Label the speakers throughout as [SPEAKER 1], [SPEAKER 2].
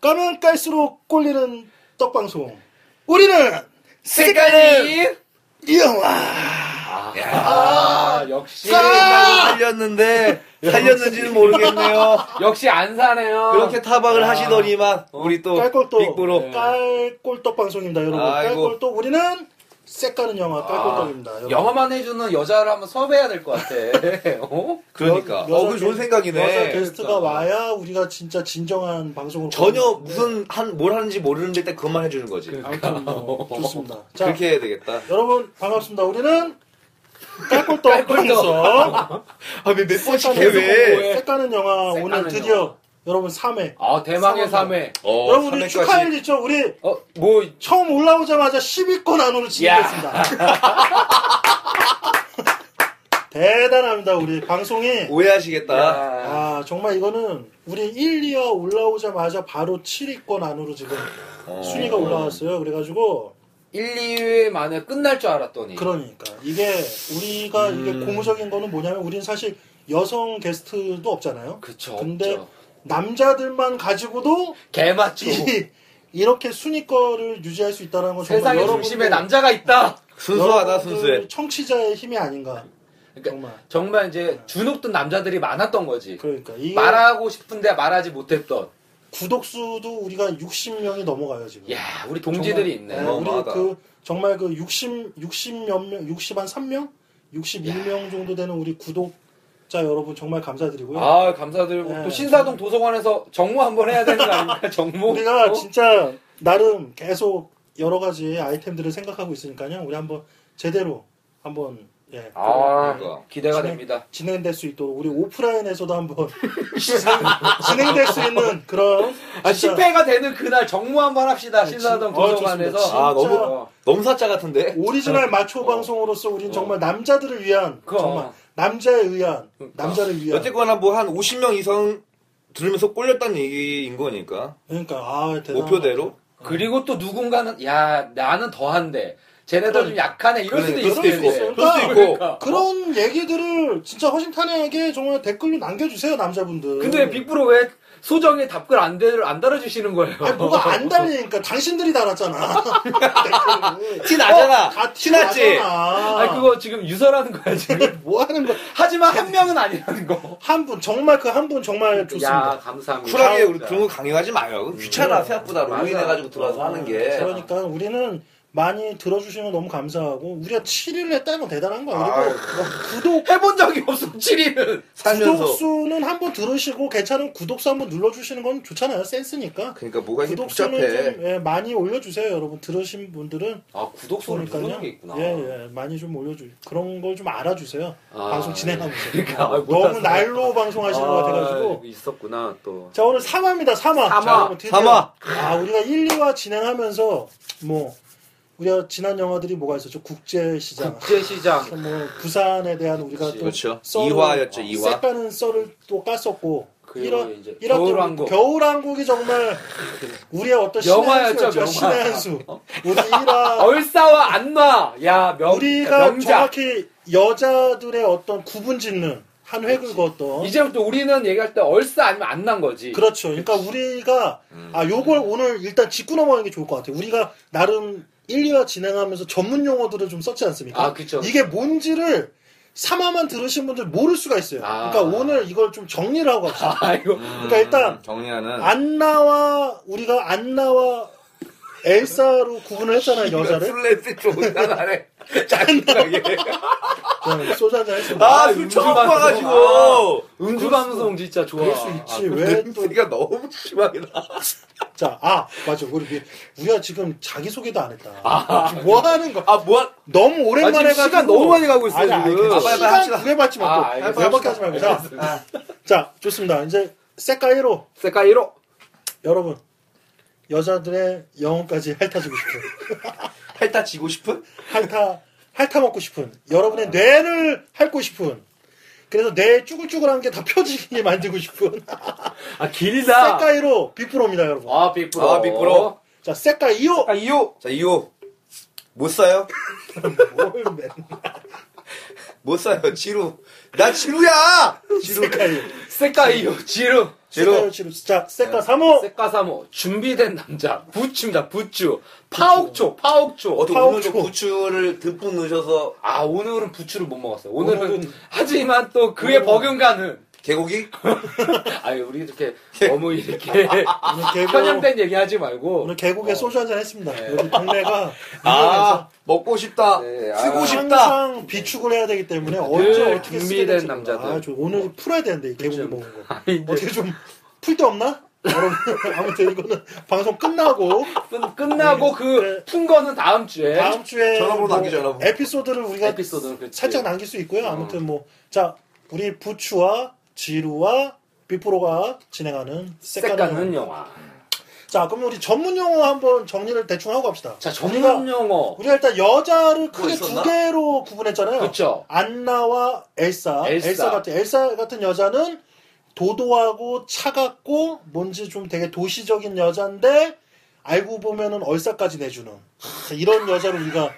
[SPEAKER 1] 까면 깔수록 꼴리는 떡방송. 우리는
[SPEAKER 2] 색깔이
[SPEAKER 1] 이 영화.
[SPEAKER 2] 아, 역시
[SPEAKER 1] 아!
[SPEAKER 3] 살렸는데 살렸는지는 모르겠네요.
[SPEAKER 2] 역시 안 사네요.
[SPEAKER 3] 그렇게 타박을 하시더니만 우리 또
[SPEAKER 1] 네. 깔꼴도
[SPEAKER 3] 빅브로
[SPEAKER 1] 깔꼴떡 방송입니다, 여러분.
[SPEAKER 3] 아이고. 아,
[SPEAKER 1] 깔꼴떡 우리는 색깔은 영화 깔꼴떡입니다. 여러분.
[SPEAKER 2] 영화만 해주는 여자를 한번 섭외해야 될 것 같아. 어?
[SPEAKER 3] 그러니까
[SPEAKER 1] 여자
[SPEAKER 3] 어, 그 좋은
[SPEAKER 1] 게-
[SPEAKER 3] 생각이네. 그러니까.
[SPEAKER 1] 여자 게스트가 와야 우리가 진짜 진정한 방송으로
[SPEAKER 3] 전혀
[SPEAKER 1] 가는 건데.
[SPEAKER 3] 무슨 한 뭘 하는지 모르는데 때 그것만 해주는 거지. 그
[SPEAKER 1] 아무튼 뭐 좋습니다. 자,
[SPEAKER 3] 렇게 해야 되겠다.
[SPEAKER 1] 여러분 반갑습니다. 우리는 깔꼴떡 방송.
[SPEAKER 3] 아몇 번씩
[SPEAKER 1] 색깔은
[SPEAKER 3] 해왜
[SPEAKER 1] 영화, 색깔은 영화 오늘
[SPEAKER 2] 색깔은
[SPEAKER 1] 드디어
[SPEAKER 2] 영화.
[SPEAKER 1] 여러분 3회.
[SPEAKER 2] 아, 대망의
[SPEAKER 1] 삼
[SPEAKER 2] 3회.
[SPEAKER 3] 어,
[SPEAKER 1] 여러분 우리 축하할 일 있죠? 우리
[SPEAKER 2] 어, 뭐,
[SPEAKER 1] 처음 올라오자마자 10위권 안으로 진입했습니다. 대단합니다. 우리 방송이
[SPEAKER 3] 오해하시겠다.
[SPEAKER 2] 야.
[SPEAKER 1] 아 정말 이거는 우리 1, 2화 올라오자마자 바로 7위권 안으로 지금
[SPEAKER 3] 어.
[SPEAKER 1] 순위가 올라왔어요. 그래가지고
[SPEAKER 2] 1, 2회 만에 끝날 줄 알았더니.
[SPEAKER 1] 그러니까 이게 우리가 이게 고무적인 거는 뭐냐면 우린 사실 여성 게스트도 없잖아요.
[SPEAKER 2] 그쵸,
[SPEAKER 1] 근데
[SPEAKER 2] 없죠.
[SPEAKER 1] 남자들만 가지고도
[SPEAKER 2] 개맞죠.
[SPEAKER 1] 이, 이렇게 순위권을 유지할 수 있다는 건 정말
[SPEAKER 2] 세상의
[SPEAKER 1] 여러분들-
[SPEAKER 2] 중심에 남자가 있다.
[SPEAKER 3] 순수하다
[SPEAKER 1] 여러분들
[SPEAKER 3] 순수해.
[SPEAKER 1] 청취자의 힘이 아닌가.
[SPEAKER 2] 그러니까
[SPEAKER 1] 정말.
[SPEAKER 2] 정말 이제 주눅든 남자들이 많았던 거지.
[SPEAKER 1] 그러니까 이
[SPEAKER 2] 말하고 싶은데 말하지 못했던.
[SPEAKER 1] 구독수도 우리가 60명이 넘어가요 지금.
[SPEAKER 2] 야, 우리 동지들이
[SPEAKER 1] 네,
[SPEAKER 2] 예. 있네.
[SPEAKER 3] 어.
[SPEAKER 1] 우리
[SPEAKER 3] 어마어마하다.
[SPEAKER 1] 그 정말 그 60, 60 몇 명, 60 한 3명, 61명 정도 되는 우리 구독자 여러분 정말 감사드리고요.
[SPEAKER 2] 아, 감사드리고
[SPEAKER 1] 네.
[SPEAKER 2] 또 신사동 도서관에서 정모 한번 해야 되는 거 아닙니까? 정모.
[SPEAKER 1] 우리가
[SPEAKER 2] 어?
[SPEAKER 1] 진짜 나름 계속 여러 가지 아이템들을 생각하고 있으니까요. 우리 한번 제대로 한번 예,
[SPEAKER 2] 아,
[SPEAKER 3] 그러니까.
[SPEAKER 2] 기대가
[SPEAKER 1] 진행-
[SPEAKER 2] 됩니다.
[SPEAKER 1] 진행될 수 있도록 우리 오프라인에서도 한번 시상- 진행될 수 있는 그런
[SPEAKER 2] 아,
[SPEAKER 1] 진짜
[SPEAKER 2] 10회가 되는 그날 정모 한번 합시다.
[SPEAKER 1] 진-
[SPEAKER 2] 신사동
[SPEAKER 1] 어,
[SPEAKER 2] 도서관에서.
[SPEAKER 1] 좋습니다.
[SPEAKER 3] 아 너무
[SPEAKER 2] 어.
[SPEAKER 3] 너무 사짜 같은데.
[SPEAKER 1] 오리지널 마초 방송으로서 우린 정말 남자들을 위한
[SPEAKER 2] 그럼.
[SPEAKER 1] 정말 남자에 의한
[SPEAKER 2] 그러니까.
[SPEAKER 1] 남자를 위한
[SPEAKER 3] 어쨌거나 뭐 한 50명 이상 들으면서 꼴렸다는 얘기인 거니까
[SPEAKER 1] 그러니까 아 대단
[SPEAKER 3] 목표대로.
[SPEAKER 2] 그리고 또 누군가는 야 나는 더한데 쟤네들 좀 약하네 이럴 수도
[SPEAKER 3] 그래,
[SPEAKER 2] 있을
[SPEAKER 3] 그럴 수도
[SPEAKER 2] 텐데 그러니까.
[SPEAKER 3] 있고,
[SPEAKER 1] 있어요.
[SPEAKER 3] 그럴 수도 있고.
[SPEAKER 1] 그런 얘기들을 진짜 허심탄회하게 정말 댓글로 남겨주세요 남자분들
[SPEAKER 2] 근데 왜 빅브로 왜 소정의 답글 안, 달- 안 달아주시는 거예요?
[SPEAKER 1] 아니 뭐가 안 달리니까 당신들이 달았잖아 댓글을.
[SPEAKER 3] 티 나잖아.
[SPEAKER 1] 어, 다
[SPEAKER 3] 티 났지.
[SPEAKER 1] 튀어나잖아.
[SPEAKER 2] 아니, 그거 지금 유서라는 거야 지금
[SPEAKER 1] 뭐 하는 거야
[SPEAKER 2] 하지만 한 명은 아니라는 거
[SPEAKER 1] 한 분 정말 그 한 분 정말
[SPEAKER 2] 야,
[SPEAKER 1] 좋습니다.
[SPEAKER 2] 감사합니다
[SPEAKER 3] 쿨하게 우리 그런 거 강요하지 마요. 귀찮아 생각보다
[SPEAKER 2] 맞아.
[SPEAKER 3] 로그인해가지고 들어와서 하는 게.
[SPEAKER 1] 그러니까 우리는 많이 들어주시는 거 너무 감사하고 우리가 7위를 했다는 건 대단한 거야. 그리고 뭐 구독
[SPEAKER 2] 해본 적이 없어 7위는
[SPEAKER 3] 살면서.
[SPEAKER 1] 구독수는 한 번 들으시고 괜찮은 구독수 한 번 눌러주시는 건 좋잖아요. 센스니까.
[SPEAKER 3] 그러니까 뭐가 이렇게
[SPEAKER 1] 구독수는
[SPEAKER 3] 복잡해. 음,
[SPEAKER 1] 좀 예, 많이 올려주세요, 여러분. 들으신 분들은
[SPEAKER 2] 아 구독소를 누르는
[SPEAKER 1] 그러니까요.
[SPEAKER 2] 게 있구나
[SPEAKER 1] 예, 예, 많이 좀 올려주. 그런 걸 좀 알아주세요.
[SPEAKER 2] 아,
[SPEAKER 1] 방송 진행하면서.
[SPEAKER 2] 그러니까, 아, 못하세요.
[SPEAKER 1] 너무 날로 방송하시는 것 같아가지고.
[SPEAKER 2] 아, 있었구나 또
[SPEAKER 1] 자 오늘 3화입니다 3화
[SPEAKER 2] 삼화.
[SPEAKER 1] 자, 여러분, 드디어.
[SPEAKER 3] 삼화.
[SPEAKER 1] 아 우리가 1, 2화 진행하면서 뭐 우리가 지난 영화들이 뭐가 있었죠 국제시장
[SPEAKER 2] 국제시장
[SPEAKER 1] 뭐 부산에 대한 우리가 또
[SPEAKER 3] 그렇죠.
[SPEAKER 1] 썰을-
[SPEAKER 3] 2화였죠,
[SPEAKER 1] 어,
[SPEAKER 3] 2화.
[SPEAKER 1] 색다른 썰을 또 깠었고
[SPEAKER 2] 그리고
[SPEAKER 1] 이런-
[SPEAKER 2] 이제
[SPEAKER 1] 이런 또
[SPEAKER 2] 겨울왕국.
[SPEAKER 1] 겨울왕국이 정말 우리의 어떤 신의
[SPEAKER 2] 영화였죠,
[SPEAKER 1] 한수였죠
[SPEAKER 2] 영화.
[SPEAKER 1] 신의 한수 우리 1화
[SPEAKER 2] 얼싸와 안마 야 명,
[SPEAKER 1] 우리가
[SPEAKER 2] 명작
[SPEAKER 1] 정확히 여자들의 어떤 구분짓는 한 획을 그었던
[SPEAKER 2] 이제부터 우리는 얘기할 때 얼싸 아니면 안 난 거지
[SPEAKER 1] 그렇죠. 그러니까 우리가
[SPEAKER 2] 음.
[SPEAKER 1] 아 요걸 오늘 일단 짚고 넘어가는 게 좋을 것 같아요. 우리가 나름 1, 2화 진행하면서 전문 용어들을 좀 썼지 않습니까?
[SPEAKER 2] 아, 그쵸.
[SPEAKER 1] 이게 뭔지를 3화만 들으신 분들 모를 수가 있어요.
[SPEAKER 2] 아.
[SPEAKER 1] 그러니까 오늘 이걸 좀 정리를 하고 갑시다.
[SPEAKER 2] 아 음. 이거
[SPEAKER 1] 그러니까 일단 아,
[SPEAKER 3] 정리하는.
[SPEAKER 1] 안나와 우리가 안나와 엘사로 구분을 했잖아요, 여자를.
[SPEAKER 3] 그러니까 술래스 좋은 나라래. 짜증나게.
[SPEAKER 1] 네, 소주 한잔 했습니다.
[SPEAKER 3] 아, 술 처음 봐가지고.
[SPEAKER 2] 음주 방송 진짜 좋아.
[SPEAKER 1] 그럴 수 있지. 왜 또.
[SPEAKER 3] 냄새가 너무 심하게 나.
[SPEAKER 1] 자, 아, 맞아. 우리, 우리가 지금 자기소개도 안 했다. 지금 뭐 하는 거야?
[SPEAKER 3] 아, 뭐야.
[SPEAKER 1] 너무 오랜만에
[SPEAKER 2] 아, 지금 시간
[SPEAKER 1] 해가지고.
[SPEAKER 2] 너무 많이 가고 있어요,
[SPEAKER 1] 아니, 아니,
[SPEAKER 2] 지금.
[SPEAKER 1] 근데
[SPEAKER 3] 아, 빨리, 빨리
[SPEAKER 1] 시간
[SPEAKER 3] 합시다.
[SPEAKER 1] 구애받지 마. 또.
[SPEAKER 2] 아, 알겠습니다.
[SPEAKER 1] 구애받게 하지 말고. 자, 자, 좋습니다. 이제 색깔로
[SPEAKER 2] 세카이로
[SPEAKER 1] 여러분 여자들의 영혼까지 핥아주고 싶은
[SPEAKER 3] 핥아 지고 싶은?
[SPEAKER 1] 핥아 핥아 먹고 싶은 여러분의 뇌를 핥고 싶은 그래서 뇌 쭈글쭈글한 게 다 펴지게 만들고 싶은
[SPEAKER 2] 아 길다.
[SPEAKER 1] 색깔로 빅프로입니다, 여러분.
[SPEAKER 2] 아 빅브로.
[SPEAKER 3] 아, 빅브로.
[SPEAKER 1] 자, 색깔 2호
[SPEAKER 3] 아, 이호. 자, 이호. 못 사요?
[SPEAKER 1] 뭘 맨날
[SPEAKER 3] 못 사요. 지루. 나 지루야! 지루.
[SPEAKER 1] 색깔이
[SPEAKER 2] 세카이요 지루.
[SPEAKER 3] 제로.
[SPEAKER 1] 세카를 치루 자 세카 3호
[SPEAKER 2] 세카사모 준비된 남자 부추입니다 부추 파옥초 파옥초
[SPEAKER 3] 어떻게
[SPEAKER 1] 파우초.
[SPEAKER 3] 오늘 좀 부추를 듬뿍 넣으셔서
[SPEAKER 2] 아 오늘은 부추를 못 먹었어요 오늘은,
[SPEAKER 1] 오늘은-
[SPEAKER 2] 하지만 또 그의
[SPEAKER 1] 오늘은-
[SPEAKER 2] 버금가는
[SPEAKER 3] 개고기?
[SPEAKER 2] 아니 우리 이렇게 너무 이렇게
[SPEAKER 1] 오늘 계곡
[SPEAKER 2] 편향된 얘기하지 말고
[SPEAKER 1] 오늘 계곡에
[SPEAKER 2] 아, 어.
[SPEAKER 1] 소주 한잔 했습니다.
[SPEAKER 2] 네.
[SPEAKER 1] 여기 동네가
[SPEAKER 3] 아 먹고 싶다.
[SPEAKER 2] 네, 아.
[SPEAKER 3] 쓰고 싶다.
[SPEAKER 1] 항상 비축을 해야 되기 때문에 언제
[SPEAKER 2] 늘
[SPEAKER 1] 어떻게 쓰게
[SPEAKER 2] 준비된
[SPEAKER 1] 될지
[SPEAKER 2] 남자들. 뭐. 그렇죠.
[SPEAKER 1] 몰라. 아, 저 오늘 풀어야 되는데 이 계곡에
[SPEAKER 2] 그쵸.
[SPEAKER 1] 먹은 거
[SPEAKER 2] 아니, 근데
[SPEAKER 1] 어떻게 좀 풀 데 없나? 여러분 아무튼 이거는 방송 끝나고
[SPEAKER 2] 끝- 끝나고 그
[SPEAKER 1] 네.
[SPEAKER 2] 푼 거는 다음 주에
[SPEAKER 1] 다음 주에 뭐
[SPEAKER 3] 전화번호 남기죠, 전화번호.
[SPEAKER 1] 에피소드를 우리가
[SPEAKER 2] 네. 에피소드는 그렇지. 음.
[SPEAKER 1] 살짝 남길 수 있고요. 아무튼 뭐 자 우리 부추와 지루와 비프로가 진행하는
[SPEAKER 2] 색깔은
[SPEAKER 1] 색깔은
[SPEAKER 2] 영화
[SPEAKER 1] 자 그럼 우리 전문 용어 한번 정리를 대충 하고 갑시다.
[SPEAKER 2] 자
[SPEAKER 1] 우리가,
[SPEAKER 2] 전문 영어
[SPEAKER 1] 우리가 일단 여자를 크게 두
[SPEAKER 3] 있었나?
[SPEAKER 1] 개로 구분했잖아요.
[SPEAKER 2] 그쵸
[SPEAKER 1] 안나와 엘사.
[SPEAKER 2] 엘사.
[SPEAKER 1] 엘사. 같은 엘사 같은 여자는 도도하고 차갑고 뭔지 좀 되게 도시적인 여잔데 알고 보면은 얼싸까지 내주는 하, 이런 여자로 우리가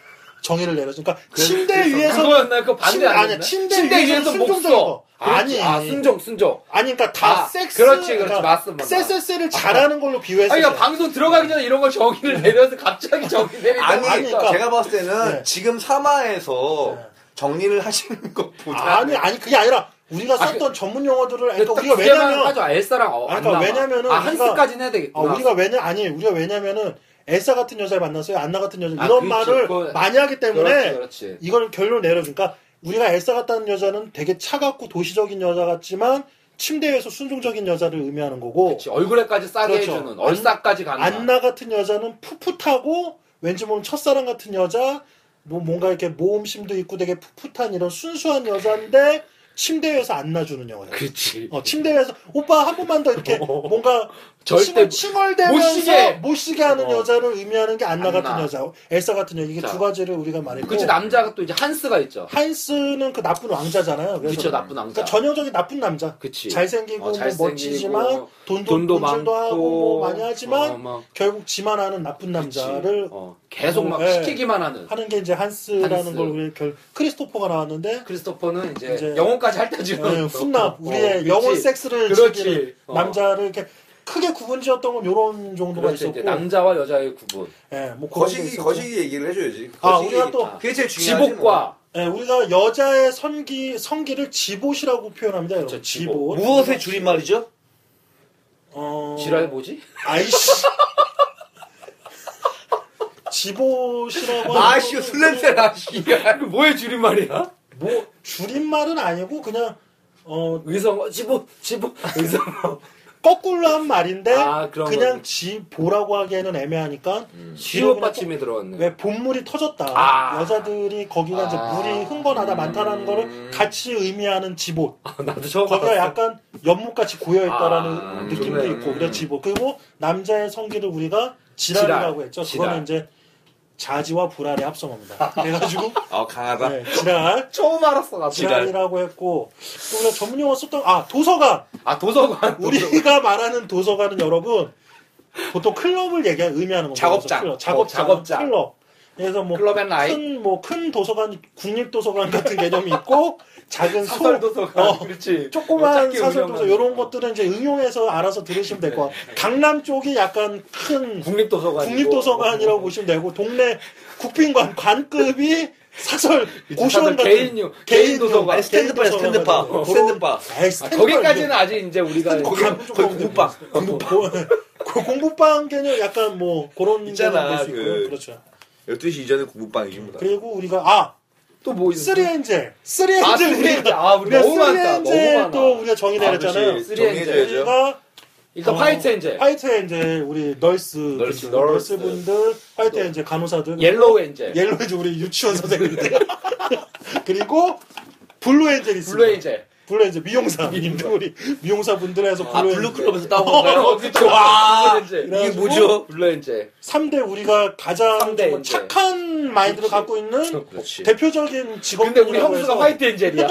[SPEAKER 1] 정의를 내렸죠. 그러니까 침대 위에서
[SPEAKER 2] 그거였나요? 그 반대
[SPEAKER 1] 침대-
[SPEAKER 2] 아니었나요?
[SPEAKER 1] 아니야, 침대 위에서 순종적인
[SPEAKER 2] 목소
[SPEAKER 1] 거.
[SPEAKER 2] 아니
[SPEAKER 1] 아니.
[SPEAKER 2] 아 순종 순종
[SPEAKER 1] 아니 그러니까 다
[SPEAKER 2] 아,
[SPEAKER 1] 섹스 그러니까
[SPEAKER 2] 그렇지, 그렇지. 맞습니다, 맞습니다.
[SPEAKER 1] 섹스를 잘하는 걸로 비유했을
[SPEAKER 2] 아니
[SPEAKER 1] 때 네.
[SPEAKER 2] 그러니까 방송 들어가기 전에 이런 걸 정의를 내려서 갑자기 정의 내리니까
[SPEAKER 3] 아니,
[SPEAKER 1] 아니니까. 그러니까
[SPEAKER 3] 제가 봤을 때는
[SPEAKER 1] 네.
[SPEAKER 3] 지금 사마에서
[SPEAKER 1] 네.
[SPEAKER 3] 정리를 하시는 것보다
[SPEAKER 1] 아니 아니 그게 아니라 우리가
[SPEAKER 2] 아,
[SPEAKER 1] 썼던 전문 용어들을 아니,
[SPEAKER 2] 그러니까
[SPEAKER 1] 그러니까 우리가
[SPEAKER 2] 왜냐면
[SPEAKER 1] 왜냐면
[SPEAKER 2] 하죠 엘사랑 어,
[SPEAKER 1] 아니,
[SPEAKER 2] 안
[SPEAKER 1] 그러니까
[SPEAKER 2] 나와
[SPEAKER 1] 왜냐면은
[SPEAKER 2] 아 한스까지는 해야
[SPEAKER 1] 아,
[SPEAKER 2] 되겠구나
[SPEAKER 1] 우리가 왜냐 아니 우리가 왜냐면은 엘사 같은 여자를 만났어요 안나 같은 여자
[SPEAKER 2] 아,
[SPEAKER 1] 이런
[SPEAKER 2] 그렇지.
[SPEAKER 1] 말을
[SPEAKER 2] 그거-
[SPEAKER 1] 많이 하기 때문에
[SPEAKER 2] 그렇지 그렇지
[SPEAKER 1] 이걸 결론 내려주니까 우리가 엘사 같다는 여자는 되게 차갑고 도시적인 여자 같지만 침대에서 순종적인 여자를 의미하는 거고
[SPEAKER 2] 그렇지 얼굴에까지 싸게
[SPEAKER 1] 그렇죠.
[SPEAKER 2] 해주는 얼싸까지 가는
[SPEAKER 1] 안나 같은 여자는 풋풋하고 왠지 모르는 첫사랑 같은 여자 뭐 뭔가 이렇게 모험심도 있고 되게 풋풋한 이런 순수한 여자인데 침대에서 안 놔주는 여자.
[SPEAKER 2] 그렇지
[SPEAKER 1] 어, 침대에서 오빠 한 번만 더 이렇게 뭔가
[SPEAKER 2] 어. 절대
[SPEAKER 1] 칭얼- 칭얼대면서
[SPEAKER 2] 못 쉬게.
[SPEAKER 1] 못 쉬게 하는
[SPEAKER 2] 어.
[SPEAKER 1] 여자를 의미하는 게 안나 같은
[SPEAKER 2] 안나.
[SPEAKER 1] 여자, 엘사 같은 여자 이게
[SPEAKER 2] 자.
[SPEAKER 1] 두 가지를 우리가 말했고
[SPEAKER 2] 그치 남자가 또 이제 한스가 있죠
[SPEAKER 1] 한스는 그 나쁜 왕자잖아요. 그래서
[SPEAKER 2] 그쵸 나쁜 왕자
[SPEAKER 1] 그러니까 전형적인 나쁜 남자.
[SPEAKER 2] 그치
[SPEAKER 1] 잘생기고
[SPEAKER 2] 어,
[SPEAKER 1] 뭐
[SPEAKER 2] 잘생기고,
[SPEAKER 1] 멋지지만 돈도
[SPEAKER 2] 돈도
[SPEAKER 1] 돈질도
[SPEAKER 2] 많고
[SPEAKER 1] 하고 뭐 많이 하지만
[SPEAKER 2] 어, 막
[SPEAKER 1] 결국 지만 하는 나쁜
[SPEAKER 2] 그치.
[SPEAKER 1] 남자를
[SPEAKER 2] 어, 계속 막
[SPEAKER 1] 어, 예.
[SPEAKER 2] 시키기만 하는
[SPEAKER 1] 하는 게 이제 한스라는
[SPEAKER 2] 한스.
[SPEAKER 1] 걸 우리 결 크리스토퍼가 나왔는데
[SPEAKER 2] 크리스토퍼는 이제,
[SPEAKER 1] 이제-
[SPEAKER 2] 영혼까지 핥아주는
[SPEAKER 1] 네, 훗나 우리의
[SPEAKER 2] 어, 그치.
[SPEAKER 1] 영혼 섹스를
[SPEAKER 2] 그렇지.
[SPEAKER 1] 즐기는
[SPEAKER 2] 어.
[SPEAKER 1] 남자를 이렇게 크게 구분지었던 건 이런 정도가
[SPEAKER 2] 그렇지 그렇죠. 이제
[SPEAKER 1] 있었고,
[SPEAKER 2] 남자와 여자의 구분
[SPEAKER 1] 예, 뭐 그런 게
[SPEAKER 3] 거시기
[SPEAKER 1] 있었고.
[SPEAKER 3] 거시기 얘기를 해줘야지.
[SPEAKER 1] 아,
[SPEAKER 3] 거시기
[SPEAKER 1] 우리가
[SPEAKER 3] 얘기.
[SPEAKER 1] 또
[SPEAKER 3] 그게 제일 중요하지. 뭐.
[SPEAKER 2] 지복과
[SPEAKER 1] 예, 우리가 여자의 성기 성기를 지봇이라고 표현합니다, 여러분.
[SPEAKER 2] 그렇죠,
[SPEAKER 1] 지봇.
[SPEAKER 2] 지봇.
[SPEAKER 3] 무엇의 줄임말이죠?
[SPEAKER 1] 어...
[SPEAKER 2] 지랄 뭐지?
[SPEAKER 1] 아이씨. 어. 지봇이라고 하는
[SPEAKER 3] 아씨
[SPEAKER 1] 거는
[SPEAKER 3] 술 냄새나. 씨.
[SPEAKER 2] 이거 뭐의 줄임말이야?
[SPEAKER 1] 뭐 줄임말은 아니고 그냥 어
[SPEAKER 2] 의성 지복 지복 의성
[SPEAKER 1] 거꾸로 한 말인데
[SPEAKER 2] 아, 그런
[SPEAKER 1] 그냥
[SPEAKER 2] 거지. 음.
[SPEAKER 1] 지보라고 하기에는 애매하니까
[SPEAKER 2] 지옥 받침이 들어왔네.
[SPEAKER 1] 왜 본물이 터졌다.
[SPEAKER 2] 아.
[SPEAKER 1] 여자들이 거기가 이제
[SPEAKER 2] 아. 음.
[SPEAKER 1] 물이 흥건하다 많다라는 거를 같이 의미하는 지봇.
[SPEAKER 2] 아, 나도 처음
[SPEAKER 1] 거기가
[SPEAKER 2] 봤어.
[SPEAKER 1] 약간 연못같이 고여있다라는
[SPEAKER 2] 아,
[SPEAKER 1] 느낌도
[SPEAKER 2] 좋네.
[SPEAKER 1] 있고, 그래 지봇. 뭐. 그리고 남자의 성기를 우리가 지랄이라고
[SPEAKER 2] 지랄.
[SPEAKER 1] 했죠.
[SPEAKER 2] 지랄.
[SPEAKER 1] 그거는 이제 자지와 불알의 합성어입니다. 그래가지고
[SPEAKER 3] 아 강하다.
[SPEAKER 1] 네, 지랄.
[SPEAKER 2] 처음 알았어 나.
[SPEAKER 3] 지랄.
[SPEAKER 1] 지랄이라고 했고 또 우리가 전문용어 썼던 아 도서관
[SPEAKER 2] 아 도서관 도서관.
[SPEAKER 1] 우리가 말하는 도서관은 여러분 보통 클럽을 얘기 의미하는 겁니다.
[SPEAKER 3] 작업장.
[SPEAKER 1] 그래서 클럽, 작업장,
[SPEAKER 2] 어, 작업장.
[SPEAKER 1] 클럽. 그래서 뭐
[SPEAKER 2] 클럽 앤 라이브.
[SPEAKER 1] 큰 뭐 큰 도서관, 국립도서관 같은 개념이 있고 작은 소,
[SPEAKER 2] 사설 도서관
[SPEAKER 1] 어,
[SPEAKER 2] 그렇지. 뭐
[SPEAKER 1] 조그만
[SPEAKER 2] 작게
[SPEAKER 1] 사설
[SPEAKER 2] 운영하는
[SPEAKER 1] 도서
[SPEAKER 2] 네.
[SPEAKER 1] 이런 것들은 이제 응용해서 알아서 들으시면 될 것 같아요. 강남 쪽이 약간 큰
[SPEAKER 2] 국립도서관 어.
[SPEAKER 1] 국립도서관이라고 보시면 되고 동네 국빈관 관급이 사설 고시원 같은
[SPEAKER 2] 개인용, 개인 도서관.
[SPEAKER 3] 아니, 스탠드바 스탠드바
[SPEAKER 1] 같은 거.
[SPEAKER 3] 스탠드바.
[SPEAKER 1] 에이, 아, 스탠드바.
[SPEAKER 2] 아, 거기까지는 아직 이제 우리가
[SPEAKER 3] 거기 거기 공부방.
[SPEAKER 1] 공부방 그 공부방 개념 약간 뭐 그런
[SPEAKER 3] 있잖아,
[SPEAKER 1] 개념 볼수 있고요.
[SPEAKER 3] 그-
[SPEAKER 1] 그렇죠
[SPEAKER 3] 12시 이전에 공부방입니다.
[SPEAKER 1] 그리고 우리가 아
[SPEAKER 2] 또뭐
[SPEAKER 1] 쓰리 엔젤 쓰리
[SPEAKER 2] 아,
[SPEAKER 1] 엔젤
[SPEAKER 2] 쓰리 엔젤. 아, 우리 너무 많다. 너무 많아.
[SPEAKER 1] 또 우리가 정의 내렸잖아요
[SPEAKER 2] 그렇지.
[SPEAKER 3] 정해져야죠.
[SPEAKER 1] 우리가
[SPEAKER 2] 일단
[SPEAKER 1] 어,
[SPEAKER 2] 그러니까 화이트 엔젤,
[SPEAKER 1] 화이트 엔젤 우리 널스
[SPEAKER 2] 널스,
[SPEAKER 1] 분들,
[SPEAKER 2] 널스. 예.
[SPEAKER 1] 널스 분들 화이트 엔젤 간호사들
[SPEAKER 2] 옐로우 엔젤,
[SPEAKER 1] 옐로우즈 우리 유치원 선생님들 그리고 블루 엔젤 있습니다
[SPEAKER 2] 블루 엔젤.
[SPEAKER 1] 블루 엔젤 미용사 우리 미용사 분들에서
[SPEAKER 3] 아
[SPEAKER 1] 블루 엔젤
[SPEAKER 3] 블루클럽에서 따온 건가요?
[SPEAKER 2] 어, 그쵸.
[SPEAKER 3] 와
[SPEAKER 2] 블루 엔젤.
[SPEAKER 3] 이게 뭐죠?
[SPEAKER 2] 블루 엔젤.
[SPEAKER 1] 3대 우리가 가장
[SPEAKER 2] 삼대
[SPEAKER 1] 정말
[SPEAKER 2] 이제.
[SPEAKER 1] 착한 마인드를 갖고 있는
[SPEAKER 3] 그렇지.
[SPEAKER 1] 대표적인 직업.
[SPEAKER 2] 근데 우리 형수가 화이트 엔젤이야.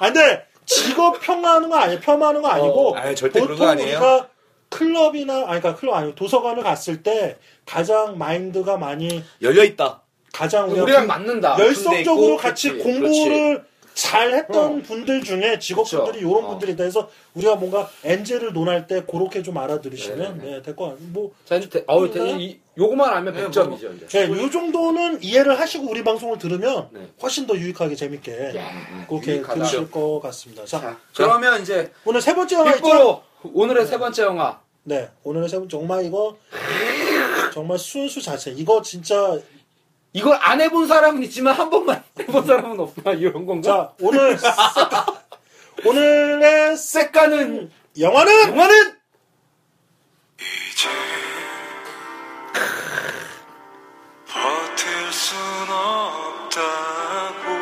[SPEAKER 1] 아, 근데 직업 평하는 거 아니야. 폄하는 거 아니고.
[SPEAKER 3] 어, 아니, 절대 그런
[SPEAKER 1] 보통
[SPEAKER 3] 거 아니에요.
[SPEAKER 1] 우리가 클럽이나, 아니, 그러니까 클럽 아니고 도서관을 갔을 때 가장 마인드가 많이,
[SPEAKER 3] 열려 있다.
[SPEAKER 1] 가장 우리가
[SPEAKER 2] 우리랑 맞는다.
[SPEAKER 1] 열성적으로
[SPEAKER 3] 있고,
[SPEAKER 1] 같이
[SPEAKER 2] 그렇지, 어.
[SPEAKER 1] 공부를 잘 했던 분들 중에 직업분들이
[SPEAKER 2] 그쵸.
[SPEAKER 1] 이런
[SPEAKER 2] 어.
[SPEAKER 1] 분들이 있다 해서 우리가 뭔가 엔젤을 논할 때 그렇게 좀 알아들으시면
[SPEAKER 2] 네.
[SPEAKER 1] 될것 같아요. 뭐,
[SPEAKER 2] 자, 이제 대- 어우, 대- 이- 요거만 알면
[SPEAKER 4] 네,
[SPEAKER 2] 100점이죠,
[SPEAKER 4] 뭐.
[SPEAKER 2] 이제.
[SPEAKER 1] 네, 이 정도는 이해를 하시고 우리 방송을 들으면
[SPEAKER 2] 네.
[SPEAKER 1] 훨씬 더 유익하게 재밌게
[SPEAKER 2] 야,
[SPEAKER 1] 그렇게
[SPEAKER 2] 유익하다.
[SPEAKER 1] 들으실 것 같습니다. 자,
[SPEAKER 4] 자, 그러면 이제
[SPEAKER 1] 오늘 세 번째 영화 있죠?
[SPEAKER 2] 빅보로 오늘의 세 번째 영화.
[SPEAKER 1] 네, 오늘의 세 번째 정말 이거 정말 순수 자체 이거 진짜
[SPEAKER 2] 이걸 안 해본 사람은 있지만 한 번만 해본 사람은 없나 이런
[SPEAKER 1] 자
[SPEAKER 2] 건가?
[SPEAKER 1] 오늘 오늘의
[SPEAKER 2] 색깔은
[SPEAKER 1] 음. 영화는
[SPEAKER 2] 영화는
[SPEAKER 4] 이제 버틸 순 없다고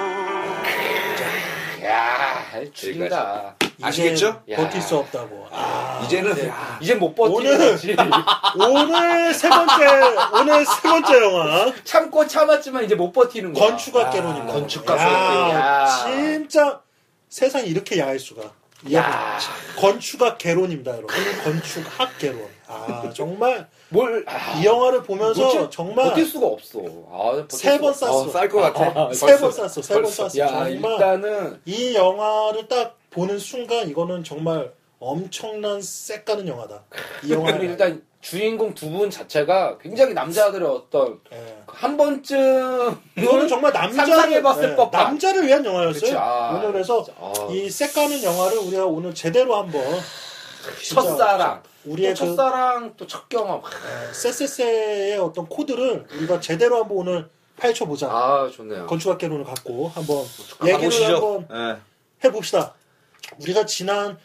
[SPEAKER 2] 야 죽인다.
[SPEAKER 3] 아시겠죠?
[SPEAKER 1] 이제 버틸 수 없다고. 아,
[SPEAKER 3] 이제는
[SPEAKER 2] 이제 못 버티는
[SPEAKER 1] 오늘은-
[SPEAKER 2] 거지.
[SPEAKER 1] 오늘 세 번째 오늘 세 번째 영화
[SPEAKER 2] 참고 참았지만 이제 못 버티는 거야.
[SPEAKER 1] 건축학개론입니다.
[SPEAKER 3] 건축가
[SPEAKER 1] 야,
[SPEAKER 2] 소녀. 야.
[SPEAKER 1] 진짜 세상 이렇게 야할 수가.
[SPEAKER 2] 야.
[SPEAKER 1] 건축학개론입니다, 여러분. 건축학개론. 아 정말
[SPEAKER 2] 뭘 아,
[SPEAKER 1] 이 영화를 보면서
[SPEAKER 2] 버틸-
[SPEAKER 1] 정말
[SPEAKER 2] 버틸 수가 없어. 아, 버틸
[SPEAKER 1] 세
[SPEAKER 2] 수가
[SPEAKER 1] 번
[SPEAKER 2] 없어.
[SPEAKER 1] 쌌어.
[SPEAKER 3] 쌀 것 같아.
[SPEAKER 1] 세 번
[SPEAKER 3] 벌써.
[SPEAKER 1] 쌌어, 세 번
[SPEAKER 3] 벌써.
[SPEAKER 1] 쌌어.
[SPEAKER 2] 야,
[SPEAKER 1] 정말
[SPEAKER 2] 일단은
[SPEAKER 1] 이 영화를 딱 보는 순간 이거는 정말 엄청난 색가는 영화다. 이
[SPEAKER 2] 그리고
[SPEAKER 1] 영화는
[SPEAKER 2] 일단 주인공 두 분 자체가 굉장히 남자들의 어떤
[SPEAKER 1] 예.
[SPEAKER 2] 한 번쯤 어,
[SPEAKER 1] 이거는 정말 남자를 네,
[SPEAKER 2] 상상해봤을 법한.
[SPEAKER 1] 남자를 위한 영화였어요.
[SPEAKER 2] 그치, 아,
[SPEAKER 1] 오늘 그래서
[SPEAKER 2] 진짜, 아.
[SPEAKER 1] 이 색가는 영화를 우리가 오늘 제대로 한번 진짜
[SPEAKER 2] 첫사랑
[SPEAKER 1] 우리의
[SPEAKER 2] 또
[SPEAKER 1] 그
[SPEAKER 2] 첫사랑 또 첫 경험
[SPEAKER 1] 예, 쎄쎄쎄의 어떤 코드를 우리가 제대로 한번 오늘 파헤쳐보자.
[SPEAKER 2] 아 좋네요
[SPEAKER 1] 건축학개론을 갖고 한번
[SPEAKER 3] 한번
[SPEAKER 1] 얘기를
[SPEAKER 3] 보시죠.
[SPEAKER 1] 한번
[SPEAKER 3] 예.
[SPEAKER 1] 해봅시다. 우리가 지난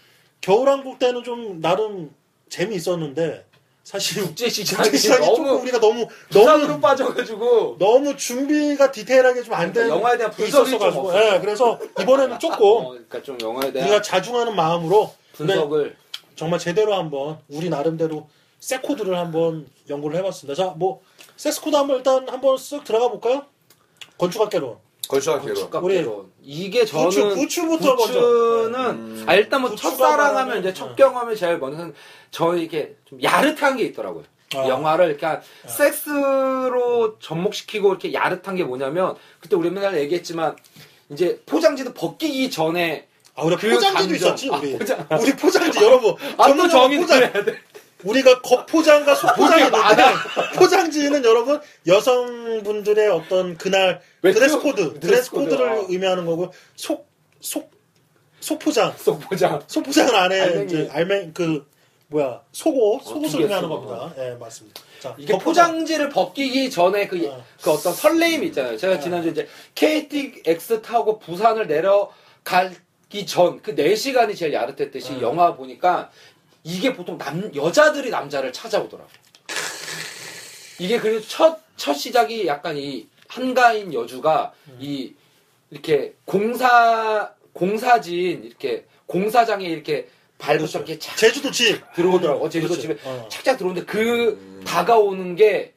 [SPEAKER 1] 겨울왕국 때는 좀 나름 재미있었는데 사실
[SPEAKER 2] 국제 시장이
[SPEAKER 1] 갑자기 시작이 조금
[SPEAKER 2] 너무
[SPEAKER 1] 우리가 너무
[SPEAKER 2] 너무
[SPEAKER 1] 너무
[SPEAKER 2] 빠져가지고
[SPEAKER 1] 너무 준비가 디테일하게 좀 안 되는
[SPEAKER 2] 영화에 대한 분석이 좀
[SPEAKER 1] 있었어가지고.
[SPEAKER 2] 없었어요.
[SPEAKER 1] 예, 그래서 이번에는 조금
[SPEAKER 2] 어, 그러니까 좀 영화에 대한
[SPEAKER 1] 우리가 자중하는 마음으로 근데
[SPEAKER 2] 분석을
[SPEAKER 1] 정말 제대로 한번 우리 나름대로 세 코드를 한번 연구를 해봤습니다. 자, 뭐 세스 코드 한번 일단 한번 쓱 들어가 볼까요? 건축학개론.
[SPEAKER 2] 네.
[SPEAKER 3] 건축학계로.
[SPEAKER 2] 건축학개론 이게 저는
[SPEAKER 1] 부추, 부추부터
[SPEAKER 2] 부추는
[SPEAKER 3] 음.
[SPEAKER 2] 아, 일단 뭐
[SPEAKER 1] 부추가
[SPEAKER 2] 첫사랑 하면
[SPEAKER 1] 말하는-
[SPEAKER 2] 이제 첫 경험이 제일 먼저 저 이렇게 좀 야릇한 게 있더라고요.
[SPEAKER 1] 아.
[SPEAKER 2] 영화를 이렇게 한 섹스로 접목시키고 이렇게 야릇한 게 뭐냐면 그때 우리 맨날 얘기했지만 이제 포장지도 벗기기 전에
[SPEAKER 1] 아, 우리
[SPEAKER 2] 그
[SPEAKER 1] 포장지도
[SPEAKER 2] 감정.
[SPEAKER 1] 있었지
[SPEAKER 2] 아,
[SPEAKER 1] 우리.
[SPEAKER 2] 포장.
[SPEAKER 1] 우리 포장지 여러분.
[SPEAKER 2] 아또
[SPEAKER 1] 전문용어
[SPEAKER 2] 정의를
[SPEAKER 1] 포장.
[SPEAKER 2] 해야 돼.
[SPEAKER 1] 우리가 겉포장과 속포장이
[SPEAKER 2] 우리가 아, 네.
[SPEAKER 1] 있는데 포장지는 여러분 여성분들의 어떤 그날
[SPEAKER 2] 왜
[SPEAKER 1] 드레스
[SPEAKER 2] 또-
[SPEAKER 1] 코드 드레스
[SPEAKER 2] 드레스 코드,
[SPEAKER 1] 코드를
[SPEAKER 2] 아.
[SPEAKER 1] 의미하는 거고 속 속 속포장
[SPEAKER 2] 속 포장.
[SPEAKER 1] 속포장은 안에
[SPEAKER 2] 알맹이.
[SPEAKER 1] 이제 알맹 그 뭐야 속옷
[SPEAKER 2] 두
[SPEAKER 1] 속옷을
[SPEAKER 2] 개
[SPEAKER 1] 의미하는
[SPEAKER 2] 쓰고.
[SPEAKER 1] 겁니다. 예 맞습니다. 자
[SPEAKER 2] 이게
[SPEAKER 1] 겉포장.
[SPEAKER 2] 포장지를 벗기기 전에 그,
[SPEAKER 1] 어.
[SPEAKER 2] 그 어떤 설레임이 있잖아요. 제가 지난주에 이제 KTX 타고 부산을 내려가기 전 그 4시간이 제일 야릇했듯이 영화 보니까 이게 보통 남, 여자들이 남자를 찾아오더라고요. 이게 그래서 첫, 첫 시작이 약간 이 한가인 여주가 이 이렇게 공사, 공사진 이렇게 공사장에 이렇게 발붙여 이렇게 착
[SPEAKER 1] 제주도 집
[SPEAKER 2] 들어오더라고. 제주도
[SPEAKER 1] 그렇죠.
[SPEAKER 2] 집에
[SPEAKER 1] 어.
[SPEAKER 2] 착착 들어오는데 그 다가오는 게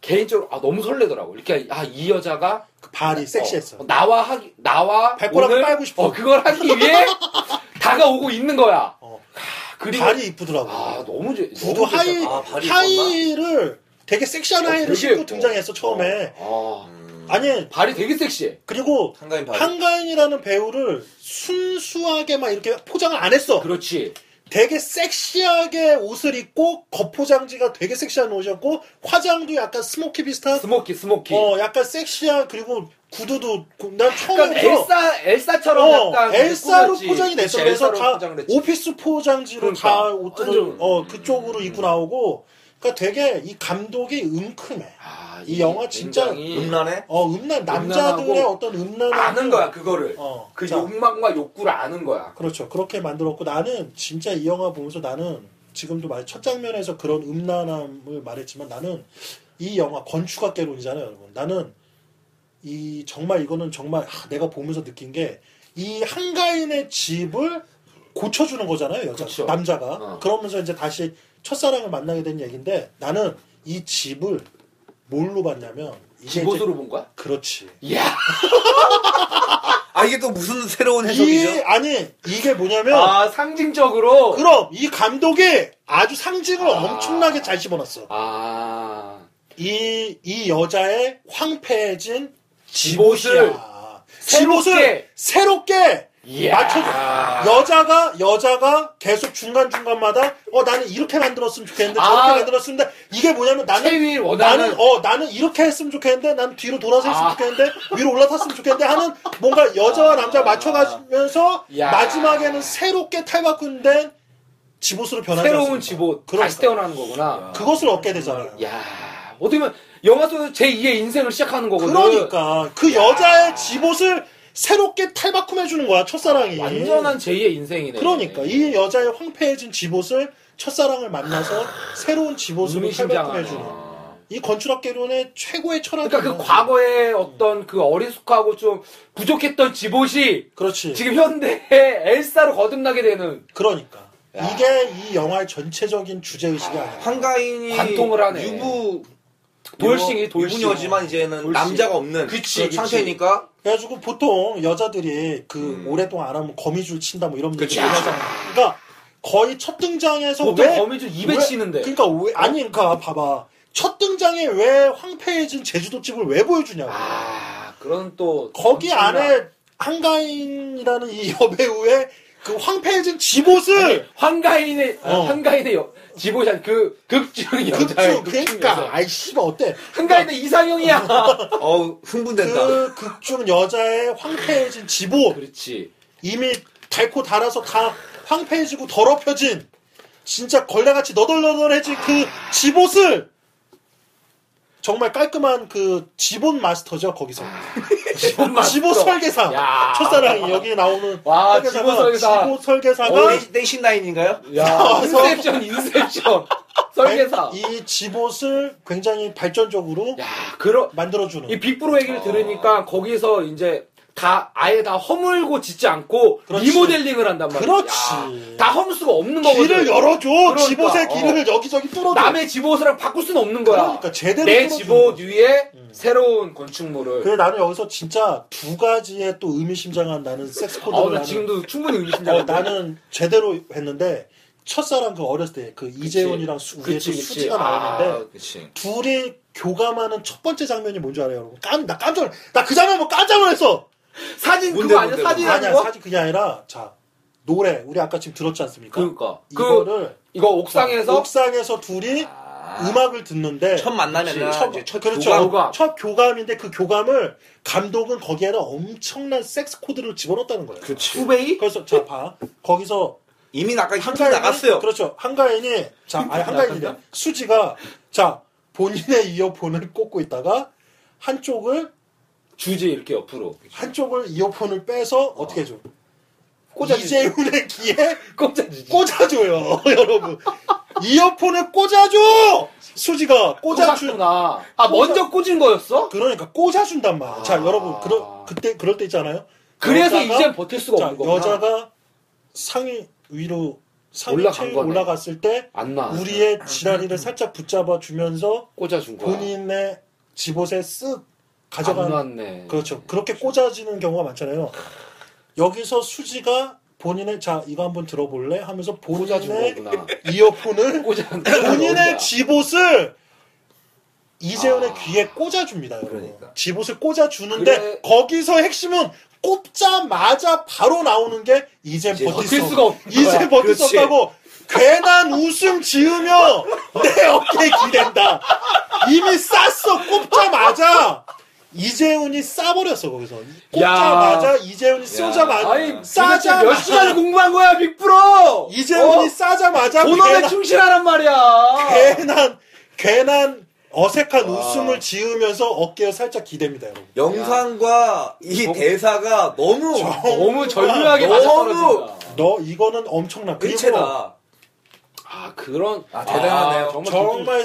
[SPEAKER 2] 개인적으로 아, 너무 설레더라고. 이렇게 아 이 여자가
[SPEAKER 1] 그 발이 섹시했어.
[SPEAKER 2] 어, 나와 하기 나와
[SPEAKER 1] 발가락을
[SPEAKER 2] 오늘,
[SPEAKER 1] 빨고 싶어.
[SPEAKER 2] 어, 그걸 하기 위해 다가오고 있는 거야.
[SPEAKER 1] 어.
[SPEAKER 2] 아, 그리고
[SPEAKER 1] 발이 이쁘더라고.
[SPEAKER 2] 아 너무 제
[SPEAKER 1] 구두 하이
[SPEAKER 4] 아, 발이
[SPEAKER 1] 하이를 되게 섹시한 하이를 신고 등장했어 처음에. 아니
[SPEAKER 2] 아, 발이 되게 섹시해.
[SPEAKER 1] 그리고
[SPEAKER 3] 한가인 발.
[SPEAKER 1] 한가인이라는 배우를 순수하게 막 이렇게 포장을 안 했어.
[SPEAKER 2] 그렇지.
[SPEAKER 1] 되게 섹시하게 옷을 입고 겉포장지가 되게 섹시한 옷이었고 화장도 약간 스모키 비슷한
[SPEAKER 2] 스모키 스모키.
[SPEAKER 1] 어 약간 섹시한 그리고 구두도 그- 난
[SPEAKER 2] 약간
[SPEAKER 1] 처음에서
[SPEAKER 2] 엘사 엘사처럼
[SPEAKER 1] 어,
[SPEAKER 2] 약간
[SPEAKER 1] 엘사로
[SPEAKER 2] 꾸몄지.
[SPEAKER 1] 포장이 됐어.
[SPEAKER 2] 그렇지,
[SPEAKER 1] 그래서
[SPEAKER 2] 엘사로
[SPEAKER 1] 다
[SPEAKER 2] 포장을 했지.
[SPEAKER 1] 오피스 포장지로 다
[SPEAKER 2] 그러니까. 음.
[SPEAKER 1] 옷들을
[SPEAKER 2] 완전.
[SPEAKER 1] 어 그쪽으로 입고 나오고 그러니까 되게 이 감독이 음큼해.
[SPEAKER 2] 아,
[SPEAKER 1] 이 영화 진짜
[SPEAKER 2] 굉장히
[SPEAKER 3] 음란해?
[SPEAKER 1] 어 음란 남자들의
[SPEAKER 2] 음란하고
[SPEAKER 1] 어떤 음란한
[SPEAKER 2] 아는 거야 그거를.
[SPEAKER 1] 어,
[SPEAKER 2] 그
[SPEAKER 1] 자.
[SPEAKER 2] 욕망과 욕구를 아는 거야.
[SPEAKER 1] 그렇죠. 그렇게 만들었고 나는 진짜 이 영화 보면서 나는 지금도 말 첫 장면에서 그런 음란함을 말했지만 나는 이 영화 건축학개론이잖아요, 여러분. 나는 이 정말 이거는 정말 아, 내가 보면서 느낀 게 이 한가인의 집을 고쳐주는 거잖아요, 여자
[SPEAKER 2] 그쵸.
[SPEAKER 1] 남자가.
[SPEAKER 2] 어.
[SPEAKER 1] 그러면서 이제 다시 첫사랑을 만나게 된 얘기인데 나는 이 집을 뭘로 봤냐면 이게 네, 이제
[SPEAKER 2] 집옷으로 본 거야?
[SPEAKER 1] 그렇지.
[SPEAKER 2] 이야.
[SPEAKER 3] 아 이게 또 무슨 새로운 해석이죠?
[SPEAKER 1] 이 아니 이게 뭐냐면
[SPEAKER 2] 아 상징적으로.
[SPEAKER 1] 그럼 이 감독이 아주 상징을
[SPEAKER 2] 아.
[SPEAKER 1] 엄청나게 잘 집어넣었어.
[SPEAKER 2] 아
[SPEAKER 1] 이, 이 여자의 황폐해진
[SPEAKER 2] 집옷을.
[SPEAKER 1] 집옷이야. 지롯을
[SPEAKER 2] 새롭게.
[SPEAKER 1] 새롭게
[SPEAKER 2] 이야. 아,
[SPEAKER 1] 맞춰줘. 여자가 여자가 계속 중간 중간마다 어 나는 이렇게 만들었으면 좋겠는데 저렇게
[SPEAKER 2] 아.
[SPEAKER 1] 만들었으면 이게 뭐냐면 나는
[SPEAKER 2] 최위 원하는
[SPEAKER 1] 나는 어 나는 이렇게 했으면 좋겠는데 난 뒤로 돌아서 했으면
[SPEAKER 2] 아.
[SPEAKER 1] 좋겠는데 위로 올라탔으면 좋겠는데 하는 뭔가 여자와 남자 맞춰가면서
[SPEAKER 2] 야.
[SPEAKER 1] 마지막에는 새롭게 탈바꿈된 집옷으로 변하지
[SPEAKER 2] 새로운
[SPEAKER 1] 않습니까?
[SPEAKER 2] 집옷
[SPEAKER 1] 그러니까.
[SPEAKER 2] 다시 태어나는 거구나.
[SPEAKER 1] 그것을 얻게 되잖아요.
[SPEAKER 2] 야 어떻게 보면 영화 속에서 제 2의 인생을 시작하는 거거든.
[SPEAKER 1] 그러니까 그 여자의 집옷을 새롭게 탈바꿈해 주는 거야 첫사랑이.
[SPEAKER 2] 완전한 제2의 인생이네.
[SPEAKER 1] 예. 그러니까 이 여자의 황폐해진 집옷을 첫사랑을 만나서 새로운 집옷으로 탈바꿈해 주는.
[SPEAKER 2] 의미심장하네.
[SPEAKER 1] 이 건축학개론의 최고의 철학이.
[SPEAKER 2] 그러니까 그 과거의 어떤 그 어리숙하고 좀 부족했던 집옷이
[SPEAKER 1] 그렇지.
[SPEAKER 2] 지금 현대의 엘사로 거듭나게 되는
[SPEAKER 1] 그러니까
[SPEAKER 2] 야.
[SPEAKER 1] 이게 이 영화의 전체적인 주제 의식이 아니야.
[SPEAKER 3] 한가인이
[SPEAKER 2] 관통을 하네.
[SPEAKER 3] 유부
[SPEAKER 2] 돌싱이, 돌싱.
[SPEAKER 3] 유부녀지만 이제는
[SPEAKER 2] 돌싱.
[SPEAKER 3] 남자가 없는 그런
[SPEAKER 2] 그치, 그치.
[SPEAKER 3] 상태니까
[SPEAKER 1] 그래가지고 보통 여자들이 그
[SPEAKER 3] 음.
[SPEAKER 1] 오랫동안 안 하면 거미줄 친다 뭐 이런 얘기
[SPEAKER 3] 그치.
[SPEAKER 1] 하잖아. 그러니까 거의 첫 등장에서
[SPEAKER 2] 보통
[SPEAKER 1] 왜
[SPEAKER 2] 뭐 거미줄 입에
[SPEAKER 1] 왜-
[SPEAKER 2] 치는데.
[SPEAKER 1] 그러니까 왜 아니 그러니까 봐봐 첫 등장에 왜 황폐해진 제주도 집을 왜 보여주냐고.
[SPEAKER 2] 아 그런 또
[SPEAKER 1] 거기
[SPEAKER 2] 엄청난-
[SPEAKER 1] 안에 한가인이라는 이 여배우의 그 황폐해진 집옷을
[SPEAKER 2] 황가인의
[SPEAKER 1] 어.
[SPEAKER 2] 황가인의 여- 집옷이 아니 그 극중 여자의
[SPEAKER 1] 극중
[SPEAKER 2] 극중
[SPEAKER 1] 그러니까
[SPEAKER 2] 여자.
[SPEAKER 1] 아이 씨발 어때?
[SPEAKER 2] 한가인의 이상형이야.
[SPEAKER 3] 어우
[SPEAKER 2] 네,
[SPEAKER 3] 흥분된다.
[SPEAKER 1] 그 극중 여자의 황폐해진 집옷
[SPEAKER 2] 그렇지.
[SPEAKER 1] 이미 닳고 닳아서 다 황폐해지고 더럽혀진 진짜 걸레같이 너덜너덜해진 그 집옷을 정말 깔끔한 그 집옷 마스터죠 거기서
[SPEAKER 2] 집옷 마스터.
[SPEAKER 1] 집옷 설계사
[SPEAKER 2] 야.
[SPEAKER 1] 첫사랑이 여기 나오는
[SPEAKER 2] 와,
[SPEAKER 1] 설계사가
[SPEAKER 2] 집옷 설계사.
[SPEAKER 1] 집옷 설계사가
[SPEAKER 3] 네이신나인인가요?
[SPEAKER 2] 야 인셉션 인셉션 설계사.
[SPEAKER 1] 이 집옷을 굉장히 발전적으로
[SPEAKER 2] 야 그런
[SPEAKER 1] 만들어주는
[SPEAKER 2] 이 빅브로 얘기를 들으니까 거기서 이제 다 아예 다 허물고 짓지 않고
[SPEAKER 1] 그렇지.
[SPEAKER 2] 리모델링을 한단 말이야.
[SPEAKER 1] 그렇지.
[SPEAKER 2] 야, 다 허물수가 없는 거거든.
[SPEAKER 1] 길을 열어줘
[SPEAKER 2] 그러니까,
[SPEAKER 1] 집옷의
[SPEAKER 2] 어.
[SPEAKER 1] 길을 여기저기 뚫어줘
[SPEAKER 2] 남의 집옷이랑 바꿀 수는 없는 거야.
[SPEAKER 1] 그러니까 제대로
[SPEAKER 2] 내
[SPEAKER 1] 뚫어주는
[SPEAKER 2] 집옷
[SPEAKER 1] 거지.
[SPEAKER 2] 위에 새로운 건축물을.
[SPEAKER 1] 그래 나는 여기서 진짜 두 가지의 또 의미심장한 나는 섹스코드를
[SPEAKER 2] 어, 나
[SPEAKER 1] 나는,
[SPEAKER 2] 지금도 충분히 의심장해.
[SPEAKER 1] 어, 나는 제대로 했는데 첫사랑 그 어렸을 때 그 이재훈이랑 수- 우리에서
[SPEAKER 2] 그치, 그치.
[SPEAKER 1] 수지가
[SPEAKER 2] 아.
[SPEAKER 1] 나오는데
[SPEAKER 3] 그치.
[SPEAKER 1] 둘이 교감하는 첫 번째 장면이 뭔지 알아요 여러분? 깜, 나 깜짝 나 그 장면 뭐 깜짝 놀랐어
[SPEAKER 2] 사진
[SPEAKER 3] 뭔데,
[SPEAKER 2] 그거 아니야?
[SPEAKER 3] 뭔데,
[SPEAKER 2] 사진
[SPEAKER 1] 아니야
[SPEAKER 2] 아닌 거?
[SPEAKER 1] 사실 그게 아니라 자 노래 우리 아까 지금 들었지 않습니까
[SPEAKER 2] 그러니까. 그
[SPEAKER 1] 이거를
[SPEAKER 2] 이거 옥상에서
[SPEAKER 1] 옥상에서 둘이
[SPEAKER 3] 아,
[SPEAKER 1] 음악을 듣는데
[SPEAKER 3] 첫 만남이나
[SPEAKER 2] 그치.
[SPEAKER 1] 첫-
[SPEAKER 3] 이제 첫
[SPEAKER 1] 그렇죠.
[SPEAKER 3] 교감.
[SPEAKER 2] 교감.
[SPEAKER 1] 첫 교감인데 그 교감을 감독은 거기에는 엄청난 섹스 코드를 집어넣었다는 거예요.
[SPEAKER 2] 후베이?
[SPEAKER 1] 그래서 자 봐. 거기서
[SPEAKER 3] 이미 아까 힌트
[SPEAKER 1] 한가인이
[SPEAKER 3] 그 나갔어요.
[SPEAKER 1] 그렇죠. 한가인이 자 아니 한가인이냐 수지가 자 본인의 이어폰을 꽂고 있다가 한쪽을
[SPEAKER 2] 주지 이렇게 옆으로.
[SPEAKER 1] 한쪽을 이어폰을 빼서 어떻게 해줘?
[SPEAKER 2] 꽂아주지.
[SPEAKER 1] 이재훈의 귀에
[SPEAKER 2] 꽂아주지.
[SPEAKER 1] 꽂아줘요, 여러분. 이어폰을 꽂아줘. 수지가 꽂아준
[SPEAKER 2] 꽂았구나. 아,
[SPEAKER 1] 꽂아-
[SPEAKER 2] 먼저 꽂은 거였어?
[SPEAKER 1] 그러니까 꽂아준단 말이야. 자,
[SPEAKER 2] 아.
[SPEAKER 1] 여러분, 그러, 그때, 그럴 때 있잖아요.
[SPEAKER 2] 그래서
[SPEAKER 1] 여자가-
[SPEAKER 2] 이젠 버틸 수가
[SPEAKER 1] 자,
[SPEAKER 2] 없는 거야.
[SPEAKER 1] 여자가 상위 위로, 상위
[SPEAKER 2] 올라간
[SPEAKER 1] 체위
[SPEAKER 2] 거네. 아, 음.
[SPEAKER 1] 올라갔을 때,
[SPEAKER 2] 안 나.
[SPEAKER 1] 우리의 지랄이를 살짝 붙잡아 주면서
[SPEAKER 2] 꽂아준 거야.
[SPEAKER 1] 본인의 집옷에 쓱
[SPEAKER 2] 안
[SPEAKER 1] 가져간,
[SPEAKER 2] 났네.
[SPEAKER 1] 그렇죠. 그렇게 꽂아지는 경우가 많잖아요. 여기서 수지가 본인의, 자, 이거 한번 들어볼래? 하면서
[SPEAKER 2] 꽂아준
[SPEAKER 1] 본인의
[SPEAKER 2] 거구나.
[SPEAKER 1] 이어폰을
[SPEAKER 2] 꽂아. 어,
[SPEAKER 1] 본인의 집옷을 이재훈의
[SPEAKER 2] 아.
[SPEAKER 1] 귀에 꽂아줍니다. 여러분.
[SPEAKER 3] 그러니까.
[SPEAKER 1] 집옷을 꽂아주는데
[SPEAKER 2] 그래.
[SPEAKER 1] 거기서 핵심은 꽂자마자 바로 나오는 게 이제
[SPEAKER 3] 이제
[SPEAKER 1] 버틸
[SPEAKER 2] 버틸
[SPEAKER 1] 수
[SPEAKER 2] 수가 없는 거야.
[SPEAKER 1] 이제 버틸 수
[SPEAKER 3] 그렇지.
[SPEAKER 1] 없다고 괜한 웃음 지으며 내 어깨에 기댄다. 이미 쌌어 꼽자마자 이재훈이 싸버렸어 거기서 꼽자마자 이재훈이 쏘자마자
[SPEAKER 2] 아니, 싸자. 몇 시간을
[SPEAKER 1] 싸자마자
[SPEAKER 2] 공부한 거야, 빅프로!
[SPEAKER 1] 이재훈이
[SPEAKER 2] 어?
[SPEAKER 1] 싸자마자
[SPEAKER 2] 본업에
[SPEAKER 1] 괜한-
[SPEAKER 2] 충실하란 말이야.
[SPEAKER 1] 괜한 괜한 어색한 웃음을 지으면서 어깨에 살짝 기댑니다 여러분.
[SPEAKER 3] 영상과 이
[SPEAKER 2] 정-
[SPEAKER 3] 대사가 너무
[SPEAKER 2] 너무
[SPEAKER 1] 아,
[SPEAKER 2] 절묘하게
[SPEAKER 3] 너무-
[SPEAKER 2] 맞아떨어진다.
[SPEAKER 1] 너 이거는 엄청나. 그리고
[SPEAKER 3] 일체다.
[SPEAKER 2] 아 그런
[SPEAKER 3] 아, 대단하네요.
[SPEAKER 2] 정말,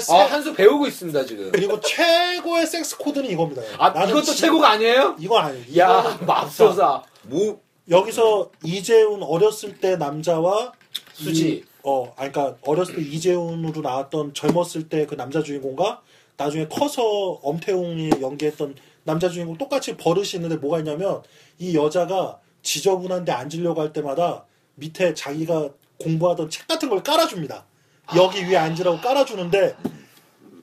[SPEAKER 1] 정말
[SPEAKER 2] 아, 한수 배우고 있습니다 지금.
[SPEAKER 1] 그리고 최고의 섹스 코드는 이겁니다.
[SPEAKER 2] 아
[SPEAKER 1] 나는
[SPEAKER 2] 이것도
[SPEAKER 1] 지-
[SPEAKER 2] 최고가 아니에요?
[SPEAKER 1] 이건 아니에요.
[SPEAKER 2] 야
[SPEAKER 1] 이거는 진짜
[SPEAKER 2] 맙소사.
[SPEAKER 3] 뭐
[SPEAKER 1] 여기서 이재훈 어렸을 때 남자와 이-
[SPEAKER 2] 수지.
[SPEAKER 1] 어, 아 그러니까 어렸을 때 이재훈으로 나왔던 젊었을 때 그 남자 주인공과 나중에 커서 엄태웅이 연기했던 남자 주인공 똑같이 버릇이 있는데 뭐가 있냐면 이 여자가 지저분한데 앉으려고 할 때마다 밑에 자기가 공부하던 책 같은 걸 깔아줍니다. 여기 위에 앉으라고 깔아주는데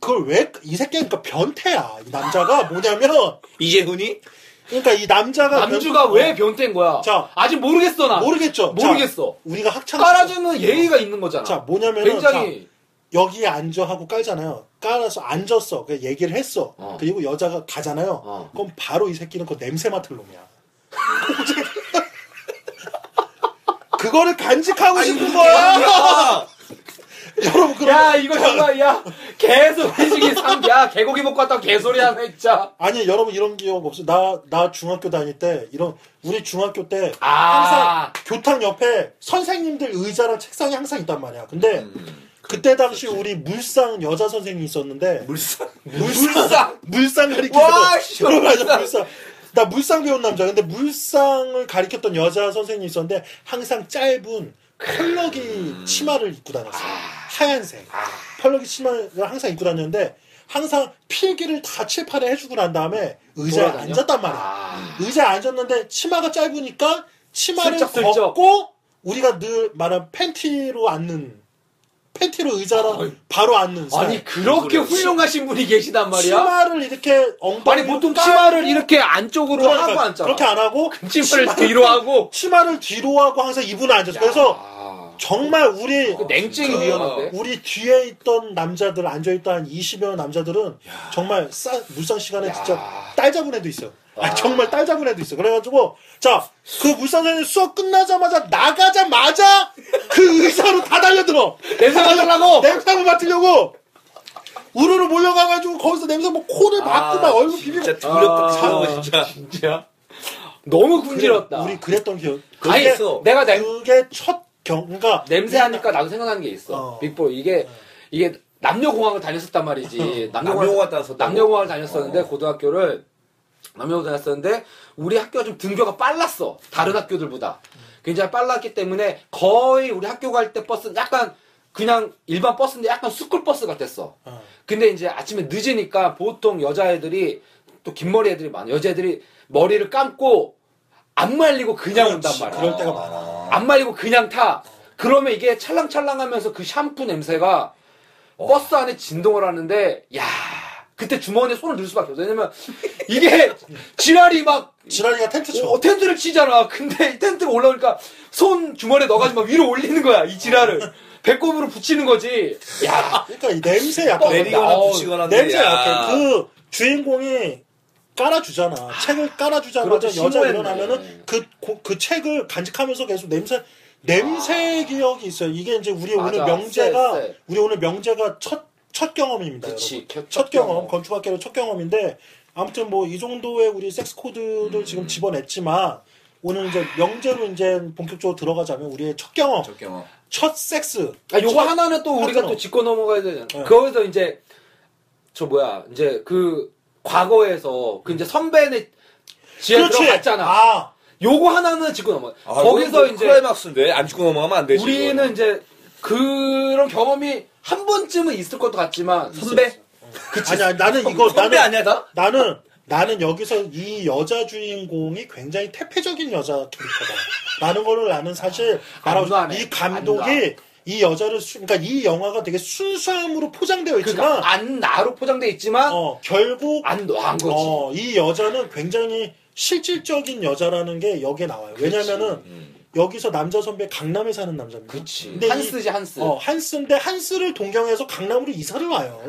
[SPEAKER 1] 그걸 왜 이 새끼 그러니까 변태야. 이 남자가 뭐냐면
[SPEAKER 3] 이재훈이
[SPEAKER 1] 그러니까 이 남자가
[SPEAKER 2] 남주가
[SPEAKER 1] 변-
[SPEAKER 2] 왜 변태인 거야?
[SPEAKER 1] 자.
[SPEAKER 2] 아직 모르겠어 나.
[SPEAKER 1] 모르겠죠. 자,
[SPEAKER 2] 모르겠어.
[SPEAKER 1] 우리가 학창
[SPEAKER 2] 깔아주면 예의가 있는 거잖아.
[SPEAKER 1] 자 뭐냐면
[SPEAKER 2] 굉장히
[SPEAKER 1] 여기에 앉아 하고 깔잖아요. 깔아서 앉았어. 그 얘기를 했어.
[SPEAKER 2] 어.
[SPEAKER 1] 그리고 여자가 가잖아요.
[SPEAKER 2] 어.
[SPEAKER 1] 그럼 바로 이 새끼는 그 냄새 맡을 놈이야. 그거를 간직하고 싶은 거야.
[SPEAKER 3] 아!
[SPEAKER 1] 여러분 그럼
[SPEAKER 2] 야 이거 정말 야 계속 회식이 상야 개고기 먹고 왔다고 개소리 하네 진짜.
[SPEAKER 1] 아니 여러분 이런 기억 없어. 나 나 중학교 다닐 때 이런 우리 중학교 때
[SPEAKER 2] 아.
[SPEAKER 1] 항상 교탁 옆에 선생님들 의자랑 책상이 항상 있단 말이야. 근데
[SPEAKER 2] 음,
[SPEAKER 1] 그때 당시 우리 물상 여자 선생님이 있었는데
[SPEAKER 3] 물상.
[SPEAKER 1] 물상 물상 가리키는
[SPEAKER 3] 와, 씨,
[SPEAKER 1] 맞아 물상 나 물상 배운 남자 근데 물상을 가리켰던 여자 선생님이 있었는데 항상 짧은 펄럭이 치마를 입고 다녔어요 하얀색 펄럭이 치마를 항상 입고 다녔는데 항상 필기를 다 칠판에 해주고 난 다음에 의자에
[SPEAKER 2] 돌아다녀?
[SPEAKER 1] 앉았단 말이야
[SPEAKER 2] 아.
[SPEAKER 1] 의자에 앉았는데 치마가 짧으니까 치마를
[SPEAKER 2] 슬쩍슬쩍.
[SPEAKER 1] 걷고 우리가 늘 말한 팬티로 앉는 팬티로 의자랑 바로 앉는 스타일.
[SPEAKER 2] 아니 그렇게 훌륭하신 분이 계시단 말이야.
[SPEAKER 1] 치마를 이렇게 엉덩이
[SPEAKER 2] 아니 보통 치마를 이렇게 안쪽으로 하고 앉잖아.
[SPEAKER 1] 그렇게 안 하고
[SPEAKER 2] 치마를 뒤로 하고.
[SPEAKER 1] 치마를 뒤로 하고 항상 이분을 앉아서 그래서
[SPEAKER 2] 아.
[SPEAKER 1] 정말 우리
[SPEAKER 2] 그 냉증이
[SPEAKER 3] 진짜.
[SPEAKER 2] 위험한데.
[SPEAKER 1] 우리 뒤에 있던 남자들 앉아 있던 한 20여 남자들은 정말 싸, 물상 시간에
[SPEAKER 2] 야.
[SPEAKER 1] 진짜 딸 잡은 애도 있어. 아, 정말 딸 잡은 애도 있어. 그래가지고 자 그 물상 선생 수업 끝나자마자 나가자마자 그 의사로 다 달려들어.
[SPEAKER 2] 냄새 맡으려고!
[SPEAKER 1] 냄새 한번 맡으려고. 우르르 몰려가가지고 거기서 냄새 뭐 코를
[SPEAKER 3] 아,
[SPEAKER 1] 막고 막 얼굴 비비고
[SPEAKER 3] 진짜 두렵다.
[SPEAKER 2] 아.
[SPEAKER 3] 아, 진짜.
[SPEAKER 2] 진짜. 너무 군지럽다.
[SPEAKER 1] 우리 그랬던 기억.
[SPEAKER 2] 아니
[SPEAKER 1] 그게,
[SPEAKER 3] 그 그랬어.
[SPEAKER 2] 내가 냄
[SPEAKER 1] 그게 첫 경, 그러니까
[SPEAKER 2] 냄새 하니까 나도 생각나는 게 있어.
[SPEAKER 1] 어.
[SPEAKER 2] 빅보 이게 이게 남녀공학을 다녔었단 말이지.
[SPEAKER 3] 남녀공학 다녔었다고? 어.
[SPEAKER 2] 남녀공학을 다녔었는데 고등학교를 남녀공학 다녔었는데 우리 학교가 좀 등교가 빨랐어. 다른
[SPEAKER 3] 음.
[SPEAKER 2] 학교들보다 굉장히 빨랐기 때문에 거의 우리 학교 갈 때 버스 는 약간 그냥 일반 버스인데 약간 스쿨 버스 같았어.
[SPEAKER 1] 어.
[SPEAKER 2] 근데 이제 아침에 늦으니까 보통 여자애들이 또 긴 머리 애들이 많아. 여자애들이 머리를 감고 안 말리고 그냥 온단
[SPEAKER 1] 그렇지.
[SPEAKER 2] 말이야.
[SPEAKER 1] 그럴 때가 많아.
[SPEAKER 2] 안 말리고 그냥 타. 그러면 이게 찰랑찰랑하면서 그 샴푸 냄새가 버스 안에 진동을 하는데 야 그때 주머니에 손을 넣을 수밖에 없어. 왜냐면 이게 지랄이 막
[SPEAKER 1] 지랄이가 텐트 쳐.
[SPEAKER 2] 어, 텐트를 치잖아. 근데 이 텐트가 올라오니까 손 주머니에 넣어가지고 막 위로 올리는 거야. 이 지랄을 배꼽으로 붙이는 거지. 야
[SPEAKER 1] 그러니까 이 냄새 약간
[SPEAKER 3] 내리거나
[SPEAKER 2] 아, 어우,
[SPEAKER 3] 붙이거나.
[SPEAKER 1] 냄새
[SPEAKER 3] 야.
[SPEAKER 1] 약간 그 주인공이 깔아주잖아. 책을 깔아주자마자
[SPEAKER 2] 그것도
[SPEAKER 1] 여자
[SPEAKER 2] 신고했네.
[SPEAKER 1] 일어나면은 그, 고- 그 책을 간직하면서 계속 냄새 냄새 기억이 있어요. 이게 이제 우리
[SPEAKER 2] 아. 맞아.
[SPEAKER 1] 오늘 명제가
[SPEAKER 2] 쎄, 쎄.
[SPEAKER 1] 우리 오늘 명제가 첫, 첫 경험입니다.
[SPEAKER 2] 그치.
[SPEAKER 1] 여러분.
[SPEAKER 2] 첫
[SPEAKER 1] 첫 경험
[SPEAKER 2] 경험.
[SPEAKER 1] 건축학계로 첫 경험인데 아무튼 뭐 이 정도의 우리 섹스 코드를
[SPEAKER 2] 음.
[SPEAKER 1] 지금 집어냈지만 오늘 이제 명제로 이제 본격적으로 들어가자면 우리의 첫 경험,
[SPEAKER 3] 저 경험.
[SPEAKER 1] 첫 섹스.
[SPEAKER 2] 아, 요거
[SPEAKER 1] 첫-
[SPEAKER 2] 하나는 또 우리가
[SPEAKER 1] 하여튼
[SPEAKER 2] 또 짚고 넘어가야 되잖아.
[SPEAKER 1] 네.
[SPEAKER 2] 거기서 이제 저 뭐야 이제 그 과거에서 그 이제 선배네 지에 들어갔잖아.
[SPEAKER 1] 아,
[SPEAKER 2] 요거 하나는 짚고 넘어.
[SPEAKER 3] 아,
[SPEAKER 2] 거기서
[SPEAKER 3] 이건
[SPEAKER 2] 이제
[SPEAKER 3] 클라이막스인데 네, 안 죽고 넘어가면 안 되지.
[SPEAKER 2] 우리는
[SPEAKER 3] 이거는.
[SPEAKER 2] 이제 그런 경험이 한 번쯤은 있을 것도 같지만 선배
[SPEAKER 1] 아니야 나는
[SPEAKER 2] 어,
[SPEAKER 1] 이거
[SPEAKER 3] 선배
[SPEAKER 1] 나는
[SPEAKER 3] 아니야 나?
[SPEAKER 1] 나는 나는 여기서 이 여자 주인공이 굉장히 태폐적인 여자 캐릭터다. 라는 거를 나는 사실 말하고 싶어.
[SPEAKER 2] 안다네.
[SPEAKER 1] 이 감독이 이 여자를 수- 그러니까 이 영화가 되게 순수함으로 포장되어 있지만
[SPEAKER 2] 그러니까 안 나로 포장돼 있지만
[SPEAKER 1] 어, 결국
[SPEAKER 2] 안 노한 아, 거지.
[SPEAKER 1] 어, 이 여자는 굉장히 실질적인 여자라는 게 여기에 나와요. 왜냐면은
[SPEAKER 3] 음,
[SPEAKER 1] 여기서 남자 선배 강남에 사는 남자입니다.
[SPEAKER 2] 그치.
[SPEAKER 1] 근데 이-
[SPEAKER 2] 한스지 한스.
[SPEAKER 1] 어, 한스인데 한스를 동경해서 강남으로 이사를 와요.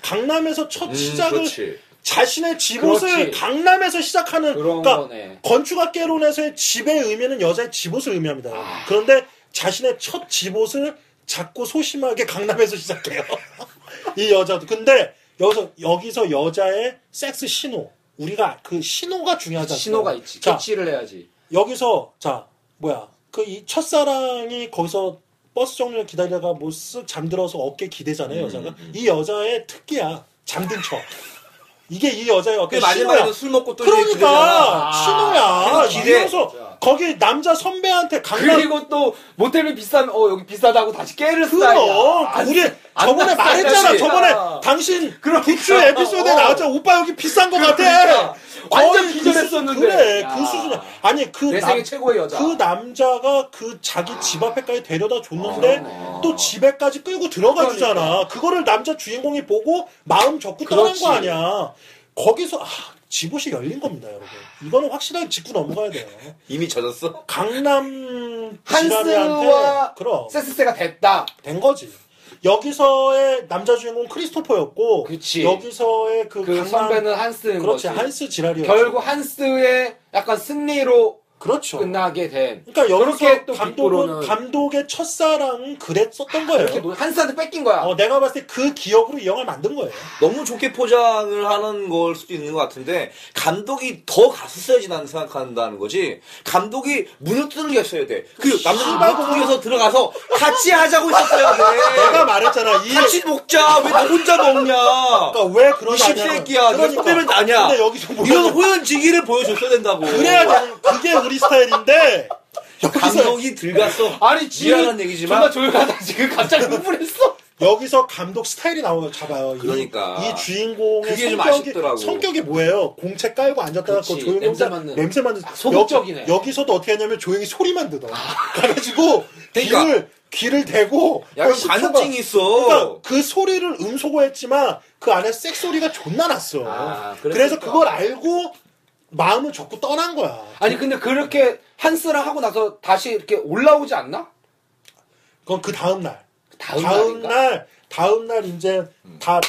[SPEAKER 1] 강남에서 첫
[SPEAKER 3] 음,
[SPEAKER 1] 시작을
[SPEAKER 3] 그렇지.
[SPEAKER 1] 자신의 집옷을
[SPEAKER 2] 그렇지.
[SPEAKER 1] 강남에서 시작하는
[SPEAKER 2] 그런
[SPEAKER 1] 그러니까
[SPEAKER 2] 거네.
[SPEAKER 1] 건축학개론에서의 집의 의미는 여자의 집옷을 의미합니다.
[SPEAKER 2] 아.
[SPEAKER 1] 그런데 자신의 첫 집옷을 작고 소심하게 강남에서 시작해요. 이 여자도 근데 여기서 여기서 여자의 섹스 신호 우리가 그 신호가 중요하잖아요.
[SPEAKER 2] 신호가 있지.
[SPEAKER 1] 자
[SPEAKER 2] 캐치를 해야지.
[SPEAKER 1] 여기서 자 뭐야 그 이 첫사랑이 거기서 버스 정류장 기다리다가 뭐 쓱 잠들어서 어깨 기대잖아요
[SPEAKER 2] 음,
[SPEAKER 1] 여자가 이 여자의 특기야 잠든 척 이게 이 여자의 어깨
[SPEAKER 2] 아,
[SPEAKER 3] 그
[SPEAKER 1] 신호야
[SPEAKER 3] 마지막에도 술 먹고 또 이제 그러잖아.
[SPEAKER 1] 그러니까 신호야
[SPEAKER 3] 아, 기대.
[SPEAKER 1] 이래서 거기 남자 선배한테 강남
[SPEAKER 2] 그리고 또 모텔비 비싸면 어 여기 비싸다고 다시 깨를
[SPEAKER 1] 그럼
[SPEAKER 2] 스타일이야.
[SPEAKER 1] 우리 저번에
[SPEAKER 2] 안
[SPEAKER 1] 말했잖아
[SPEAKER 2] 났어요.
[SPEAKER 1] 저번에
[SPEAKER 2] 그러니까.
[SPEAKER 1] 당신
[SPEAKER 2] 그러니까.
[SPEAKER 1] 부츠 에피소드에
[SPEAKER 2] 어.
[SPEAKER 1] 나왔잖아 오빠 여기 비싼 것 같아
[SPEAKER 2] 그러니까. 완전
[SPEAKER 1] 거의 그 수-
[SPEAKER 2] 기절했었는데.
[SPEAKER 1] 그래
[SPEAKER 2] 야.
[SPEAKER 1] 그 수준이야 아니 그
[SPEAKER 2] 내
[SPEAKER 1] 남-
[SPEAKER 2] 생애 최고의 여자.
[SPEAKER 1] 그 남자가 그 자기 집 앞에까지 데려다 줬는데
[SPEAKER 2] 아.
[SPEAKER 1] 또 집에까지 끌고 들어가
[SPEAKER 2] 그러니까.
[SPEAKER 1] 주잖아. 그거를 남자 주인공이 보고 마음 접고 떠난
[SPEAKER 2] 그렇지.
[SPEAKER 1] 거 아니야. 거기서 아, 집옷이 열린 겁니다, 여러분. 이거는 확실하게 짚고 넘어가야 돼요.
[SPEAKER 3] 이미 젖었어?
[SPEAKER 1] 강남
[SPEAKER 2] 한스와
[SPEAKER 1] 지라미한테 그럼
[SPEAKER 2] 세스세가 됐다.
[SPEAKER 1] 된 거지. 여기서의 남자 주인공 크리스토퍼였고
[SPEAKER 2] 그치.
[SPEAKER 1] 여기서의 그,
[SPEAKER 2] 그
[SPEAKER 1] 강남
[SPEAKER 2] 선배는 한스인
[SPEAKER 1] 그렇지
[SPEAKER 2] 거지.
[SPEAKER 1] 한스 지랄이었죠.
[SPEAKER 2] 결국 한스의 약간 승리로
[SPEAKER 1] 그렇죠.
[SPEAKER 2] 끝나게 된.
[SPEAKER 1] 그러니까
[SPEAKER 2] 그렇게
[SPEAKER 1] 여기서
[SPEAKER 2] 또
[SPEAKER 1] 감독은
[SPEAKER 2] 빅보로는-
[SPEAKER 1] 감독의 첫사랑은 그랬었던 거예요.
[SPEAKER 2] 이렇게 노- 한스한테 뺏긴 거야.
[SPEAKER 1] 어, 내가 봤을 때 그 기억으로 이 영화 만든 거예요.
[SPEAKER 3] 너무 좋게 포장을 하는 걸 수도 있는 것 같은데 감독이 더 갔었어야지 나는 생각한다는 거지 감독이 문을 두들겼어야 돼그 남자 공격에서 들어가서 같이 하자고 했었어야
[SPEAKER 1] 내가
[SPEAKER 3] 돼
[SPEAKER 1] 말했잖아. 이
[SPEAKER 3] 같이 먹자 왜 나 혼자 먹냐
[SPEAKER 1] 그러니까 왜 그런
[SPEAKER 3] 아, 이 십세기야 내 선배는 나냐
[SPEAKER 1] 근데 여기서 뭐
[SPEAKER 3] 이런 호연지기를 보여줬어야 된다고
[SPEAKER 1] 그래야 되는 그게 우리 스타일인데 여기서
[SPEAKER 3] 감독이 들갔어
[SPEAKER 2] 아니 지금
[SPEAKER 3] 미안한 얘기지만
[SPEAKER 2] 존나 조용하다 지금 그 갑자기 흥분했어.
[SPEAKER 1] 여기서 감독 스타일이 나와요 잡아요. 이-
[SPEAKER 3] 그러니까.
[SPEAKER 1] 이 주인공의
[SPEAKER 3] 그게 좀
[SPEAKER 1] 성격이
[SPEAKER 3] 아쉽더라고.
[SPEAKER 1] 성격이 뭐예요? 공채 깔고 앉았다가
[SPEAKER 2] 그치,
[SPEAKER 1] 그 조용히
[SPEAKER 2] 냄새
[SPEAKER 1] 혼자
[SPEAKER 2] 맡는.
[SPEAKER 1] 냄새 맡는
[SPEAKER 2] 아, 소극적이네.
[SPEAKER 1] 여, 기서도 어떻게 하냐면 조용히 소리만 듣어. 그래가지고
[SPEAKER 3] 아. 그러니까.
[SPEAKER 1] 귀를 귀를 대고
[SPEAKER 3] 약간
[SPEAKER 1] 한 10초간
[SPEAKER 3] 관성증이
[SPEAKER 1] 그러니까
[SPEAKER 3] 있어
[SPEAKER 1] 그 소리를 음소거했지만 그 안에 섹 소리가 존나 났어.
[SPEAKER 2] 아, 그랬을
[SPEAKER 1] 그래서
[SPEAKER 2] 거야.
[SPEAKER 1] 그걸 알고 마음을 접고 떠난 거야.
[SPEAKER 2] 아니 근데 그렇게 한스랑 하고 나서 다시 이렇게 올라오지 않나?
[SPEAKER 1] 그건 그 다음 날.
[SPEAKER 2] 다음, 날인가?
[SPEAKER 1] 날 다음 날 이제 다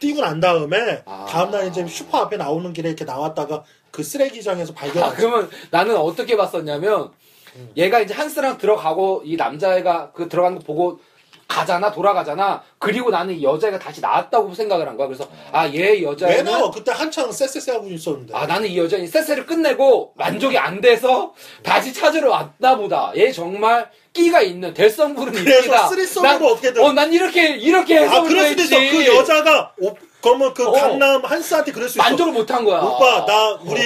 [SPEAKER 1] 뛰고 난 다음에
[SPEAKER 2] 아.
[SPEAKER 1] 다음 날 이제 슈퍼 앞에 나오는 길에 이렇게 나왔다가 그 쓰레기장에서
[SPEAKER 2] 아,
[SPEAKER 1] 발견한
[SPEAKER 2] 그러면 나는 어떻게 봤었냐면
[SPEAKER 1] 음.
[SPEAKER 2] 얘가 이제 한스랑 들어가고 이 남자애가 그 들어간 거 보고 가잖아 돌아가잖아 그리고 나는 이 여자애가 다시 나왔다고 생각을 한 거야 그래서 아 얘
[SPEAKER 1] 어. 왜
[SPEAKER 2] 여자애는
[SPEAKER 1] 나와? 네. 그때 한창 쎄쎄쎄 하고 있었는데.
[SPEAKER 2] 아 나는 이 여자는 세세를 끝내고 만족이 안 돼서 다시 찾으러 왔나 보다 얘 정말 끼가 있는 대성부는
[SPEAKER 1] 그래서
[SPEAKER 2] 있다
[SPEAKER 1] 쓰리썸으로 어떻게든-
[SPEAKER 2] 어난 이렇게 이렇게 해서
[SPEAKER 1] 아, 그럴 수도 있어. 그 여자가 오, 그러면 그
[SPEAKER 2] 어.
[SPEAKER 1] 강남 한스한테 그럴 수 있어.
[SPEAKER 2] 만족을 어, 못한 거야
[SPEAKER 1] 오빠 나 우리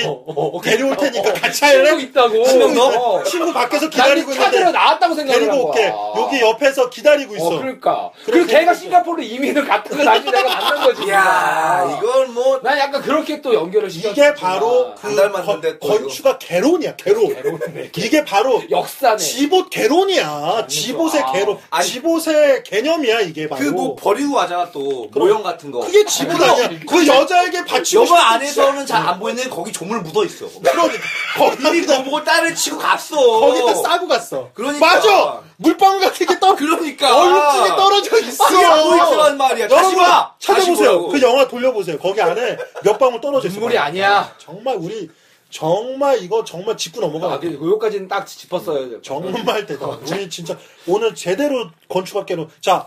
[SPEAKER 1] 데려올 테니까 같이
[SPEAKER 2] 친구
[SPEAKER 1] 할래?
[SPEAKER 2] 있다고
[SPEAKER 1] 친구,
[SPEAKER 2] 어.
[SPEAKER 1] 있어. 친구 밖에서
[SPEAKER 2] 나는
[SPEAKER 1] 기다리고
[SPEAKER 2] 찾으러
[SPEAKER 1] 있는데
[SPEAKER 2] 나왔다고 생각을 한
[SPEAKER 1] 데리고 올게.
[SPEAKER 2] 거야
[SPEAKER 1] 여기 옆에서 기다리고 있어.
[SPEAKER 2] 어, 그러니까.
[SPEAKER 1] 그래서
[SPEAKER 2] 그리고 걔가
[SPEAKER 1] 생각했어.
[SPEAKER 2] 싱가포르로 이민을 갔다가 다시 내가 만난 거지.
[SPEAKER 3] 이야 이건 뭐
[SPEAKER 2] 난 약간 그렇게 또 연결을 시켰
[SPEAKER 1] 이게 바로 그
[SPEAKER 3] 안 닮았는데 또 이거.
[SPEAKER 1] 건추가 개론이야. 개론. 이게 바로
[SPEAKER 2] 역사네.
[SPEAKER 1] 집옷 개론이야. 집옷의
[SPEAKER 2] 아.
[SPEAKER 1] 개론.
[SPEAKER 3] 아니.
[SPEAKER 1] 집옷의 개념이야 이게 바로.
[SPEAKER 3] 그 뭐 버리고 가잖아 또 모형 같은 거.
[SPEAKER 1] 그게 집옷
[SPEAKER 3] 그럼
[SPEAKER 1] 아니야. 그 여자에게 바치고
[SPEAKER 3] 여가 안에서는 잘 안 보이는데 거기 조물 묻어 있어.
[SPEAKER 1] 그런
[SPEAKER 3] 이미
[SPEAKER 1] 거기다
[SPEAKER 3] 너 보고 뭐 딸을 치고 갔어.
[SPEAKER 1] 거기다 싸고 갔어.
[SPEAKER 3] 그러니까.
[SPEAKER 1] 맞아. 물방울 같은 게 떨어.
[SPEAKER 3] 그러니까.
[SPEAKER 1] 얼룩지게 떨어져 있어.
[SPEAKER 3] 그게 안 보이더란 말이야. 다시
[SPEAKER 1] 여러분
[SPEAKER 3] 봐. 다시
[SPEAKER 1] 찾아보세요.
[SPEAKER 3] 보라고.
[SPEAKER 1] 그 영화 돌려보세요. 거기 안에 몇 방울 떨어져 있어.
[SPEAKER 2] 눈물이 아니야.
[SPEAKER 1] 정말 우리 정말 이거 정말 짚고 넘어가.
[SPEAKER 2] 아, 근데 요거까지는 딱 짚었어요.
[SPEAKER 1] 정말 대단. 우리 진짜 오늘 제대로 건축학계로 자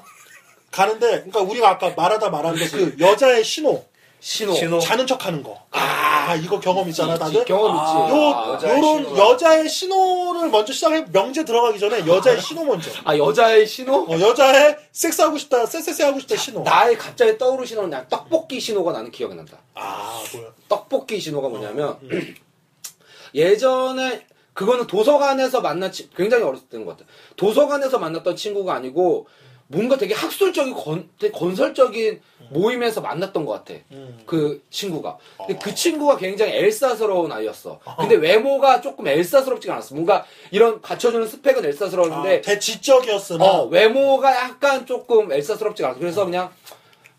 [SPEAKER 1] 가는데 그러니까 우리가 아까 말하다 말하는데 그 여자의 신호
[SPEAKER 2] 신호.
[SPEAKER 3] 신호.
[SPEAKER 1] 자는 척하는 거. 아 이거 경험 있잖아 다들. 요
[SPEAKER 2] 경험 있지.
[SPEAKER 3] 아,
[SPEAKER 2] 아,
[SPEAKER 3] 여자의
[SPEAKER 1] 요런
[SPEAKER 3] 신호라.
[SPEAKER 1] 여자의 신호를 먼저 시작해 명제 들어가기 전에 여자의 신호 먼저.
[SPEAKER 2] 아, 여자의 신호?
[SPEAKER 1] 어, 여자의 섹스하고 싶다, 쎄쎄쎄 하고 싶다 신호.
[SPEAKER 2] 나의 갑자기 떠오르는 신호는 그냥 떡볶이 신호가 나는 기억이 난다.
[SPEAKER 1] 아 뭐야.
[SPEAKER 2] 떡볶이 신호가
[SPEAKER 1] 어,
[SPEAKER 2] 뭐냐면
[SPEAKER 1] 예.
[SPEAKER 2] 예전에 그거는 도서관에서 만난 친 굉장히 어렸을 때인 것 같아요. 도서관에서 만났던 친구가 아니고 뭔가 되게 학술적인 건, 되게 건설적인 모임에서 만났던 것 같아.
[SPEAKER 1] 음. 어.
[SPEAKER 2] 그 친구가. 근데 그 친구가 굉장히 엘사스러운 아이였어. 근데 외모가 조금 엘사스럽지가 않았어. 뭔가 이런 갖춰주는 스펙은 엘사스러운데
[SPEAKER 1] 아, 대지적이었으나
[SPEAKER 2] 어, 외모가 약간 조금 엘사스럽지가 않아서
[SPEAKER 1] 어.
[SPEAKER 2] 그래서 그냥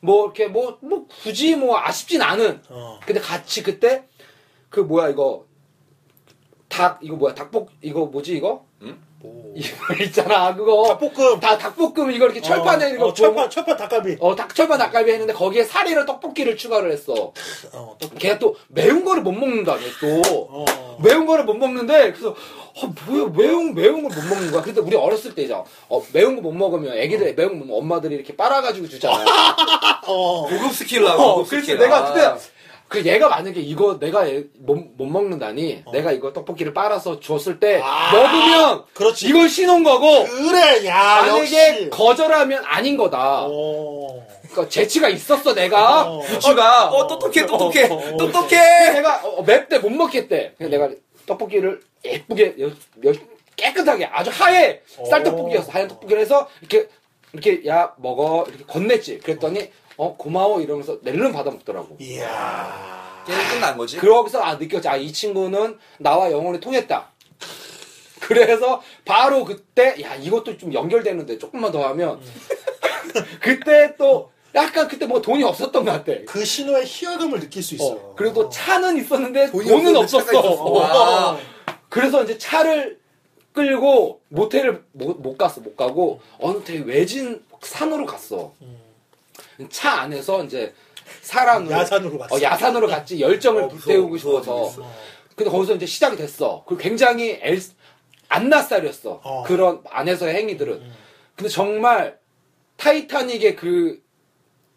[SPEAKER 2] 뭐 이렇게 뭐 뭐 굳이 뭐 아쉽진 않은
[SPEAKER 1] 어.
[SPEAKER 2] 근데 같이 그때 그 뭐야 이거 닭 이거 뭐야 닭볶 이거 뭐지 이거
[SPEAKER 1] 뭐.
[SPEAKER 2] 이거 있잖아 그거
[SPEAKER 1] 닭볶음
[SPEAKER 2] 다 닭볶음 이거 이렇게 철판에
[SPEAKER 1] 어,
[SPEAKER 2] 이거
[SPEAKER 1] 어, 철판 철판 닭갈비
[SPEAKER 2] 어닭 철판 닭갈비 했는데 거기에 사리로 떡볶이를 추가를 했어
[SPEAKER 1] 어, 떡-
[SPEAKER 2] 걔가 또 매운 거를 못 먹는다 걔또
[SPEAKER 1] 어.
[SPEAKER 2] 매운 거를 못 먹는데 그래서 아 뭐야 매운 매운 걸 못 먹는 거야. 근데 우리 어렸을 때 이제 어, 매운 거 못 먹으면 애기들 매운 거 못 먹으면 엄마들이 이렇게 빨아가지고 주잖아.
[SPEAKER 1] 어.
[SPEAKER 3] 고급 스킬라.
[SPEAKER 2] 어,
[SPEAKER 3] 고급
[SPEAKER 2] 그래서
[SPEAKER 3] 스킬.
[SPEAKER 2] 내가
[SPEAKER 3] 아.
[SPEAKER 2] 그때 그 얘가 만약에 이거 내가 얘 못, 못 먹는다니 내가 이거 떡볶이를 빨아서 줬을 때
[SPEAKER 1] 어. 아.
[SPEAKER 2] 먹으면
[SPEAKER 1] 그렇지.
[SPEAKER 2] 이건 신혼 거고
[SPEAKER 1] 그래 야
[SPEAKER 2] 만약에
[SPEAKER 1] 역시
[SPEAKER 2] 거절하면 아닌 거다.
[SPEAKER 1] 어.
[SPEAKER 2] 그러니까 재치가 있었어 내가
[SPEAKER 1] 어.
[SPEAKER 2] 유치가
[SPEAKER 3] 어 똑똑해 똑똑해
[SPEAKER 1] 어.
[SPEAKER 2] 근데
[SPEAKER 3] 똑똑해.
[SPEAKER 2] 내가 어, 맵대 못 먹겠대. 그래서 내가 떡볶이를 예쁘게 여- 여- 깨끗하게 아주 하얘 쌀떡볶이였어. 하얀 떡볶이를 해서 이렇게 이렇게 야 먹어 이렇게 건넸지. 그랬더니 어 고마워 이러면서 낼름 받아 먹더라고.
[SPEAKER 1] 이야
[SPEAKER 3] 게임 끝난 거지.
[SPEAKER 2] 그러고서 아 느꼈지. 아 이 친구는 나와 영혼이 통했다. 그래서 바로 그때 야 이것도 좀 연결되는데 조금만 더 하면 그때 또 약간 그때 뭐 돈이 없었던 것 같아.
[SPEAKER 1] 그 신호의 희화감을 느낄 수 있어.
[SPEAKER 2] 어, 그래도 차는 있었는데
[SPEAKER 5] 돈이
[SPEAKER 2] 돈은
[SPEAKER 5] 없었는데
[SPEAKER 2] 없었어.
[SPEAKER 3] 아,
[SPEAKER 5] 차가 있었어.
[SPEAKER 2] 어. 그래서 이제 차를 끌고 모텔을 못, 못 갔어. 못 가고 어느 되게 외진 산으로 갔어.
[SPEAKER 5] 음.
[SPEAKER 2] 차 안에서 이제 사람을
[SPEAKER 1] 야산으로 갔어.
[SPEAKER 2] 어, 야산으로 갔지 열정을
[SPEAKER 5] 어, 무서워,
[SPEAKER 2] 불태우고
[SPEAKER 5] 무서워,
[SPEAKER 2] 싶어서.
[SPEAKER 5] 재밌어.
[SPEAKER 2] 근데 거기서 이제 시작이 됐어. 그리고 굉장히 엘, 안나살이었어.
[SPEAKER 1] 어.
[SPEAKER 2] 그런 안에서의 행위들은.
[SPEAKER 5] 음.
[SPEAKER 2] 근데 정말 타이타닉의 그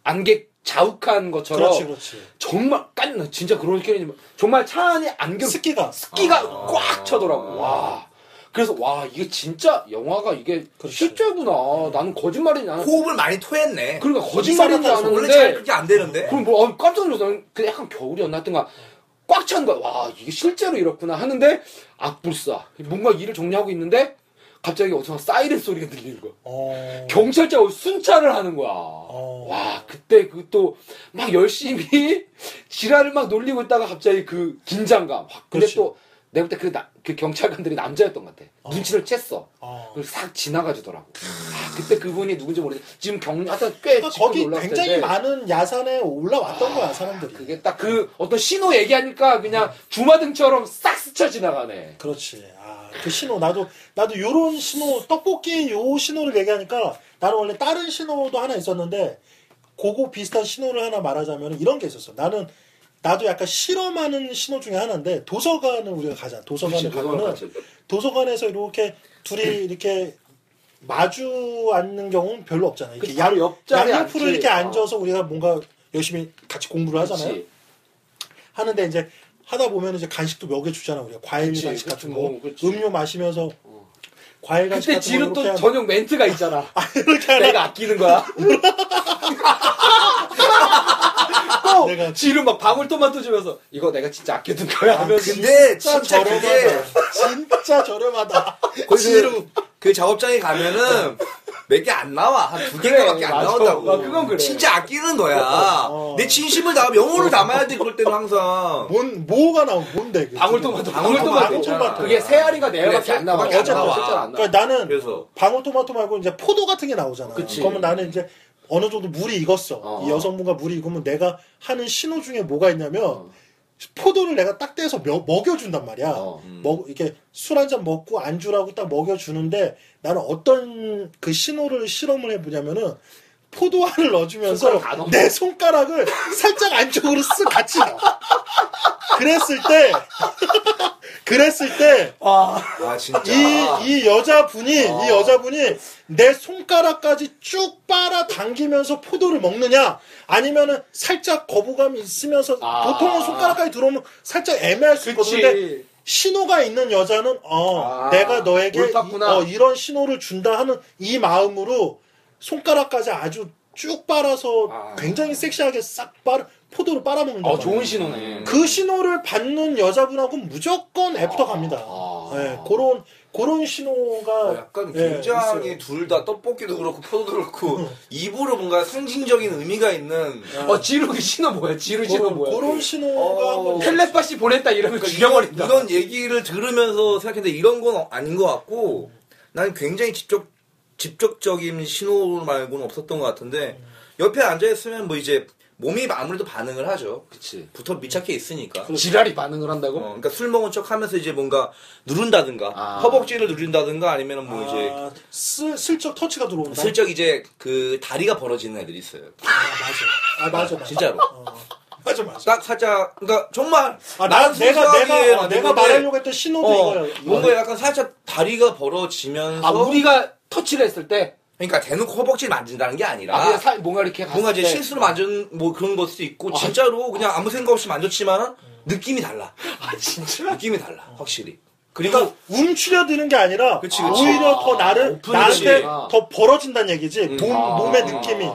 [SPEAKER 2] 안개 자욱한 것처럼
[SPEAKER 1] 그렇지, 그렇지.
[SPEAKER 2] 정말 깐 진짜 그런 느낌이 정말 차 안에 안개
[SPEAKER 1] 습기가
[SPEAKER 2] 습기가 꽉 차더라고. 와. 그래서 와 이게 진짜 영화가 이게
[SPEAKER 1] 그렇지.
[SPEAKER 2] 실제구나. 나는 거짓말인지 나는
[SPEAKER 5] 호흡을 많이 토했네.
[SPEAKER 2] 그러니까 거짓말인지
[SPEAKER 1] 사람
[SPEAKER 5] 원래 잘
[SPEAKER 2] 아는데
[SPEAKER 5] 그게 안 되는데.
[SPEAKER 2] 그럼 뭐 어, 깜짝 놀랐어. 나는 그 약간 겨울이었나 하여튼가 꽉 찬 거야. 와 이게 실제로 이렇구나 하는데 악불사 뭔가 일을 정리하고 있는데 갑자기 어디서 사이렌 소리가 들리는 거야.
[SPEAKER 1] 어.
[SPEAKER 2] 경찰차가 와서 순찰을 하는 거야. 와, 그때 그 또 막 열심히 지랄을 막 놀리고 있다가 갑자기 그 긴장감. 확. 근데
[SPEAKER 1] 그렇지.
[SPEAKER 2] 또 내가 그때 그, 나- 그 경찰관들이 남자였던 것 같아. 눈치를 챘어.
[SPEAKER 1] 어.
[SPEAKER 2] 그리고 싹 지나가지더라고. 아, 그때 그분이 누군지 모르겠어. 지금 경, 하여튼 꽤
[SPEAKER 1] 그러니까
[SPEAKER 2] 직급이
[SPEAKER 1] 거기
[SPEAKER 2] 올랐을
[SPEAKER 1] 굉장히
[SPEAKER 2] 텐데 아,
[SPEAKER 1] 많은 야산에 올라왔던 거야 사람들이.
[SPEAKER 2] 그게 딱 그 어떤 신호 얘기하니까
[SPEAKER 1] 음.
[SPEAKER 2] 그냥 주마등처럼 싹 스쳐 지나가네.
[SPEAKER 1] 그렇지. 아, 그 신호 나도 나도 요런 신호 떡볶이 요 신호를 얘기하니까 나는 원래 다른 신호도 하나 있었는데 그거 비슷한 신호를 하나 말하자면 이런 게 있었어. 나는 나도 약간 실험하는 신호 중에 하나인데 도서관을 우리가 가자. 도서관을 가면은 도서관에서 이렇게 둘이 이렇게 마주 앉는 경우는 별로 없잖아. 이렇게
[SPEAKER 2] 그 바로 옆자리에
[SPEAKER 1] 양옆으로
[SPEAKER 2] 앉지.
[SPEAKER 1] 이렇게
[SPEAKER 2] 어.
[SPEAKER 1] 앉아서 우리가 뭔가 열심히 같이 공부를 하잖아요.
[SPEAKER 2] 그치.
[SPEAKER 1] 하는데 이제 하다 보면 이제 간식도 먹여 주잖아 우리가 과일
[SPEAKER 2] 그치,
[SPEAKER 1] 간식
[SPEAKER 2] 그치,
[SPEAKER 1] 같은 거
[SPEAKER 2] 뭐, 그치.
[SPEAKER 1] 음료 마시면서 과일 간식
[SPEAKER 2] 그때
[SPEAKER 1] 같은
[SPEAKER 2] 지루
[SPEAKER 1] 거 이렇게
[SPEAKER 2] 또
[SPEAKER 1] 한-
[SPEAKER 2] 전용 멘트가 있잖아.
[SPEAKER 1] 이렇게 하나
[SPEAKER 2] 내가 아끼는 거야. 또
[SPEAKER 1] 내가-
[SPEAKER 2] 지금 막 방울토마토 주면서 이거 내가 진짜 아껴둔 거야 하면서
[SPEAKER 5] 근데
[SPEAKER 1] 진짜
[SPEAKER 5] 진짜 그게
[SPEAKER 1] 저렴하다 진짜 저렴하다
[SPEAKER 3] 거기서 그 작업장에 가면은 몇 개 안 나와. 한 두
[SPEAKER 2] 그래,
[SPEAKER 3] 개밖에 안
[SPEAKER 2] 맞아.
[SPEAKER 3] 나온다고.
[SPEAKER 2] 아, 그건 그래.
[SPEAKER 3] 진짜 아끼는 거야.
[SPEAKER 1] 어.
[SPEAKER 3] 내 진심을 담아, 영혼을 담아야 돼, 그럴 때는 항상.
[SPEAKER 1] 뭔 뭐가 나온 뭔데 그게?
[SPEAKER 2] 방울토마토
[SPEAKER 3] 방울토마토
[SPEAKER 2] 방울토마토
[SPEAKER 3] 있잖아.
[SPEAKER 2] 그게 세알이가 네 알밖에 안 나와.
[SPEAKER 3] 그래,
[SPEAKER 2] 어제
[SPEAKER 3] 안 나와.
[SPEAKER 2] 보셨잖아, 안 나와.
[SPEAKER 1] 그러니까 나는
[SPEAKER 3] 그래서.
[SPEAKER 1] 방울토마토 말고 이제 포도 같은 게 나오잖아 그
[SPEAKER 2] 그치.
[SPEAKER 1] 러면 나는 이제 어느 정도 물이 익었어
[SPEAKER 2] 어.
[SPEAKER 1] 이 여성분과 물이 익으면 내가 하는 신호 중에 뭐가 있냐면 포도를 내가 딱 떼서 며- 먹여준단 말이야
[SPEAKER 2] 어.
[SPEAKER 1] 먹 이렇게 술 한 잔 먹고 안주라고 딱 먹여주는데 나는 어떤 그 신호를 실험을 해보냐면은 포도알을 넣어주면서
[SPEAKER 2] 손가락 다 넣어.
[SPEAKER 1] 내 손가락을 살짝 안쪽으로 쓱 같이 넣어. 그랬을 때, 그랬을 때,
[SPEAKER 3] 아, 진짜.
[SPEAKER 1] 이, 이 여자분이,
[SPEAKER 2] 어.
[SPEAKER 1] 이 여자분이 내 손가락까지 쭉 빨아 당기면서 포도를 먹느냐, 아니면은 살짝 거부감이 있으면서
[SPEAKER 2] 아.
[SPEAKER 1] 보통은 손가락까지 들어오면 살짝 애매할 수 있거든요.
[SPEAKER 2] 그치.
[SPEAKER 1] 신호가 있는 여자는 어
[SPEAKER 2] 아,
[SPEAKER 1] 내가 너에게 이,
[SPEAKER 2] 옳았구나.
[SPEAKER 1] 어, 이런 신호를 준다 하는 이 마음으로 손가락까지 아주 쭉 빨아서
[SPEAKER 2] 아.
[SPEAKER 1] 굉장히 섹시하게 싹 빨아 포도를 빨아먹는다.
[SPEAKER 2] 어 좋은 신호네.
[SPEAKER 1] 그 신호를 받는 여자분하고 무조건 애프터 갑니다.
[SPEAKER 2] 아.
[SPEAKER 1] 예, 그런 그런 신호가
[SPEAKER 3] 어, 약간
[SPEAKER 1] 예,
[SPEAKER 2] 네,
[SPEAKER 3] 굉장히
[SPEAKER 1] 있어요.
[SPEAKER 3] 둘 다 떡볶이도 그렇고 포도도 그렇고 입으로 뭔가 상징적인 의미가 있는
[SPEAKER 2] 어 지루 그 신호 뭐야? 지루 신호
[SPEAKER 1] 그런,
[SPEAKER 2] 뭐야?
[SPEAKER 1] 그런 신호가 그러니까
[SPEAKER 3] 어.
[SPEAKER 1] 한번
[SPEAKER 2] 텔레파시 보냈다 이러면 죽여버린다.
[SPEAKER 3] 그러니까 이런 얘기를 들으면서 생각했는데 이런 건 아닌 것 같고 난 굉장히 직접 직접적인 신호 말고는 없었던 것 같은데 옆에 앉아 있으면 뭐 이제 몸이 아무래도 반응을 하죠.
[SPEAKER 2] 그치.
[SPEAKER 3] 붙어 미착해 있으니까.
[SPEAKER 2] 지랄이 반응을 한다고?
[SPEAKER 3] 어, 그러니까 술 먹은 척 하면서 이제 뭔가 누른다든가
[SPEAKER 2] 아.
[SPEAKER 3] 허벅지를 누른다든가 아니면 뭐 이제
[SPEAKER 1] 아, 슬, 슬쩍 터치가 들어온다.
[SPEAKER 3] 슬쩍 이제 그 다리가 벌어지는 애들이 있어요.
[SPEAKER 1] 아, 맞아. 아, 맞아, 맞아.
[SPEAKER 3] 진짜로.
[SPEAKER 1] 어. 맞아, 맞아.
[SPEAKER 3] 딱 살짝 그러니까 정말
[SPEAKER 1] 아, 나,
[SPEAKER 3] 나는
[SPEAKER 1] 내가
[SPEAKER 3] 순수하게
[SPEAKER 1] 내가 어,
[SPEAKER 3] 만든
[SPEAKER 1] 내가
[SPEAKER 3] 건데,
[SPEAKER 1] 말하려고 했던 신호도
[SPEAKER 3] 어,
[SPEAKER 1] 이거야. 아, 이거.
[SPEAKER 3] 뭔가 약간 살짝 다리가 벌어지면서
[SPEAKER 2] 아 우리가 터치를 했을 때
[SPEAKER 3] 그러니까 대놓고 허벅지를 만진다는 게 아니라
[SPEAKER 2] 아, 그냥 살- 뭔가 이렇게 갔을
[SPEAKER 3] 뭔가 이제
[SPEAKER 2] 때
[SPEAKER 3] 실수로 만진 뭐 그런 걸 수도 있고 진짜로 그냥 아무 생각 없이 만졌지만 느낌이 달라
[SPEAKER 2] 아 진짜.
[SPEAKER 3] 느낌이 달라 확실히 그리고
[SPEAKER 1] 그러니까 움츠려드는 게 아니라
[SPEAKER 3] 그치, 그치.
[SPEAKER 1] 오히려 더 나를
[SPEAKER 3] 오픈이지. 음.
[SPEAKER 1] 나한테
[SPEAKER 2] 아.
[SPEAKER 1] 더 벌어진다는 얘기지 몸,
[SPEAKER 2] 아.
[SPEAKER 1] 몸의 느낌이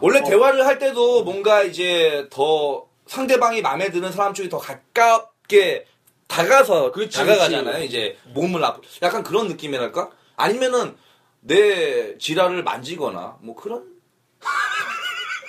[SPEAKER 3] 원래
[SPEAKER 2] 어.
[SPEAKER 3] 대화를 할 때도 뭔가 이제 더 상대방이 마음에 드는 사람 쪽이 더 가깝게 다가서
[SPEAKER 2] 그치,
[SPEAKER 3] 다가가잖아요.
[SPEAKER 2] 그치.
[SPEAKER 3] 이제 몸을 앞 약간 그런 느낌이랄까? 아니면은 내 지랄을 만지거나 뭐 그런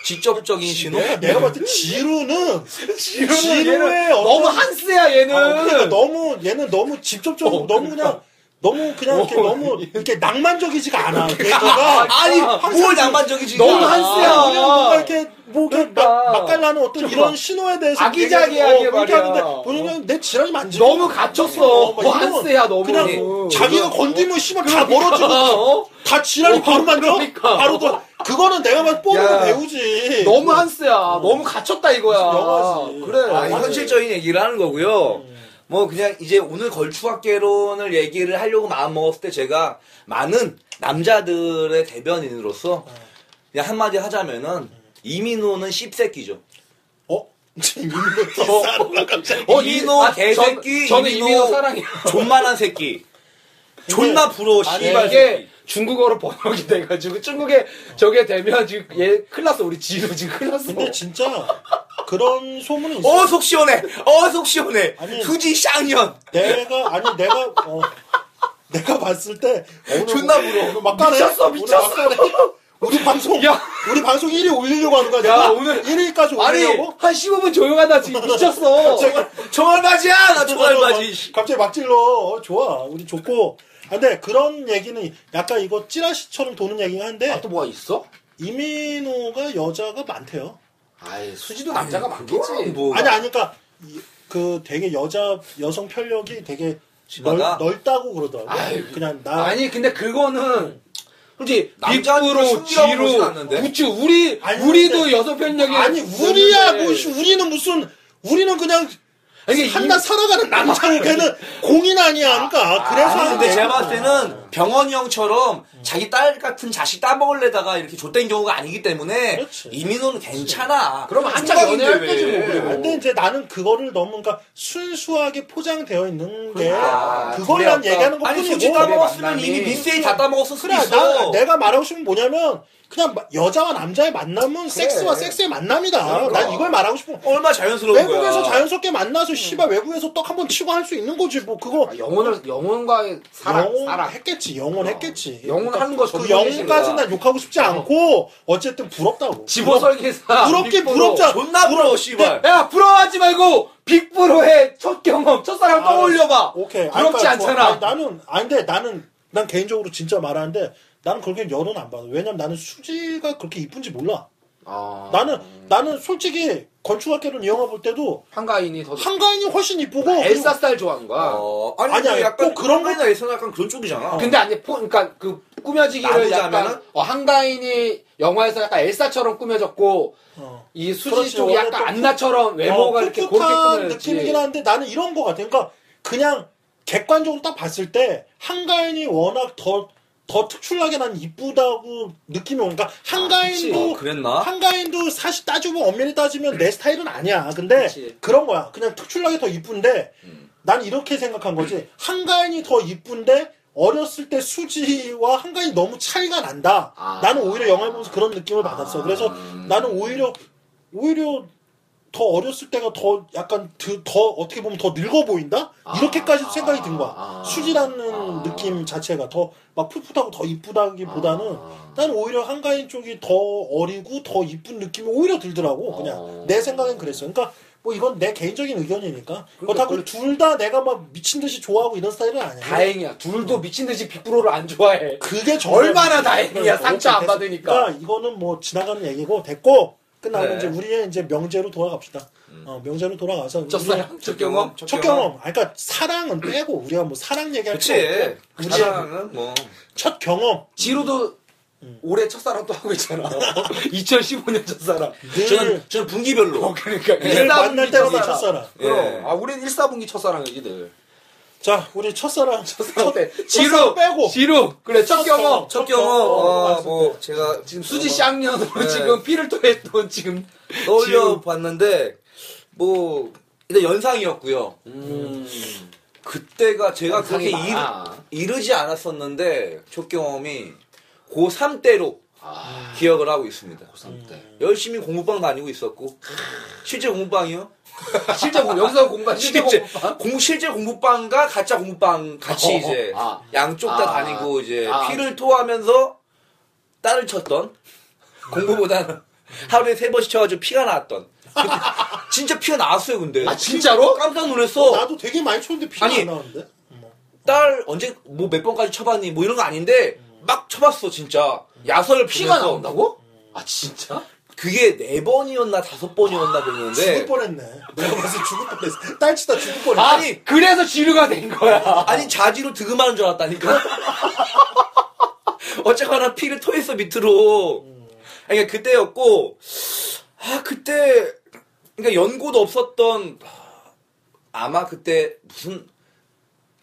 [SPEAKER 3] 직접적인 신호?
[SPEAKER 2] 네,
[SPEAKER 1] 내가, 내가
[SPEAKER 2] 뭐,
[SPEAKER 1] 봤을 때 지루는
[SPEAKER 2] 얘는
[SPEAKER 1] 지루의 어떤
[SPEAKER 2] 너무 한스야 얘는.
[SPEAKER 1] 아, 어, 그러니까 너무 그러니까 얘는 너무 직접적으로
[SPEAKER 2] 어,
[SPEAKER 1] 너무
[SPEAKER 2] 그러니까. 어,
[SPEAKER 1] 그냥 너무 그냥 이렇게 너무 이렇게 낭만적이지가 않아.
[SPEAKER 2] 그러니까.
[SPEAKER 1] 걔가
[SPEAKER 3] 아니 뭘 낭만적이지?
[SPEAKER 2] 너무
[SPEAKER 3] 아.
[SPEAKER 2] 한스야.
[SPEAKER 1] 그냥 뭔가 이렇게 뭐 이렇게
[SPEAKER 2] 그러니까.
[SPEAKER 1] 막, 막갈라는 어떤 이런 신호에 대해서
[SPEAKER 2] 아기자기하게
[SPEAKER 1] 얘기하고, 어, 그렇게
[SPEAKER 2] 말이야.
[SPEAKER 1] 하는데 본인은 내 지랄이 만지.
[SPEAKER 2] 너무 갇혔어.
[SPEAKER 1] 어, 막
[SPEAKER 2] 뭐
[SPEAKER 1] 이런 거.
[SPEAKER 2] 한스야 너무.
[SPEAKER 1] 그냥 자기가 건드면 씨발 다 멀어지고
[SPEAKER 2] 어?
[SPEAKER 1] 다 지랄이 바로 만져.
[SPEAKER 2] 그러니까.
[SPEAKER 1] 바로 또 그거는 내가 봐도 뽀로 배우지.
[SPEAKER 2] 너무 한스야. 너무 갇혔다 이거야.
[SPEAKER 1] 영화지.
[SPEAKER 2] 그래.
[SPEAKER 3] 아, 현실적인
[SPEAKER 2] 네.
[SPEAKER 3] 얘기를 하는 거고요. 뭐 그냥 이제 오늘 걸추학개론을 얘기를 하려고 마음 먹었을 때 제가 많은 남자들의 대변인으로서
[SPEAKER 2] 네.
[SPEAKER 3] 그냥 한마디 하자면은 이민호는 씹새끼죠.
[SPEAKER 1] 어? 이민호 사람 갑자기.
[SPEAKER 3] 어, 이민호
[SPEAKER 2] 아,
[SPEAKER 3] 개새끼,
[SPEAKER 2] 전- 저는
[SPEAKER 3] 이민호,
[SPEAKER 2] 이민호 사랑해요.
[SPEAKER 3] 존만한 새끼, 존나 부러워
[SPEAKER 2] 아니
[SPEAKER 1] 예.
[SPEAKER 3] 씨발
[SPEAKER 2] 이게
[SPEAKER 3] 새끼.
[SPEAKER 2] 중국어로 번역이 돼가지고 중국에 저게 되면 지금 얘 큰일 났어 우리 지루 지금 큰일 났어
[SPEAKER 1] 근데 진짜 그런 소문이 있어.
[SPEAKER 3] 어 속 시원해, 어 속 시원해.
[SPEAKER 1] 아니,
[SPEAKER 3] 수지 쌍년.
[SPEAKER 1] 내가 아니 내가 어, 내가 봤을 때 오늘
[SPEAKER 3] 존나
[SPEAKER 1] 오늘
[SPEAKER 3] 부러워.
[SPEAKER 1] 오늘 막간에
[SPEAKER 2] 미쳤어,
[SPEAKER 1] 오늘
[SPEAKER 2] 미쳤어.
[SPEAKER 1] 막간에 우리 방송
[SPEAKER 2] 야.
[SPEAKER 1] 우리 방송 1위 올리려고 하는 거야.
[SPEAKER 2] 야,
[SPEAKER 1] 내가
[SPEAKER 2] 오늘-
[SPEAKER 1] 1위까지
[SPEAKER 2] 아니
[SPEAKER 1] 올리려고.
[SPEAKER 2] 한 15분 조용하다 지금 미쳤어
[SPEAKER 3] 종알바지야, 나 종알바지. 씨.
[SPEAKER 1] 갑자기 막 질러. 어, 좋아. 우리 좋고. 아, 근데 그런 얘기는 약간 이거 찌라시처럼 도는 얘기긴 한데
[SPEAKER 2] 아, 또 뭐가 있어?
[SPEAKER 1] 이민호가 여자가 많대요.
[SPEAKER 2] 아이 수지도 남자가 많겠지
[SPEAKER 3] 그건 뭐
[SPEAKER 1] 아니 아니 그러니까 이- 그 되게 여자 여성 편력이 되게 넓,
[SPEAKER 3] 심하다?
[SPEAKER 1] 넓다고 그러더라고.
[SPEAKER 2] 아유,
[SPEAKER 1] 그냥 나
[SPEAKER 2] 아니 근데 그거는 솔직히
[SPEAKER 3] 남자들은
[SPEAKER 2] 빅으로
[SPEAKER 3] 숨기라고 그러진
[SPEAKER 2] 지로
[SPEAKER 3] 않는데?
[SPEAKER 2] 우쭈 우리
[SPEAKER 1] 아니,
[SPEAKER 2] 우리도
[SPEAKER 1] 근데-
[SPEAKER 2] 여성 편력이
[SPEAKER 1] 아니 우리야 뭐
[SPEAKER 2] 있는데.
[SPEAKER 1] 씨, 우리는 무슨 우리는 그냥
[SPEAKER 2] 아니, 이게
[SPEAKER 1] 한나
[SPEAKER 2] 이-
[SPEAKER 1] 살아가는 남자고 걔는 공인 아니야 그러니까 그래서
[SPEAKER 3] 아니 근데
[SPEAKER 1] 하는
[SPEAKER 3] 제가
[SPEAKER 1] 거야.
[SPEAKER 3] 봤을 때는 병원이 형처럼 자기 딸 같은 자식 따먹을래다가 이렇게 좆된 경우가 아니기 때문에
[SPEAKER 1] 그렇지.
[SPEAKER 3] 이민호는 괜찮아.
[SPEAKER 2] 그럼 한참
[SPEAKER 3] 생각인데
[SPEAKER 2] 연애할
[SPEAKER 3] 왜.
[SPEAKER 2] 때지 뭐 그래
[SPEAKER 1] 근데 이제 나는 그거를 너무 그러니까 순수하게 포장되어 있는 게
[SPEAKER 2] 아,
[SPEAKER 1] 그걸 난
[SPEAKER 2] 그래,
[SPEAKER 1] 얘기하는 것
[SPEAKER 3] 그러니까, 아니
[SPEAKER 1] 뿐이고
[SPEAKER 3] 솔직히 따먹었으면
[SPEAKER 2] 만남이.
[SPEAKER 3] 이미 미세이 다 따먹었을 수도
[SPEAKER 1] 그래
[SPEAKER 3] 있어.
[SPEAKER 1] 나, 내가 말하고 싶은 뭐냐면 그냥 마- 여자와 남자의 만남은 섹스와 섹스의 만남이다 난 이걸 말하고 싶은 거야.
[SPEAKER 3] 얼마 나 자연스러운
[SPEAKER 1] 외국에서
[SPEAKER 3] 거야.
[SPEAKER 1] 자연스럽게 만나서 씨발 외국에서 떡 한 번 치고 할 수 있는 거지 뭐 그거
[SPEAKER 2] 아, 영혼을 영혼과의 사랑
[SPEAKER 1] 영혼
[SPEAKER 2] 사랑
[SPEAKER 1] 했겠지 영혼 했겠지
[SPEAKER 2] 영혼 하는 거
[SPEAKER 1] 그
[SPEAKER 2] 전문이시니까.
[SPEAKER 1] 영혼까지 난 욕하고 싶지 않고 어쨌든 부럽다고
[SPEAKER 2] 어. 집어설계사
[SPEAKER 1] 부럽긴
[SPEAKER 2] 빅브로.
[SPEAKER 1] 부럽잖아
[SPEAKER 3] 존나 부러워 씨발.
[SPEAKER 2] 야 부러워하지 말고 빅브로의 첫 경험 첫사랑 떠올려봐
[SPEAKER 1] 아, 오케이. 아,
[SPEAKER 2] 부럽지
[SPEAKER 1] 그러니까
[SPEAKER 2] 않잖아
[SPEAKER 1] 아니, 나는 아닌데 나는 난 개인적으로 진짜 말하는데 나는 그렇게 열은 안 받아. 왜냐면 나는 수지가 그렇게 이쁜지 몰라.
[SPEAKER 2] 아,
[SPEAKER 1] 나는 나는 솔직히 건축학개론 이 영화 볼 때도
[SPEAKER 2] 한가인이 더
[SPEAKER 1] 한가인이 훨씬 이쁘고
[SPEAKER 2] 엘사 스타일 아, 그 좋아하는 거야
[SPEAKER 3] 어, 아니,
[SPEAKER 1] 아니,
[SPEAKER 3] 아니
[SPEAKER 1] 아니,
[SPEAKER 3] 약간
[SPEAKER 1] 꼭 그런
[SPEAKER 3] 그런 거나 예선 약간 그런 쪽이잖아.
[SPEAKER 2] 근데 아니 포 그러니까 그 꾸며지기를
[SPEAKER 3] 나누자면은?
[SPEAKER 2] 약간 어, 한가인이 영화에서 약간 엘사처럼 꾸며졌고
[SPEAKER 1] 그리고, 어,
[SPEAKER 2] 이 수지
[SPEAKER 1] 그렇지,
[SPEAKER 2] 쪽이
[SPEAKER 1] 원래
[SPEAKER 2] 약간
[SPEAKER 1] 좀
[SPEAKER 2] 안나처럼 외모가
[SPEAKER 1] 어,
[SPEAKER 2] 이렇게 고르게
[SPEAKER 1] 풋풋한
[SPEAKER 2] 꾸며졌지
[SPEAKER 1] 느낌이긴 한데 나는 이런 거 같아. 그러니까 그냥 객관적으로 딱 봤을 때 한가인이 워낙 더 더 특출나게 난 이쁘다고 느낌이
[SPEAKER 2] 아,
[SPEAKER 1] 오니까 한가인도
[SPEAKER 3] 어, 그랬나?
[SPEAKER 1] 한가인도 사실 따지면 엄밀히 따지면 내 스타일은 아니야. 근데
[SPEAKER 2] 그치. 음.
[SPEAKER 1] 그런 거야. 그냥 특출나게 더 이쁜데 난 이렇게 생각한 거지. 한가인이 더 이쁜데 어렸을 때 수지와 한가인이 너무 차이가 난다.
[SPEAKER 2] 아.
[SPEAKER 1] 나는 오히려 영화를 보면서 그런 느낌을 받았어. 그래서 나는 오히려 오히려 더 어렸을 때가 더 약간 드- 더 어떻게 보면 더 늙어 보인다? 이렇게까지 생각이 든 거야.
[SPEAKER 2] 아.
[SPEAKER 1] 수지라는
[SPEAKER 2] 아.
[SPEAKER 1] 느낌 자체가 더 막 풋풋하고 더 이쁘다기보다는
[SPEAKER 2] 아.
[SPEAKER 1] 난 오히려 한가인 쪽이 더 어리고 더 이쁜 느낌이 오히려 들더라고 그냥
[SPEAKER 2] 어.
[SPEAKER 1] 내 생각엔 그랬어 그러니까 뭐 이건 내 개인적인 의견이니까
[SPEAKER 2] 그러니까
[SPEAKER 1] 그렇다고 둘 다 내가 막 미친 듯이 좋아하고 이런 스타일은 아니야
[SPEAKER 2] 다행이야 둘도 미친 듯이 빅브로를 안 좋아해
[SPEAKER 1] 그게 정말-
[SPEAKER 2] 얼마나 다행이야 상처 안
[SPEAKER 1] 됐어.
[SPEAKER 2] 받으니까
[SPEAKER 1] 그러니까 이거는 뭐 지나가는 얘기고 됐고 끝나고
[SPEAKER 3] 네.
[SPEAKER 1] 이제 우리의 이제 명제로 돌아갑시다 어, 명제로 돌아가서 우리-
[SPEAKER 2] 첫사랑 첫 네, 경험
[SPEAKER 1] 첫 경험 아 그러니까 사랑은 빼고 우리가 뭐 사랑 얘기할 필요
[SPEAKER 3] 그치.
[SPEAKER 1] 없고
[SPEAKER 3] 그
[SPEAKER 1] 우리의
[SPEAKER 3] 사랑은 뭐.
[SPEAKER 1] 첫 경험
[SPEAKER 2] 지루도 올해 첫사랑 또 하고 있잖아 2015년 첫사랑
[SPEAKER 1] 늘
[SPEAKER 3] 저는, 저는 분기별로.
[SPEAKER 2] 어, 그러니까
[SPEAKER 1] 늘 만날 때마다
[SPEAKER 2] 첫사랑.
[SPEAKER 1] 첫사랑
[SPEAKER 2] 그럼
[SPEAKER 3] 예.
[SPEAKER 2] 아 우린 1사분기 첫사랑이지 늘
[SPEAKER 1] 자 우리 첫사랑
[SPEAKER 2] 첫사랑 때
[SPEAKER 1] 첫사랑
[SPEAKER 2] 지루
[SPEAKER 1] 빼고
[SPEAKER 2] 지루 그래 첫 경험
[SPEAKER 3] 첫 경험, 어, 뭐, 제가
[SPEAKER 2] 지금 수지 쌍년으로 지금 피를 토했던 지금
[SPEAKER 3] 떠올려 봤는데, 뭐, 일단 연상이었고요.
[SPEAKER 2] 음.
[SPEAKER 3] 그때가 제가
[SPEAKER 2] 연상이
[SPEAKER 3] 그렇게 이,
[SPEAKER 2] 많아.
[SPEAKER 3] 이르지 않았었는데, 첫 경험이 고3 때로
[SPEAKER 2] 아,
[SPEAKER 3] 기억을 하고 있습니다.
[SPEAKER 2] 음.
[SPEAKER 3] 열심히 공부방 다니고 있었고, 실제 공부방이요?
[SPEAKER 2] 실제 공 아, 뭐 여기서 공간 아, 실제
[SPEAKER 3] 실제,
[SPEAKER 2] 공간
[SPEAKER 3] 공, 실제 공부방과 가짜 공부방 같이
[SPEAKER 2] 어,
[SPEAKER 3] 이제
[SPEAKER 2] 아.
[SPEAKER 3] 양쪽 다
[SPEAKER 2] 아.
[SPEAKER 3] 다니고 이제
[SPEAKER 2] 아.
[SPEAKER 3] 피를 토하면서 딸을 쳤던 공부보다는 하루에 세 번씩 쳐가지고 피가 나왔던 그때 진짜 피가 나왔어요 근데
[SPEAKER 2] 아 진짜로?
[SPEAKER 3] 깜짝 놀랐어
[SPEAKER 1] 나도 되게 많이 쳤는데 피가
[SPEAKER 3] 아니,
[SPEAKER 1] 안 나오는데 뭐.
[SPEAKER 3] 딸 언제 뭐 몇 번까지 쳐봤니 뭐 이런 거 아닌데 막 쳐봤어 진짜 야설 피가
[SPEAKER 2] 그래서-
[SPEAKER 3] 나온다고?
[SPEAKER 2] 아 진짜?
[SPEAKER 3] 그게 네 번이었나 다섯 번이었나
[SPEAKER 1] 죽을
[SPEAKER 3] 그랬는데
[SPEAKER 1] 뻔했네. 내가 봤을 때 죽을 뻔했어. 딸치다 죽을 뻔했어.
[SPEAKER 2] 아니 그래서 지루가 된 거야.
[SPEAKER 3] 아니 자지로 득음하는 줄 알았다니까. 어쨌거나 피를 토했어 밑으로. 그러니까 그때였고 아 그때 그러니까 연고도 없었던 아마 그때 무슨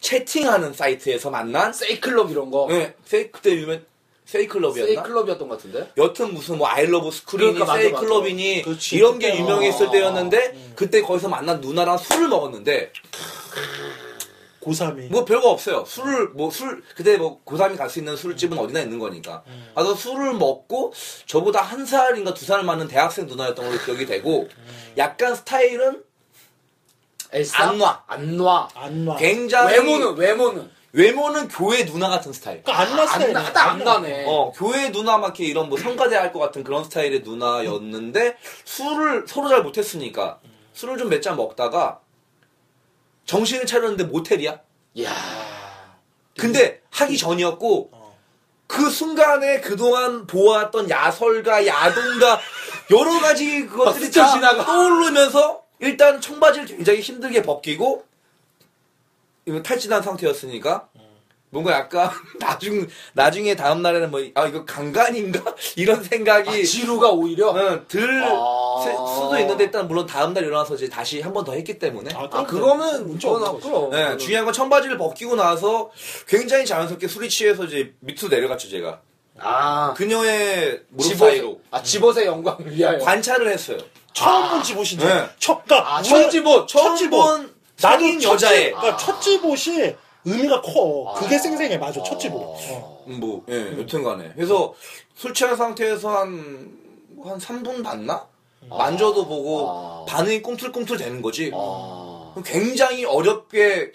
[SPEAKER 3] 채팅하는 사이트에서 만난
[SPEAKER 2] 세이클럽 이런 거.
[SPEAKER 3] 네, 세이 그때 유명 세이클럽이었나?
[SPEAKER 2] 세이클럽이었던 것 같은데.
[SPEAKER 3] 여튼 무슨 뭐 아이러브 스쿨이니
[SPEAKER 2] 그러니까 맞아, 맞아.
[SPEAKER 3] 세이클럽이니
[SPEAKER 1] 그렇지,
[SPEAKER 3] 이런 게
[SPEAKER 1] 그때요.
[SPEAKER 3] 유명했을
[SPEAKER 2] 아,
[SPEAKER 3] 때였는데 그때 거기서 만난 누나랑 술을 먹었는데
[SPEAKER 1] 고3이.
[SPEAKER 3] 뭐 별거 없어요. 술을 뭐 술 그때 뭐 고3이 갈 수 있는 술집은 어디나 있는 거니까.
[SPEAKER 2] 음.
[SPEAKER 3] 그래서 술을 먹고 저보다 한 살인가 두 살 많은 대학생 누나였던 걸로 기억이 되고
[SPEAKER 2] 음.
[SPEAKER 3] 약간 스타일은
[SPEAKER 2] 엘사?
[SPEAKER 3] 안 놔.
[SPEAKER 2] 안 놔.
[SPEAKER 1] 안 놔.
[SPEAKER 2] 아,
[SPEAKER 3] 굉장히
[SPEAKER 2] 외모는 외모는.
[SPEAKER 3] 외모는 교회 누나 같은 스타일.
[SPEAKER 1] 그러니까 안 났어요.
[SPEAKER 2] 안 나. 딱안 나네.
[SPEAKER 3] 어 교회 누나 막 이렇게 이런 뭐 성가대 할 것 같은 그런 스타일의 누나였는데 술을 서로 잘 못했으니까 술을 좀 몇 잔 먹다가 정신을 차렸는데 모텔이야.
[SPEAKER 2] 야.
[SPEAKER 3] 근데 하기 전이었고
[SPEAKER 2] 어.
[SPEAKER 3] 그 순간에 그동안 보았던 야설과 야동과 여러 가지 그것들이
[SPEAKER 2] 아, 스쳐
[SPEAKER 3] 다
[SPEAKER 2] 지나가.
[SPEAKER 3] 떠오르면서 일단 청바지를 굉장히 힘들게 벗기고 이거 탈진한 상태였으니까 뭔가 약간 나중 나중에 다음 날에는 뭐 아 이거 강간인가 이런 생각이
[SPEAKER 2] 아, 지루가 오히려.
[SPEAKER 3] 응, 들
[SPEAKER 2] 아.
[SPEAKER 3] 세- 수도 있는데 일단 물론 다음 날 일어나서 이제 다시 한 번 더 했기 때문에
[SPEAKER 2] 아 그거는 문제가
[SPEAKER 1] 없는 거지.
[SPEAKER 2] 없고.
[SPEAKER 3] 네, 중요한 건 청바지를 벗기고 나서 굉장히 자연스럽게 술이 취해서 이제 밑으로 내려갔죠, 제가.
[SPEAKER 2] 아.
[SPEAKER 3] 그녀의 무릎
[SPEAKER 2] 집옷.
[SPEAKER 3] 사이로
[SPEAKER 2] 아 집옷의 영광을 위하여.
[SPEAKER 3] 관찰을 했어요.
[SPEAKER 1] 처음 본 집옷인지.
[SPEAKER 3] 네.
[SPEAKER 1] 첫, 그러니까
[SPEAKER 2] 아,
[SPEAKER 1] 우리-
[SPEAKER 2] 첫 집옷,
[SPEAKER 1] 첫
[SPEAKER 3] 처음
[SPEAKER 1] 집옷.
[SPEAKER 3] 본 아.
[SPEAKER 1] 나도
[SPEAKER 3] 성인
[SPEAKER 1] 첫
[SPEAKER 3] 여자의
[SPEAKER 1] 집- 그러니까 첫 집옷이 의미가 커. 그게 생생해. 맞아. 첫 집옷. 어.
[SPEAKER 2] 어.
[SPEAKER 3] 음, 뭐, 예, 여튼간에. 그래서 술 취한 상태에서 한, 뭐한 3분 봤나? 만져도 보고
[SPEAKER 2] 아.
[SPEAKER 3] 반응이 꿈틀꿈틀 되는 거지.
[SPEAKER 2] 아.
[SPEAKER 3] 그럼 굉장히 어렵게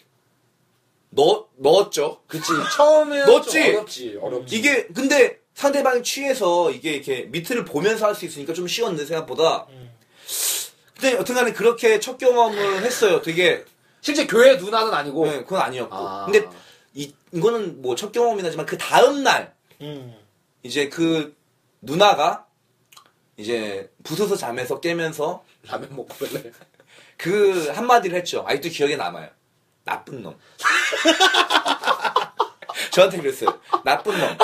[SPEAKER 3] 넣, 넣었죠.
[SPEAKER 2] 그치. 처음에는
[SPEAKER 3] 넣었지?
[SPEAKER 2] 좀 어렵지. 어렵지.
[SPEAKER 3] 이게 근데 상대방이 취해서 이게 이렇게 밑을 보면서 할 수 있으니까 좀 쉬웠는데 생각보다
[SPEAKER 1] 음.
[SPEAKER 3] 근데 여튼간에 그렇게 첫 경험을 했어요 되게
[SPEAKER 2] 음. 실제 교회 누나는 아니고.
[SPEAKER 3] 네, 그건 아니었고
[SPEAKER 2] 아.
[SPEAKER 3] 근데 이, 이거는 뭐 첫 경험이긴 하지만 그 다음날
[SPEAKER 1] 음.
[SPEAKER 3] 이제 그 누나가 이제 부서서 잠에서 깨면서
[SPEAKER 2] 라면 먹고 그래.
[SPEAKER 3] 그 한마디를 했죠 아직도 기억에 남아요 나쁜 놈 저한테 그랬어요 나쁜 놈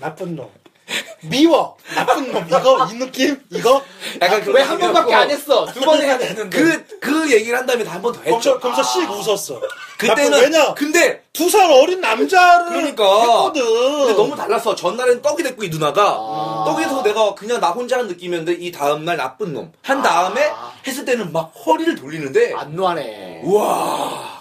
[SPEAKER 1] 나쁜 놈. 미워. 나쁜 놈. 이거? 이 느낌? 이거?
[SPEAKER 3] 약간 그런
[SPEAKER 2] 아, 왜 한
[SPEAKER 3] 느낌이었고.
[SPEAKER 2] 번밖에 안 했어? 두 번 해야 되는데.
[SPEAKER 3] 그, 그 얘기를 한 다음에 한 번 더
[SPEAKER 1] 검사,
[SPEAKER 3] 했죠.
[SPEAKER 1] 검사 씩 웃었어.
[SPEAKER 3] 그때는,
[SPEAKER 1] 나쁜- 왜냐?
[SPEAKER 3] 근데,
[SPEAKER 1] 두 살 어린 남자를
[SPEAKER 3] 그러니까.
[SPEAKER 1] 했거든.
[SPEAKER 3] 근데 너무 달랐어. 전날엔 떡이 됐고, 이 누나가. 떡에서 내가 그냥 나 혼자 한 느낌이었는데, 이 다음날 나쁜 놈. 한 다음에 했을 때는 막 허리를 돌리는데,
[SPEAKER 2] 안 놔네.
[SPEAKER 3] 우와.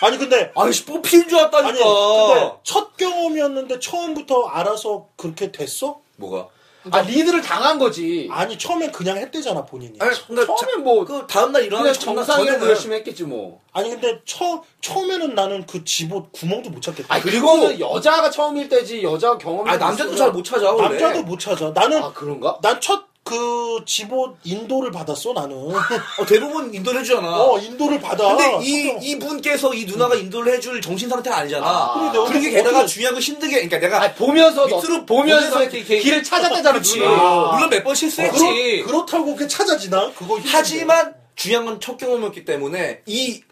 [SPEAKER 1] 아니 근데
[SPEAKER 3] 아이씨, 뽑히는 줄 알았다니까.
[SPEAKER 1] 아니 근데 첫 경험이었는데 처음부터 알아서 그렇게 됐어?
[SPEAKER 3] 뭐가?
[SPEAKER 2] 아 리드를 당한 거지.
[SPEAKER 1] 아니 처음엔 그냥 했대잖아 본인이.
[SPEAKER 3] 아니, 근데
[SPEAKER 2] 처음엔 뭐
[SPEAKER 3] 그 다음날
[SPEAKER 2] 그냥
[SPEAKER 3] 일어나서
[SPEAKER 2] 정상이라도 열심히 했겠지 뭐.
[SPEAKER 1] 아니 근데 처 처음에는 나는 그 집옷 구멍도 못 찾겠다.
[SPEAKER 2] 아 그리고 여자가 처음일 때지 여자 경험이.
[SPEAKER 3] 아, 남자도
[SPEAKER 2] 있으면-
[SPEAKER 3] 잘 못 찾아, 원래.
[SPEAKER 1] 남자도 못 찾아. 나는
[SPEAKER 2] 아 그런가?
[SPEAKER 1] 난 첫 그 집옷 인도를 받았어 나는.
[SPEAKER 3] 어, 대부분 인도를 해주잖아.
[SPEAKER 1] 어 인도를 받아. 어,
[SPEAKER 3] 근데 이,
[SPEAKER 1] 성경.
[SPEAKER 3] 이 분께서 이 누나가 인도를 해줄 정신 상태가 아니잖아.
[SPEAKER 2] 아.
[SPEAKER 1] 그래, 내가
[SPEAKER 3] 그리고
[SPEAKER 1] 어떻게-
[SPEAKER 3] 게다가
[SPEAKER 1] 어떻게-
[SPEAKER 3] 중요한 건 힘들게, 그러니까 내가
[SPEAKER 2] 아 보면서 너-
[SPEAKER 3] 밑으로
[SPEAKER 2] 보면서
[SPEAKER 3] 보면서
[SPEAKER 2] 이렇게,
[SPEAKER 3] 이렇게-
[SPEAKER 2] 길을 찾았다잖아
[SPEAKER 3] 그치.
[SPEAKER 2] 눈으로.
[SPEAKER 3] 물론 몇 번 실수했지.
[SPEAKER 1] 그렇, 다고 그렇게 찾아지나? 그거 뭐 힘든데.
[SPEAKER 3] 어, 하지만 중요한 건 첫 경험이었기 때문에 이,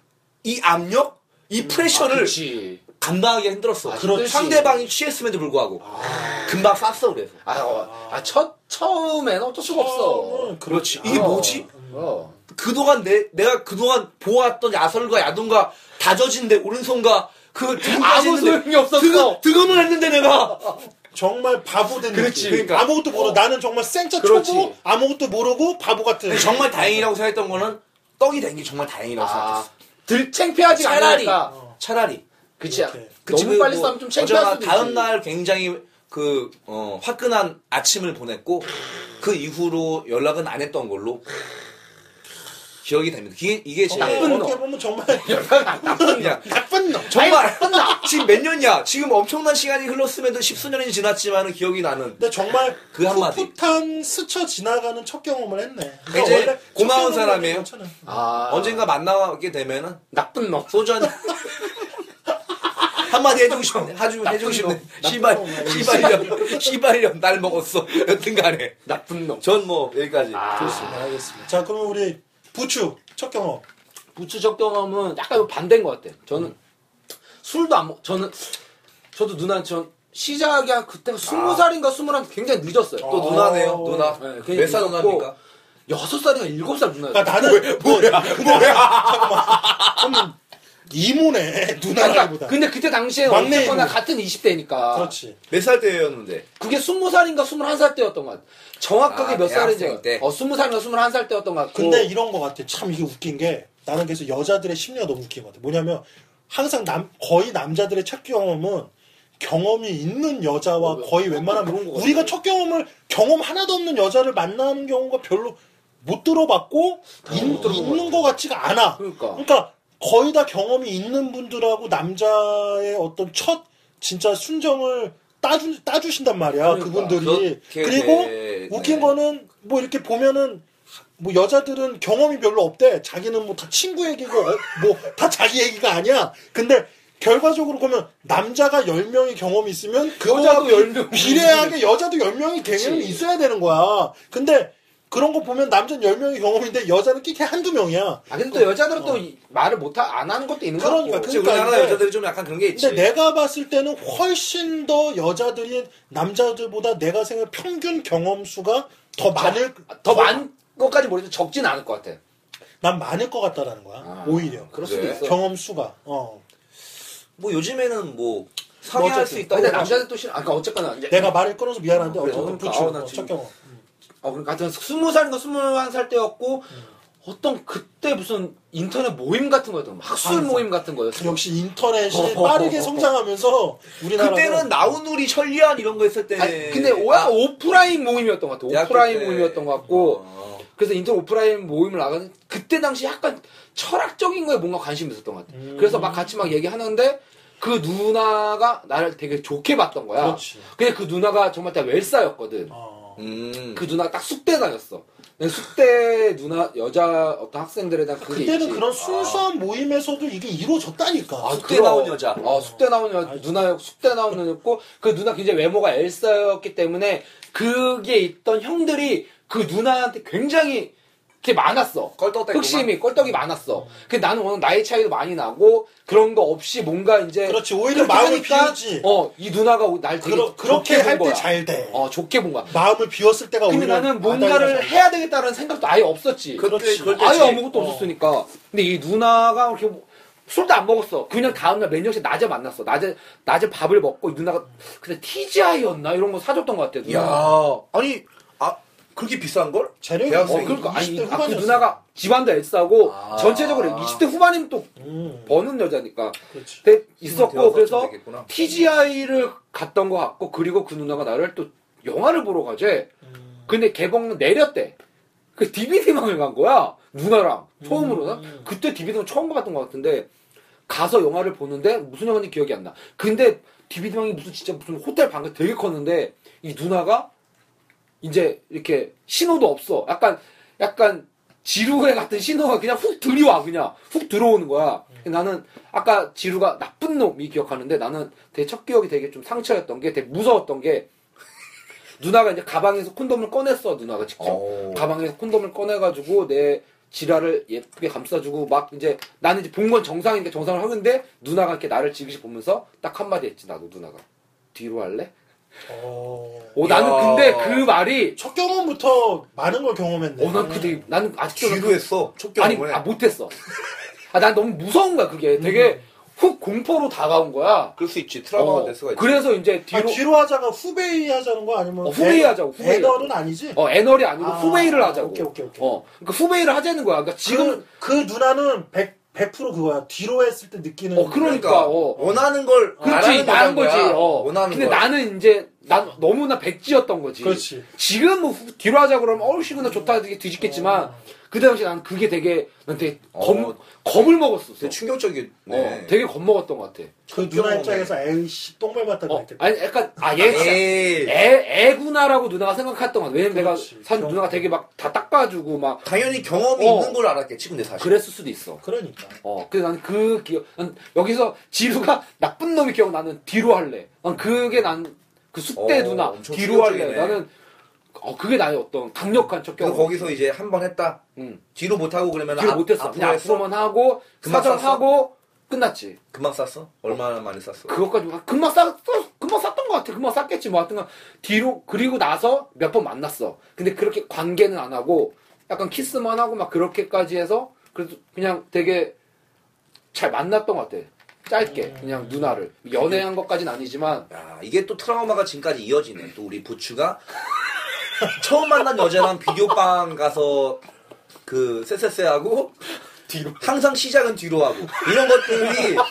[SPEAKER 3] 이 압력? 이
[SPEAKER 2] 아,
[SPEAKER 3] 프레셔를
[SPEAKER 2] 그치.
[SPEAKER 3] 감당하기가 힘들었어.
[SPEAKER 2] 아,
[SPEAKER 3] 그런
[SPEAKER 2] 힘들지.
[SPEAKER 3] 상대방이 취했음에도 불구하고. 금방 쌌어, 그래서.
[SPEAKER 2] 아, 어, 아, 첫, 처음엔 어쩔 수가 없어.
[SPEAKER 1] 처음은 그렇지.
[SPEAKER 3] 이게
[SPEAKER 2] 어,
[SPEAKER 3] 뭐지?
[SPEAKER 2] 어.
[SPEAKER 3] 그동안 내, 내가 그동안 보았던 야설과 야동과 다져진 내 오른손과 그 등까지
[SPEAKER 2] 아무
[SPEAKER 3] 했는데
[SPEAKER 2] 소용이
[SPEAKER 3] 등-
[SPEAKER 2] 없었어.
[SPEAKER 3] 등음을 했는데 내가
[SPEAKER 1] 정말 바보 된
[SPEAKER 3] 그렇지.
[SPEAKER 1] 느낌.
[SPEAKER 3] 그러니까.
[SPEAKER 1] 아무것도 모르고 나는 정말 생짜
[SPEAKER 2] 그렇지.
[SPEAKER 1] 초보 아무것도 모르고 바보 같은.
[SPEAKER 3] 근데 정말 다행이라고 생각했던 거는 떡이 된 게 정말 다행이라고
[SPEAKER 2] 아,
[SPEAKER 3] 생각했어.
[SPEAKER 2] 들, 창피하지
[SPEAKER 3] 차라리
[SPEAKER 2] 않으니까.
[SPEAKER 3] 차라리
[SPEAKER 2] 그치.
[SPEAKER 1] 이렇게.
[SPEAKER 2] 너무
[SPEAKER 3] 그치, 그
[SPEAKER 2] 빨리
[SPEAKER 3] 뭐
[SPEAKER 2] 싸면 좀 창피할
[SPEAKER 3] 어제가
[SPEAKER 2] 수도 있지.
[SPEAKER 3] 다음 날 굉장히 그 어, 화끈한 아침을 보냈고 그 이후로 연락은 안 했던 걸로 기억이 됩니다. 이게, 이게 제
[SPEAKER 1] 어떻게-
[SPEAKER 2] 나쁜
[SPEAKER 1] 어떻게
[SPEAKER 2] 놈.
[SPEAKER 1] 보면 정말
[SPEAKER 3] 그냥
[SPEAKER 1] 나쁜 놈.
[SPEAKER 3] 정말 지금 몇 년이야? 지금 엄청난 시간이 흘렀음에도 십수년이 지났지만 기억이 나는
[SPEAKER 1] 근데 정말
[SPEAKER 3] 그 한마디.
[SPEAKER 1] 풋풋한 스쳐 지나가는 첫 경험을 했네. 그러니까
[SPEAKER 3] 이제
[SPEAKER 1] 원래 첫
[SPEAKER 3] 고마운
[SPEAKER 1] 경험은
[SPEAKER 3] 사람이에요.
[SPEAKER 1] 괜찮아.
[SPEAKER 2] 아,
[SPEAKER 3] 언젠가 만나게 되면은
[SPEAKER 2] 나쁜 놈.
[SPEAKER 3] 소주 한
[SPEAKER 5] 한마디 해주고 싶네. 하주 해주고
[SPEAKER 2] 나쁜
[SPEAKER 5] 싶네.
[SPEAKER 2] 놈.
[SPEAKER 5] 씨발, 씨발년, 씨발년 날 먹었어. 여튼간에.
[SPEAKER 2] 나쁜 놈.
[SPEAKER 3] 전 뭐 여기까지.
[SPEAKER 2] 아,
[SPEAKER 1] 좋습니다. 아, 알겠습니다. 자, 그럼 우리 부추 첫 경험.
[SPEAKER 2] 부추적 경험은 약간 반대인 것 같아. 저는 술도 안 먹. 저는 저도 누나처럼 시작이 한 그때가 스무 살인가 스물한 굉장히 늦었어요.
[SPEAKER 5] 또 누나네요, 누나.
[SPEAKER 2] 네, 굉장히
[SPEAKER 5] 몇살
[SPEAKER 2] 늦었고
[SPEAKER 5] 누나입니까?
[SPEAKER 2] 여섯 살인가 일곱 살 누나였어요.
[SPEAKER 1] 그러니까 나는 뭐야? 잠깐만. 이모네
[SPEAKER 2] 그러니까
[SPEAKER 1] 누나라기보다.
[SPEAKER 2] 근데 그때 당시에
[SPEAKER 1] 막내
[SPEAKER 2] 어쨌거나
[SPEAKER 1] 이모.
[SPEAKER 2] 같은 20대니까
[SPEAKER 1] 그렇지.
[SPEAKER 3] 몇 살 때였는데?
[SPEAKER 2] 그게 20살인가 21살 때였던 것 같아. 정확하게
[SPEAKER 5] 아,
[SPEAKER 2] 몇 살인지.
[SPEAKER 5] 대학생 때?
[SPEAKER 2] 어, 20살인가 21살 때였던 것 같고.
[SPEAKER 1] 근데 이런 거 같아. 참 이게 웃긴 게 나는 그래서 여자들의 심리가 너무 웃긴 것 같아. 뭐냐면 항상 남 거의 남자들의 첫 경험은 경험이 있는 여자와
[SPEAKER 2] 어,
[SPEAKER 1] 거의
[SPEAKER 2] 그런
[SPEAKER 1] 웬만하면
[SPEAKER 2] 것 같아.
[SPEAKER 1] 우리가 첫 경험을 경험 하나도 없는 여자를 만나는 경우가 별로 못 들어봤고
[SPEAKER 2] 못
[SPEAKER 1] 있,
[SPEAKER 2] 들어본 것
[SPEAKER 1] 있는 것 같지가 않아.
[SPEAKER 2] 그러니까.
[SPEAKER 1] 그러니까 거의 다 경험이 있는 분들하고 남자의 어떤 첫 진짜 순정을 따주, 따주신단 말이야
[SPEAKER 2] 그러니까.
[SPEAKER 1] 그분들이
[SPEAKER 3] 그렇게
[SPEAKER 1] 그리고
[SPEAKER 3] 돼-
[SPEAKER 1] 웃긴
[SPEAKER 3] 네.
[SPEAKER 1] 거는 뭐 이렇게 보면은 뭐 여자들은 경험이 별로 없대 자기는 뭐 다 친구 얘기고 뭐 다 자기 얘기가 아니야 근데 결과적으로 보면 남자가 10명이 경험이 있으면 그거하고
[SPEAKER 2] 여자도 10 명이
[SPEAKER 1] 비례하게 여자도 10명이 개념이
[SPEAKER 2] 그치.
[SPEAKER 1] 있어야 되는 거야 근데 그런 거 보면 남자는 10명이 경험인데 여자는 끼게 한두 명이야
[SPEAKER 2] 아, 근데 또 여자들은 또 이- 말을 못, 하, 안 하는 것도 있는 거
[SPEAKER 1] 그러니까,
[SPEAKER 2] 같고.
[SPEAKER 1] 그-
[SPEAKER 5] 그치, 우리나라
[SPEAKER 1] 근데-
[SPEAKER 5] 여자들이 좀 약간 그런 게 있지.
[SPEAKER 1] 근데 내가 봤을 때는 훨씬 더 여자들이 남자들보다 내가 생각 평균 경험 수가 더 많을
[SPEAKER 2] 더 많은 것까지 모르겠는데 적진 않을 것 같아.
[SPEAKER 1] 난 많을 것 같다라는 거야
[SPEAKER 2] 아,
[SPEAKER 1] 오히려
[SPEAKER 2] 그럴 수도
[SPEAKER 3] 그래?
[SPEAKER 2] 있어.
[SPEAKER 1] 경험 수가 어
[SPEAKER 5] 뭐 요즘에는 뭐,
[SPEAKER 2] 뭐
[SPEAKER 5] 상의할
[SPEAKER 2] 어쨌든.
[SPEAKER 5] 수 있다고.
[SPEAKER 2] 근데 남자들 또 싫어. 아, 그러니까 어쨌거나. 이제
[SPEAKER 1] 내가 말을 끊어서 미안한데
[SPEAKER 2] 어, 그래,
[SPEAKER 1] 어쨌든
[SPEAKER 2] 그러니까.
[SPEAKER 1] 부추
[SPEAKER 2] 아우, 나
[SPEAKER 1] 어,
[SPEAKER 2] 지금-
[SPEAKER 1] 첫 경험
[SPEAKER 2] 어, 그러니까 하여튼 스무 살인가 스물한 살 때였고, 어떤 그때 무슨 인터넷 모임 같은 거였던 거 학술 모임 같은 거였어.
[SPEAKER 1] 역시 인터넷이 빠르게 성장하면서 우리나라
[SPEAKER 5] 그때는 나우누리 천리안 이런 거 했을 때.
[SPEAKER 2] 아니, 근데 와, 오프라인 모임이었던 것 같아.
[SPEAKER 5] 대학교
[SPEAKER 2] 오프라인
[SPEAKER 5] 때.
[SPEAKER 2] 모임이었던 것 같고,
[SPEAKER 5] 어.
[SPEAKER 2] 그래서 인터넷 오프라인 모임을 나가는 그때 당시 약간 철학적인 거에 뭔가 관심이 있었던 것 같아. 그래서 막 같이 막 얘기하는데 그 누나가 나를 되게 좋게 봤던 거야.
[SPEAKER 1] 그렇지.
[SPEAKER 2] 근데 그 누나가 정말 다 웰사였거든.
[SPEAKER 1] 어.
[SPEAKER 3] 음.
[SPEAKER 2] 그 누나가 딱 숙대 다녔어. 근데 숙대 누나 여자 어떤 학생들에 대한 그게
[SPEAKER 1] 그때는
[SPEAKER 2] 있지.
[SPEAKER 1] 그런 순수한 모임에서도 이게 이루어졌다니까
[SPEAKER 2] 아,
[SPEAKER 5] 숙대
[SPEAKER 2] 그럼.
[SPEAKER 5] 나온 여자.
[SPEAKER 2] 어, 숙대 나온 여 누나, 숙대 나온 여자였고, 그 누나 굉장히 외모가 엘사였기 때문에, 그게 있던 형들이 그 누나한테 굉장히, 이렇게 많았어.
[SPEAKER 5] 껄떡대고 막.
[SPEAKER 2] 흑심이, 껄떡이 많았어. 근데 나는 워낙 나이 차이도 많이 나고, 그런 거 없이 뭔가 이제.
[SPEAKER 1] 그렇지, 오히려
[SPEAKER 2] 그렇게
[SPEAKER 1] 마음을
[SPEAKER 2] 하니까,
[SPEAKER 1] 비우지.
[SPEAKER 2] 어, 이 누나가 날 되게.
[SPEAKER 1] 그러- 그렇게
[SPEAKER 2] 좋게 본
[SPEAKER 1] 할
[SPEAKER 2] 거야.
[SPEAKER 1] 때 잘 돼.
[SPEAKER 2] 어, 좋게 본 거야.
[SPEAKER 1] 마음을 비웠을 때가
[SPEAKER 2] 근데
[SPEAKER 1] 오히려
[SPEAKER 2] 나는
[SPEAKER 1] 아다이가
[SPEAKER 2] 뭔가를
[SPEAKER 1] 잘-
[SPEAKER 2] 해야 되겠다는 생각도 아예 없었지.
[SPEAKER 1] 그렇지.
[SPEAKER 5] 그때
[SPEAKER 2] 아예
[SPEAKER 5] 그렇지.
[SPEAKER 1] 어.
[SPEAKER 2] 아무것도 없었으니까. 근데 이 누나가 이렇게 뭐 술도 안 먹었어. 그냥 다음날 맨정신 낮에 만났어. 낮에 낮에 밥을 먹고 이 누나가 근데 TGI였나 이런 거 사줬던 것 같아. 누나.
[SPEAKER 5] 야
[SPEAKER 2] 어,
[SPEAKER 5] 아니, 아, 그렇게 비싼 걸?
[SPEAKER 1] 재력이
[SPEAKER 5] 대학생.
[SPEAKER 2] 어, 그러니까 아니
[SPEAKER 1] 20대
[SPEAKER 2] 아, 그
[SPEAKER 1] 후반이었어.
[SPEAKER 2] 누나가 집안도 애싸고
[SPEAKER 5] 아.
[SPEAKER 2] 전체적으로 20대 후반이면 또
[SPEAKER 1] 음,
[SPEAKER 2] 버는 여자니까
[SPEAKER 1] 그렇지.
[SPEAKER 2] 근데 있었고
[SPEAKER 5] 대화가
[SPEAKER 2] 그래서
[SPEAKER 5] 좀 되겠구나.
[SPEAKER 2] TGI를 갔던 것 같고 그리고 그 누나가 나를 또 영화를 보러 가재.
[SPEAKER 1] 음.
[SPEAKER 2] 근데 개봉 내렸대. 그 DVD방을 간 거야. 누나랑 처음으로 는 그때 DVD방 처음 가봤던 것 같은데 가서 영화를 보는데 무슨 영화인지 기억이 안 나. 근데 DVD방이 무슨 진짜 무슨 호텔 방이 되게 컸는데 이 누나가 이제 이렇게 신호도 없어. 약간 약간 지루해 같은 신호가 그냥 훅 들이와 그냥 훅 들어오는 거야. 나는 아까 지루가 나쁜 놈이 기억하는데 나는 되게 첫 기억이 되게 좀 상처였던 게 되게 무서웠던 게 누나가 이제 가방에서 콘돔을 꺼냈어 누나가 직접
[SPEAKER 5] 오.
[SPEAKER 2] 가방에서 콘돔을 꺼내가지고 내 지랄을 예쁘게 감싸주고 막 이제 나는 이제 본 건 정상인데 정상을 하는데 누나가 이렇게 나를 지그시 보면서 딱 한마디 했지 나도 누나가 뒤로 할래?
[SPEAKER 1] 어.
[SPEAKER 2] 오 나는
[SPEAKER 5] 야.
[SPEAKER 2] 근데 그 말이
[SPEAKER 1] 첫 경험부터 많은 걸 경험했네. 음.
[SPEAKER 2] 어난 그게 나는 아직도 난 그-
[SPEAKER 5] 뒤로 했어.
[SPEAKER 2] 아니,
[SPEAKER 5] 촉경을.
[SPEAKER 2] 아, 못했어. 아, 난 너무 무서운 거야, 그게. 되게 훅 공포로 다가온 거야.
[SPEAKER 3] 그럴 수 있지. 트라우마가
[SPEAKER 2] 어,
[SPEAKER 3] 될 수가 있지.
[SPEAKER 2] 그래서 이제
[SPEAKER 1] 아, 뒤로,
[SPEAKER 2] 뒤로,
[SPEAKER 1] 뒤로 하자가 후배이 하자는 거 아니면
[SPEAKER 2] 어, 후배이
[SPEAKER 1] 애-
[SPEAKER 2] 하자고, 후배이
[SPEAKER 1] 애널은 아니지?
[SPEAKER 2] 어, 애널이 아니고
[SPEAKER 1] 아,
[SPEAKER 2] 후베이를 하자고.
[SPEAKER 1] 오케이, 오케이, 오케이.
[SPEAKER 2] 어, 그러니까 후베이를 하자는 거야. 그러니까 지금,
[SPEAKER 1] 지금 그, 누나는 100, 100% 그거야. 뒤로 했을 때 느끼는
[SPEAKER 2] 어, 그러니까, 어.
[SPEAKER 5] 원하는 걸
[SPEAKER 2] 그렇지,
[SPEAKER 5] 말하는
[SPEAKER 2] 나는
[SPEAKER 5] 거야.
[SPEAKER 2] 거지. 어.
[SPEAKER 5] 원하는
[SPEAKER 2] 근데
[SPEAKER 5] 걸.
[SPEAKER 2] 나는 이제 난 너무나 백지였던 거지.
[SPEAKER 1] 그렇지.
[SPEAKER 2] 지금 뭐 후- 뒤로 하자 그러면 어우 시구나 좋다 되게 뒤집겠지만 그 당시 난 그게 되게 난 되게 겁
[SPEAKER 3] 어.
[SPEAKER 2] 겁을 먹었었어.
[SPEAKER 3] 되게 충격적이네.
[SPEAKER 2] 어, 되게 겁먹었던 것 같아.
[SPEAKER 1] 그 누나 입장에서 에이씨 똥 밟았다
[SPEAKER 2] 어,
[SPEAKER 1] 그랬겠다.
[SPEAKER 2] 아니 약간 아 얘. 진짜
[SPEAKER 3] 에이.
[SPEAKER 2] 애, 애구나라고 누나가 생각했던 것 같아. 왜냐면
[SPEAKER 1] 그렇지.
[SPEAKER 2] 내가 산 누나가 되게 막 다 닦아주고 막
[SPEAKER 3] 당연히 경험이
[SPEAKER 2] 어.
[SPEAKER 3] 있는 걸 알았겠지, 근데 사실.
[SPEAKER 2] 그랬을 수도 있어.
[SPEAKER 1] 그러니까.
[SPEAKER 2] 어, 그래서 난 그 기억, 난 여기서 지루가 나쁜 놈이 기억 나는 뒤로 할래. 난 그게 난 그 숙대
[SPEAKER 3] 어,
[SPEAKER 2] 누나
[SPEAKER 3] 엄청
[SPEAKER 2] 뒤로 할래.
[SPEAKER 3] 충격적이네.
[SPEAKER 2] 나는 어 그게 나의 어떤 강력한 첫
[SPEAKER 3] 그래서
[SPEAKER 2] 경험.
[SPEAKER 3] 거기서 이제 한 번 했다.
[SPEAKER 2] 응.
[SPEAKER 3] 뒤로 못하고 그러면
[SPEAKER 2] 음. 뒤로
[SPEAKER 3] 앞-
[SPEAKER 2] 못했어. 그냥
[SPEAKER 3] 했어?
[SPEAKER 2] 앞으로만 하고
[SPEAKER 3] 그만
[SPEAKER 2] 사정하고 끝났지.
[SPEAKER 3] 금방 쌌어? 얼마나 많이 쌌어?
[SPEAKER 2] 그것까지 막 금방 쌌 금방 쌌던 것 같아. 금방 쌌겠지 뭐 하여튼간 뒤로 그리고 나서 몇 번 만났어. 근데 그렇게 관계는 안 하고 약간 키스만 하고 막 그렇게까지 해서 그래도 그냥 되게 잘 만났던 것 같아. 짧게
[SPEAKER 1] 음.
[SPEAKER 2] 그냥 누나를 연애한 것까진 아니지만
[SPEAKER 3] 야, 이게 또 트라우마가 지금까지 이어지네. 또 우리 부추가 처음 만난 여자랑 비디오방 가서 그 쎄쎄쎄하고
[SPEAKER 1] 뒤로.
[SPEAKER 3] 항상 시작은 뒤로 하고 이런 것들이
[SPEAKER 1] 결국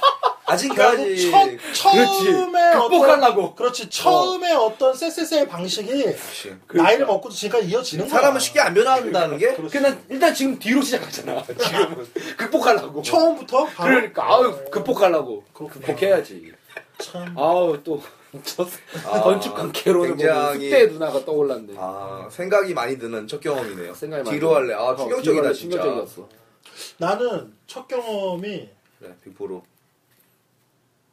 [SPEAKER 3] 아직까지
[SPEAKER 1] 첫, 처음에
[SPEAKER 2] 극복하려고.
[SPEAKER 1] 어떤, 그렇지 처음에 어. 떤 쎄쎄쎄의 방식이
[SPEAKER 3] 그치.
[SPEAKER 1] 나이를 먹고도 지금까지 이어지는 거야.
[SPEAKER 3] 사람은 쉽게 안 변한다는 게
[SPEAKER 2] 그냥 일단 지금 뒤로 시작하잖아. 지금은 극복하려고.
[SPEAKER 1] 처음부터 바로
[SPEAKER 2] 그러니까 아유 극복하려고.
[SPEAKER 1] 그렇구나.
[SPEAKER 2] 극복해야지.
[SPEAKER 1] 참
[SPEAKER 2] 아우 또 저
[SPEAKER 3] 아,
[SPEAKER 2] 건축 관계로는
[SPEAKER 3] 굉장히-
[SPEAKER 2] 숙대 누나가 떠올랐네.
[SPEAKER 3] 아, 생각이 많이 드는 첫 경험이네요.
[SPEAKER 2] 생각이 많이
[SPEAKER 3] 뒤로 할래. 아,
[SPEAKER 2] 어, 뒤로
[SPEAKER 3] 충격적이다
[SPEAKER 2] 할래.
[SPEAKER 3] 진짜.
[SPEAKER 2] 충격적이었어.
[SPEAKER 1] 나는 첫 경험이
[SPEAKER 3] 네, 빅포로.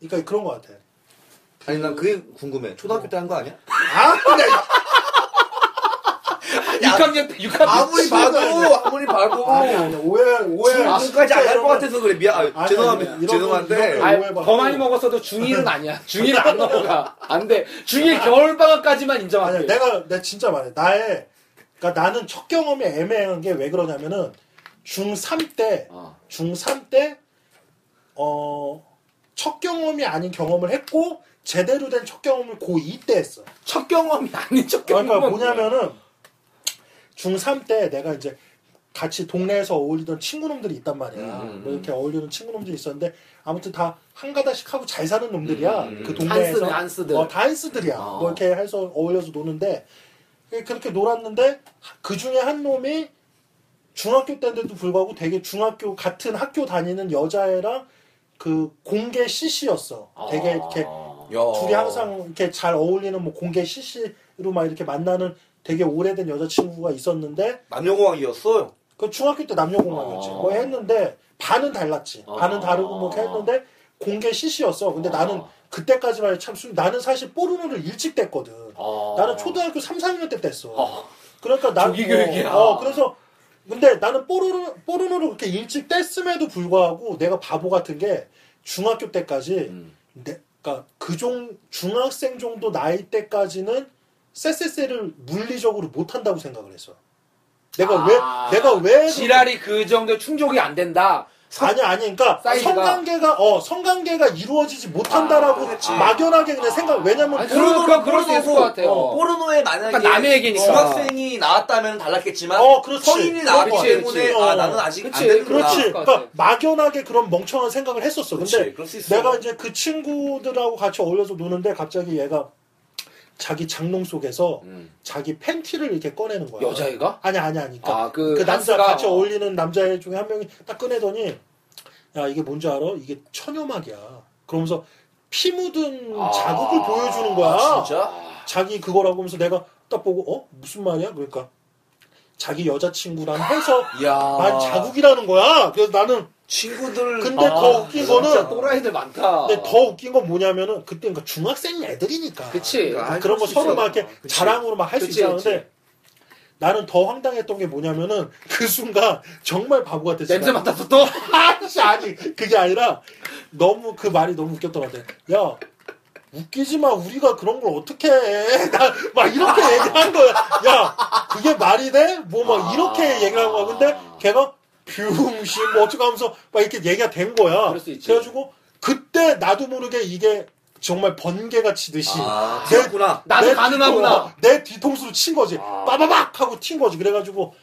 [SPEAKER 1] 그러니까 그런 것 같아.
[SPEAKER 3] 아니 난 그게 궁금해. 초등학교 때 한 거 아니야?
[SPEAKER 1] 아 근데
[SPEAKER 2] 6학년 때 6학년
[SPEAKER 3] 아무리 봐도 아무리
[SPEAKER 1] 아니,
[SPEAKER 3] 봐도
[SPEAKER 1] 아니, 오해 오해
[SPEAKER 3] 지금까지 안 할 것 같아서 그래. 미안. 아,
[SPEAKER 1] 아니,
[SPEAKER 3] 죄송합니다.
[SPEAKER 1] 아니, 이런 거,
[SPEAKER 3] 죄송한데
[SPEAKER 1] 이런
[SPEAKER 2] 아이, 뭐
[SPEAKER 1] 오해받고.
[SPEAKER 2] 더 많이 먹었어도 중2는 아니야. 중2는 안 넘어가. 안 돼. 중2 겨울방학까지만
[SPEAKER 1] 아니야
[SPEAKER 2] 인정할게.
[SPEAKER 1] 내가 내가 진짜 말해. 나의 그러니까 나는 첫 경험이 애매한 게 왜 그러냐면은 중3 때
[SPEAKER 2] 어.
[SPEAKER 1] 중3 때, 어, 첫 경험이 아닌 경험을 했고, 제대로 된 첫 경험을 고2 때 했어.
[SPEAKER 2] 첫 경험이 아닌 첫 경험은
[SPEAKER 1] 그러니까 뭐냐면은, 중3 때 내가 이제 같이 동네에서 어울리던 친구놈들이 있단
[SPEAKER 2] 음,
[SPEAKER 1] 말이야. 뭐 이렇게 어울리는 친구놈들이 있었는데, 아무튼 다 한가닥씩 하고 잘 사는
[SPEAKER 2] 음,
[SPEAKER 1] 놈들이야. 그 동네에서.
[SPEAKER 2] 한스들, 한스들.
[SPEAKER 1] 어, 다 한스들이야.
[SPEAKER 2] 어.
[SPEAKER 1] 뭐 이렇게 해서 어울려서 노는데, 그렇게 놀았는데, 그 중에 한 놈이 중학교 때인데도 불구하고 되게 중학교 같은 학교 다니는 여자애랑 그 공개 CC였어.
[SPEAKER 2] 아.
[SPEAKER 1] 되게 이렇게
[SPEAKER 2] 어.
[SPEAKER 3] 야.
[SPEAKER 1] 둘이 항상 이렇게 잘 어울리는 뭐 공개 CC로 막 이렇게 만나는 되게 오래된 여자친구가 있었는데
[SPEAKER 3] 남녀공학이었어요.
[SPEAKER 1] 그 중학교 때 남녀공학이었지.
[SPEAKER 2] 어.
[SPEAKER 1] 뭐 했는데 반은 달랐지.
[SPEAKER 2] 어.
[SPEAKER 1] 반은 다르고 뭐 이렇게 했는데 공개 CC였어. 근데
[SPEAKER 2] 어.
[SPEAKER 1] 나는 그때까지만 해도 참 순- 나는 사실 뽀르노를 일찍 뗐거든.
[SPEAKER 2] 어.
[SPEAKER 1] 나는 초등학교 3, 4학년 때 뗐어.
[SPEAKER 2] 어.
[SPEAKER 1] 그러니까 난
[SPEAKER 2] 조기 교육이야.
[SPEAKER 1] 어, 어, 그래서 근데 나는 뽀르르 뽀르르를 그렇게 일찍 뗐음에도 불구하고 내가 바보 같은 게 중학교 때까지
[SPEAKER 2] 음.
[SPEAKER 1] 내, 그러니까 그종 중학생 정도 나이 때까지는 쎄쎄쎄를 물리적으로 못 한다고 생각을 했어. 내가
[SPEAKER 2] 아.
[SPEAKER 1] 왜 내가 왜
[SPEAKER 2] 지랄이 그 정도 충족이 안 된다.
[SPEAKER 1] 아니 아니 그러니까
[SPEAKER 2] 사이즈가-
[SPEAKER 1] 성관계가 어 성관계가 이루어지지 못한다라고
[SPEAKER 3] 아, 그렇지.
[SPEAKER 1] 막연하게 그냥 생각 왜냐면
[SPEAKER 2] 아니, 그러니까 그럴 수 있을 것 같아요.
[SPEAKER 3] 어, 포르노에 만약에
[SPEAKER 2] 그러니까 남의 얘기니까.
[SPEAKER 3] 중학생이 나왔다면 달랐겠지만
[SPEAKER 1] 어, 그렇지.
[SPEAKER 3] 성인이 나왔기
[SPEAKER 2] 그렇지,
[SPEAKER 3] 때문에
[SPEAKER 1] 그렇지.
[SPEAKER 3] 아
[SPEAKER 1] 어.
[SPEAKER 3] 나는 아직
[SPEAKER 2] 그렇지,
[SPEAKER 3] 안 되는구나.
[SPEAKER 1] 그렇지.
[SPEAKER 2] 것
[SPEAKER 1] 그러니까
[SPEAKER 2] 같아.
[SPEAKER 1] 막연하게 그런 멍청한 생각을 했었어. 근데
[SPEAKER 3] 그렇지, 그럴 수 있어. 아,
[SPEAKER 1] 내가 이제 그 친구들하고 같이 어울려서 노는데 갑자기 얘가 자기 장롱 속에서
[SPEAKER 3] 음.
[SPEAKER 1] 자기 팬티를 이렇게 꺼내는 거야.
[SPEAKER 2] 여자애가?
[SPEAKER 1] 아니 아니 아니. 그러니까
[SPEAKER 2] 아, 그
[SPEAKER 1] 그 남자
[SPEAKER 2] 한스가-
[SPEAKER 1] 같이 어울리는 남자 중에 한 명이 딱 꺼내더니 야 이게 뭔지 알아? 이게 천연막이야. 그러면서 피 묻은
[SPEAKER 2] 아,
[SPEAKER 1] 음, 자국을 보여주는 거야.
[SPEAKER 3] 아, 진짜?
[SPEAKER 1] 자기 그거라고 하면서 내가 딱 보고 어 무슨 말이야? 그러니까 자기 여자친구랑 해서
[SPEAKER 3] 야.
[SPEAKER 2] 아.
[SPEAKER 1] 난 아, 자국이라는 거야. 그래서 나는
[SPEAKER 3] 친구들
[SPEAKER 1] 근데
[SPEAKER 2] 아,
[SPEAKER 1] 더 웃긴
[SPEAKER 2] 진짜
[SPEAKER 1] 거는
[SPEAKER 2] 또라이들 많다.
[SPEAKER 1] 근데 더 웃긴 건 뭐냐면은 그때 그러니까 중학생 애들이니까
[SPEAKER 2] 그치.
[SPEAKER 1] 그러니까
[SPEAKER 3] 아,
[SPEAKER 1] 그런 거
[SPEAKER 3] 할수
[SPEAKER 1] 서로 막
[SPEAKER 3] 있어.
[SPEAKER 1] 이렇게 자랑으로 막 할 수
[SPEAKER 2] 그치,
[SPEAKER 1] 있었는데 나는 더 황당했던 게 뭐냐면은 그 순간 정말 바보 같았어.
[SPEAKER 2] 냄새 맡아서 또.
[SPEAKER 1] 아씨 아니 그게 아니라 너무 그 말이 너무 웃겼던 것 같아. 야 웃기지 마 우리가 그런 걸 어떻게 해? 나 막 이렇게 얘기한 거야. 야 그게 말이 돼? 뭐 막 이렇게 얘기를 한 거야. 근데 걔가 뷰음씨 뭐 어쩌고 하면서 막 이렇게 얘기가 된 거야.
[SPEAKER 2] 그럴 수 있지.
[SPEAKER 1] 그래가지고 그때 나도 모르게 이게 정말 번개가 치듯이
[SPEAKER 3] 아,
[SPEAKER 1] 내-
[SPEAKER 3] 그렇구나.
[SPEAKER 2] 나도
[SPEAKER 1] 내
[SPEAKER 2] 가능하구나.
[SPEAKER 1] 뒤통- 내 뒤통수로 친 거지.
[SPEAKER 2] 아.
[SPEAKER 1] 빠바박 하고 튄 거지. 그래가지고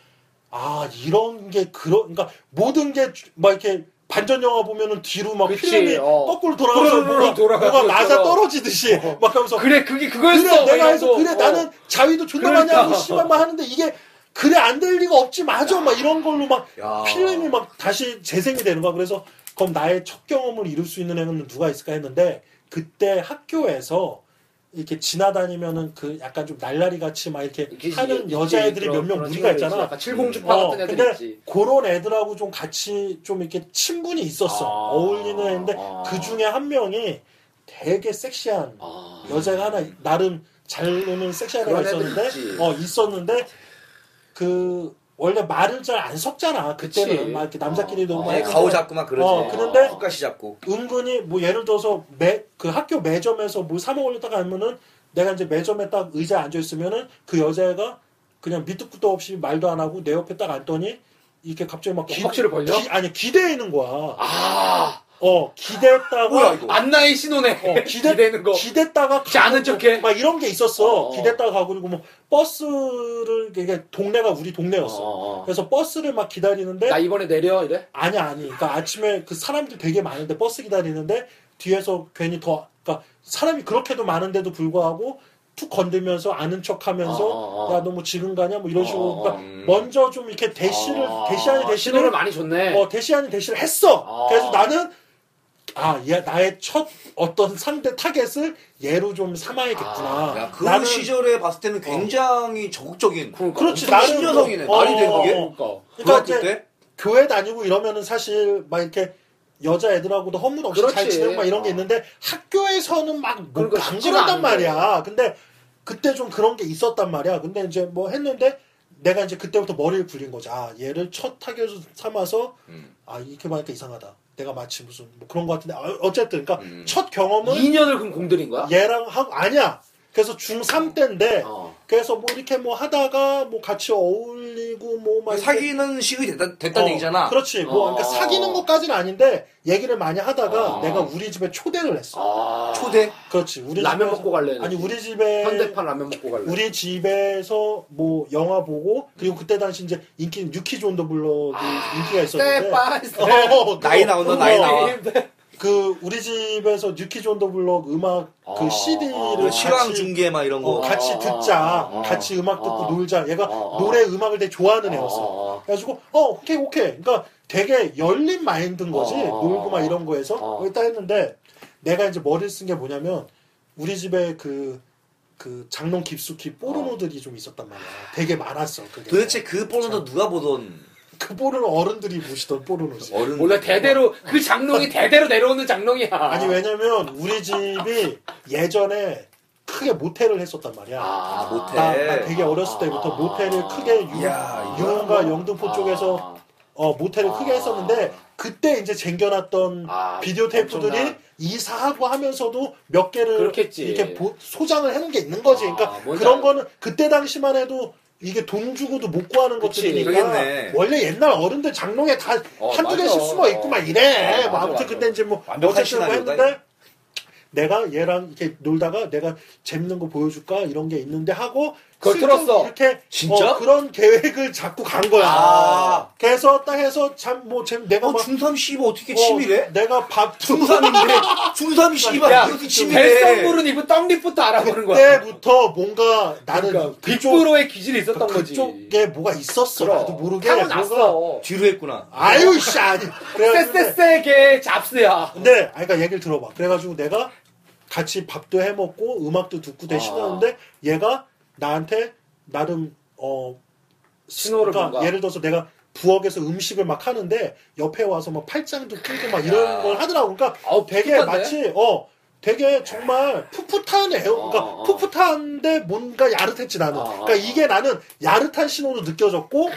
[SPEAKER 1] 아 이런 게 그런 그러니까 모든 게 막 이렇게 반전 영화 보면은 뒤로 막
[SPEAKER 2] 그치,
[SPEAKER 1] 필름이
[SPEAKER 2] 어.
[SPEAKER 1] 거꾸로 돌아가서
[SPEAKER 2] 꼬르르르
[SPEAKER 1] 뭐가,
[SPEAKER 2] 돌아가는
[SPEAKER 1] 뭐가 맞아
[SPEAKER 2] 것처럼.
[SPEAKER 1] 떨어지듯이 막 하면서
[SPEAKER 2] 그래 그게 그거였어.
[SPEAKER 1] 그래 내가
[SPEAKER 2] 막
[SPEAKER 1] 해서
[SPEAKER 2] 이러고.
[SPEAKER 1] 그래
[SPEAKER 2] 어.
[SPEAKER 1] 나는 자위도 존나
[SPEAKER 2] 그러니까.
[SPEAKER 1] 많이 하고 씨발만 하는데 이게 그래 안 될 리가 없지 맞아 막 이런 걸로 막
[SPEAKER 2] 아.
[SPEAKER 5] 야.
[SPEAKER 1] 필름이 막 다시 재생이 되는 거야 그래서 그럼 나의 첫 경험을 이룰 수 있는 애는 누가 있을까 했는데 그때 학교에서 이렇게 지나다니면은 그 약간 좀 날라리 같이 막 이렇게
[SPEAKER 2] 이게
[SPEAKER 1] 하는
[SPEAKER 2] 이제
[SPEAKER 1] 여자애들이
[SPEAKER 2] 그런-
[SPEAKER 1] 몇명
[SPEAKER 2] 그런
[SPEAKER 1] 무리가
[SPEAKER 2] 친구들 있지.
[SPEAKER 1] 있잖아
[SPEAKER 2] 약간 칠공주파
[SPEAKER 1] 어,
[SPEAKER 2] 같은 애들
[SPEAKER 1] 근데
[SPEAKER 2] 있지.
[SPEAKER 1] 그런 애들하고 좀 같이 좀 이렇게 친분이 있었어.
[SPEAKER 2] 아.
[SPEAKER 1] 어울리는 애인데
[SPEAKER 2] 아.
[SPEAKER 1] 그 중에 한 명이 되게 섹시한
[SPEAKER 2] 아.
[SPEAKER 1] 여자가 하나 나름 잘 노는 섹시한 애가
[SPEAKER 2] 그런 애들
[SPEAKER 1] 있었는데
[SPEAKER 2] 있지.
[SPEAKER 1] 어 있었는데 그 원래 말을 잘 안 섞잖아. 그때는
[SPEAKER 2] 그치.
[SPEAKER 1] 막 이렇게 남자끼리도
[SPEAKER 2] 어.
[SPEAKER 3] 네,
[SPEAKER 1] 막
[SPEAKER 2] 아니,
[SPEAKER 5] 아예
[SPEAKER 1] 했는데
[SPEAKER 5] 가오 잡고 막 그러지.
[SPEAKER 1] 어, 그런데-
[SPEAKER 5] 헛가시 잡고.
[SPEAKER 1] 은근히 뭐 예를 들어서 매 그 학교 매점에서 뭘 사 먹으려다가 하면은 내가 이제 매점에 딱 의자에 앉아 있으면은 그 여자애가 그냥 밑도 끝도 없이 말도 안 하고 내 옆에 딱 앉더니 이렇게 갑자기 막 기-
[SPEAKER 2] 어, 확실히 벌려?
[SPEAKER 1] 기- 아니 기대해 있는 거야.
[SPEAKER 2] 아,
[SPEAKER 1] 어 기대했다가
[SPEAKER 5] 뭐야, 이거?
[SPEAKER 2] 안나의 신혼에
[SPEAKER 1] 어, 기대,
[SPEAKER 2] 기대는 거.
[SPEAKER 1] 기댔다가
[SPEAKER 2] 혹시 아는
[SPEAKER 1] 가고
[SPEAKER 2] 척해?
[SPEAKER 1] 막 이런 게 있었어.
[SPEAKER 2] 어.
[SPEAKER 1] 기댔다가 가고 그리고 뭐 버스를 그러니까 동네가 우리 동네였어.
[SPEAKER 2] 어, 어.
[SPEAKER 1] 그래서 버스를 막 기다리는데
[SPEAKER 2] 나 이번에 내려 이래.
[SPEAKER 1] 아니 아니. 그러니까 아침에 그 사람들 되게 많은데 버스 기다리는데 뒤에서 괜히 더 그러니까 사람이 그렇게도 많은데도 불구하고 툭 건들면서 아는
[SPEAKER 2] 어, 어,
[SPEAKER 1] 척하면서
[SPEAKER 2] 어.
[SPEAKER 1] 야 너 뭐 지금 가냐 뭐 이런 식으로
[SPEAKER 2] 어,
[SPEAKER 1] 그러니까
[SPEAKER 5] 음.
[SPEAKER 1] 먼저 좀 이렇게 대시를 대시 아닌
[SPEAKER 2] 신호를
[SPEAKER 1] 대시를
[SPEAKER 2] 많이 줬네.
[SPEAKER 1] 어, 대시 아닌 대시를 했어.
[SPEAKER 2] 아.
[SPEAKER 1] 그래서 나는 아, 얘 나의 첫 어떤 상대 타겟을 얘로 좀 삼아야겠구나.
[SPEAKER 2] 아,
[SPEAKER 3] 야, 그
[SPEAKER 1] 나는 어.
[SPEAKER 3] 시절에 봤을 때는 굉장히 적극적인.
[SPEAKER 2] 그러니까.
[SPEAKER 1] 그렇지
[SPEAKER 3] 엄청
[SPEAKER 1] 나는
[SPEAKER 3] 신여성이네.
[SPEAKER 1] 어,
[SPEAKER 3] 말이 돼, 그게?
[SPEAKER 1] 어, 어.
[SPEAKER 2] 그러니까.
[SPEAKER 1] 그러니까
[SPEAKER 3] 고등학교
[SPEAKER 1] 이제
[SPEAKER 3] 때?
[SPEAKER 1] 교회 다니고 이러면은 사실 막 이렇게 여자 애들하고도 허물 없이
[SPEAKER 2] 그렇지.
[SPEAKER 1] 잘 지내고 막 이런 게
[SPEAKER 2] 어.
[SPEAKER 1] 있는데 학교에서는 막안
[SPEAKER 2] 그러니까 쉽지가
[SPEAKER 1] 그런단
[SPEAKER 2] 않은
[SPEAKER 1] 말이야. 근데 그때 좀 그런 게 있었단 말이야. 근데 이제 뭐 했는데 내가 이제 그때부터 머리를 굴린 거지. 아 얘를 첫 타겟으로 삼아서
[SPEAKER 5] 음.
[SPEAKER 1] 아 이렇게 말하니까 이상하다. 내가 마치 무슨 뭐 그런 거 같은데 아, 어쨌든 그러니까
[SPEAKER 5] 음.
[SPEAKER 1] 첫 경험은
[SPEAKER 2] 2년을 그럼 공들인 거야?
[SPEAKER 1] 얘랑 하고 아니야. 그래서 중3 때인데
[SPEAKER 2] 어.
[SPEAKER 1] 그래서 뭐 이렇게 뭐 하다가 뭐 같이 어울리고 뭐막
[SPEAKER 3] 사귀는 식이 됐다, 됐다는
[SPEAKER 1] 어,
[SPEAKER 3] 얘기잖아.
[SPEAKER 1] 그렇지. 뭐, 그러니까
[SPEAKER 2] 어.
[SPEAKER 1] 사귀는 것까지는 아닌데, 얘기를 많이 하다가
[SPEAKER 2] 어.
[SPEAKER 1] 내가 우리 집에 초대를 했어.
[SPEAKER 2] 아.
[SPEAKER 3] 초대?
[SPEAKER 1] 그렇지. 우리
[SPEAKER 2] 라면
[SPEAKER 1] 집에서-
[SPEAKER 2] 먹고 갈래.
[SPEAKER 1] 아니, 우리 집에.
[SPEAKER 2] 현대판 라면 먹고 갈래.
[SPEAKER 1] 우리 집에서 뭐 영화 보고 그리고 그때 당시 이제 인기 유키존더 블러도
[SPEAKER 2] 아.
[SPEAKER 1] 인기가 있었는데
[SPEAKER 2] 스텝 바이 스텝.
[SPEAKER 1] 어,
[SPEAKER 3] 아, 나이
[SPEAKER 1] 그거,
[SPEAKER 3] 나온다, 나이
[SPEAKER 1] 그거.
[SPEAKER 3] 나와.
[SPEAKER 1] 그 우리 집에서 뉴키존더 블럭 음악 그
[SPEAKER 2] 아,
[SPEAKER 1] CD를
[SPEAKER 2] 아,
[SPEAKER 3] 그
[SPEAKER 2] 어,
[SPEAKER 3] 실황
[SPEAKER 1] 같이
[SPEAKER 3] 중계 막 이런 거.
[SPEAKER 1] 어, 같이 듣자,
[SPEAKER 2] 아, 아,
[SPEAKER 1] 같이 음악 듣고
[SPEAKER 2] 아.
[SPEAKER 1] 놀자. 얘가
[SPEAKER 2] 아, 아.
[SPEAKER 1] 노래 음악을 되게 좋아하는
[SPEAKER 2] 아,
[SPEAKER 1] 애였어.
[SPEAKER 2] 아.
[SPEAKER 1] 그래가지고 어 오케이 오케이. 그러니까 되게 열린 마인드인 거지.
[SPEAKER 2] 아, 아,
[SPEAKER 1] 놀고 막 이런 거에서
[SPEAKER 2] 아.
[SPEAKER 1] 일단 했는데 내가 이제 머리를 쓴 게 뭐냐면 우리 집에 그. 그 장롱 깊숙이 뽀르노들이
[SPEAKER 2] 아.
[SPEAKER 1] 좀 있었단 말이야. 되게 많았어. 그게.
[SPEAKER 3] 도대체 그 뽀로도 누가 보던
[SPEAKER 1] 그 뽀르노 어른들이 보시던 뽀르노지.
[SPEAKER 3] 어른.
[SPEAKER 2] 몰라 대대로 그 장롱이 대대로 내려오는 장롱이야.
[SPEAKER 1] 음. 아. 아니 왜냐면 우리 집이 예전에 크게 모텔을 했었단 말이야.
[SPEAKER 2] 아,
[SPEAKER 3] 모텔.
[SPEAKER 1] 나, 나 되게 어렸을 때부터
[SPEAKER 2] 아.
[SPEAKER 1] 모텔을 크게 유,
[SPEAKER 3] 이야, 이거.
[SPEAKER 1] 용과 영등포 쪽에서 어, 모텔을 크게
[SPEAKER 2] 아.
[SPEAKER 1] 했었는데 그때 이제 쟁겨놨던
[SPEAKER 2] 아,
[SPEAKER 1] 비디오 테이프들이
[SPEAKER 2] 엄청난.
[SPEAKER 1] 이사하고 하면서도 몇 개를
[SPEAKER 2] 그렇겠지.
[SPEAKER 1] 이렇게 보- 소장을 해놓은 게 있는 거지.
[SPEAKER 2] 아,
[SPEAKER 1] 그러니까
[SPEAKER 2] 뭔지
[SPEAKER 1] 그런
[SPEAKER 2] 알-
[SPEAKER 1] 거는 그때 당시만 해도 이게 돈 주고도 못 구하는
[SPEAKER 2] 그치,
[SPEAKER 1] 것들이니까
[SPEAKER 3] 그러겠네.
[SPEAKER 1] 원래 옛날 어른들 장롱에 다
[SPEAKER 2] 어,
[SPEAKER 1] 한두
[SPEAKER 2] 맞아.
[SPEAKER 1] 개씩 숨어 있고 막 이래.
[SPEAKER 2] 어,
[SPEAKER 1] 뭐
[SPEAKER 2] 맞아,
[SPEAKER 1] 아무튼
[SPEAKER 2] 맞아.
[SPEAKER 1] 근데 이제 뭐
[SPEAKER 3] 완벽한
[SPEAKER 1] 어쨌든 뭐
[SPEAKER 3] 시나리오다,
[SPEAKER 1] 했는데 내가 얘랑 이렇게 놀다가 내가 재밌는 거 보여줄까 이런 게 있는데 하고
[SPEAKER 2] 그걸
[SPEAKER 1] 슬쩍
[SPEAKER 2] 틀었어.
[SPEAKER 1] 이렇게
[SPEAKER 3] 진짜?
[SPEAKER 1] 어, 그런 계획을 잡고 간 거야.
[SPEAKER 3] 아.
[SPEAKER 1] 그래서 딱 해서 참 뭐 재밌 내가
[SPEAKER 3] 어,
[SPEAKER 1] 막
[SPEAKER 3] 중3 씨발 어떻게
[SPEAKER 1] 어,
[SPEAKER 3] 치밀해?
[SPEAKER 1] 내가 밥도
[SPEAKER 3] 중3인데. 중3 씨발
[SPEAKER 2] 야,
[SPEAKER 3] 어떻게 치밀해?
[SPEAKER 2] 벨성물은 입은 떡잎부터 알아보는 거야.
[SPEAKER 1] 그때부터 뭔가 나는
[SPEAKER 2] 그러니까
[SPEAKER 1] 그쪽
[SPEAKER 2] 빅브로의 기질이 있었던 거지.
[SPEAKER 1] 그러니까 그쪽에 뭐가 있었어.
[SPEAKER 2] 그럼.
[SPEAKER 1] 나도 모르게 뭔가
[SPEAKER 2] 타고났어.
[SPEAKER 3] 뒤로 했구나.
[SPEAKER 1] 아유 씨 아니. 그래가지고 그러니까
[SPEAKER 2] 쎄쎄쎄게 잡스야.
[SPEAKER 1] 근데 아이까 얘기를 들어봐. 그래가지고 내가 같이 밥도 해 먹고 음악도 듣고 되게
[SPEAKER 2] 아.
[SPEAKER 1] 신나는데 얘가 나한테 나름 어
[SPEAKER 2] 신호를
[SPEAKER 1] 그러니까
[SPEAKER 2] 뭔가.
[SPEAKER 1] 예를 들어서 내가 부엌에서 음식을 막 하는데 옆에 와서 막 팔짱도 끼고 막 이런
[SPEAKER 5] 야.
[SPEAKER 1] 걸 하더라고. 그러니까
[SPEAKER 2] 아우,
[SPEAKER 1] 되게
[SPEAKER 2] 풋풋한데?
[SPEAKER 1] 마치 어 되게 정말 풋풋한 애요. 그러니까
[SPEAKER 2] 어, 어.
[SPEAKER 1] 풋풋한데 뭔가 야릇했지 나는.
[SPEAKER 2] 어, 어.
[SPEAKER 1] 그러니까 이게 나는 야릇한 신호로 느껴졌고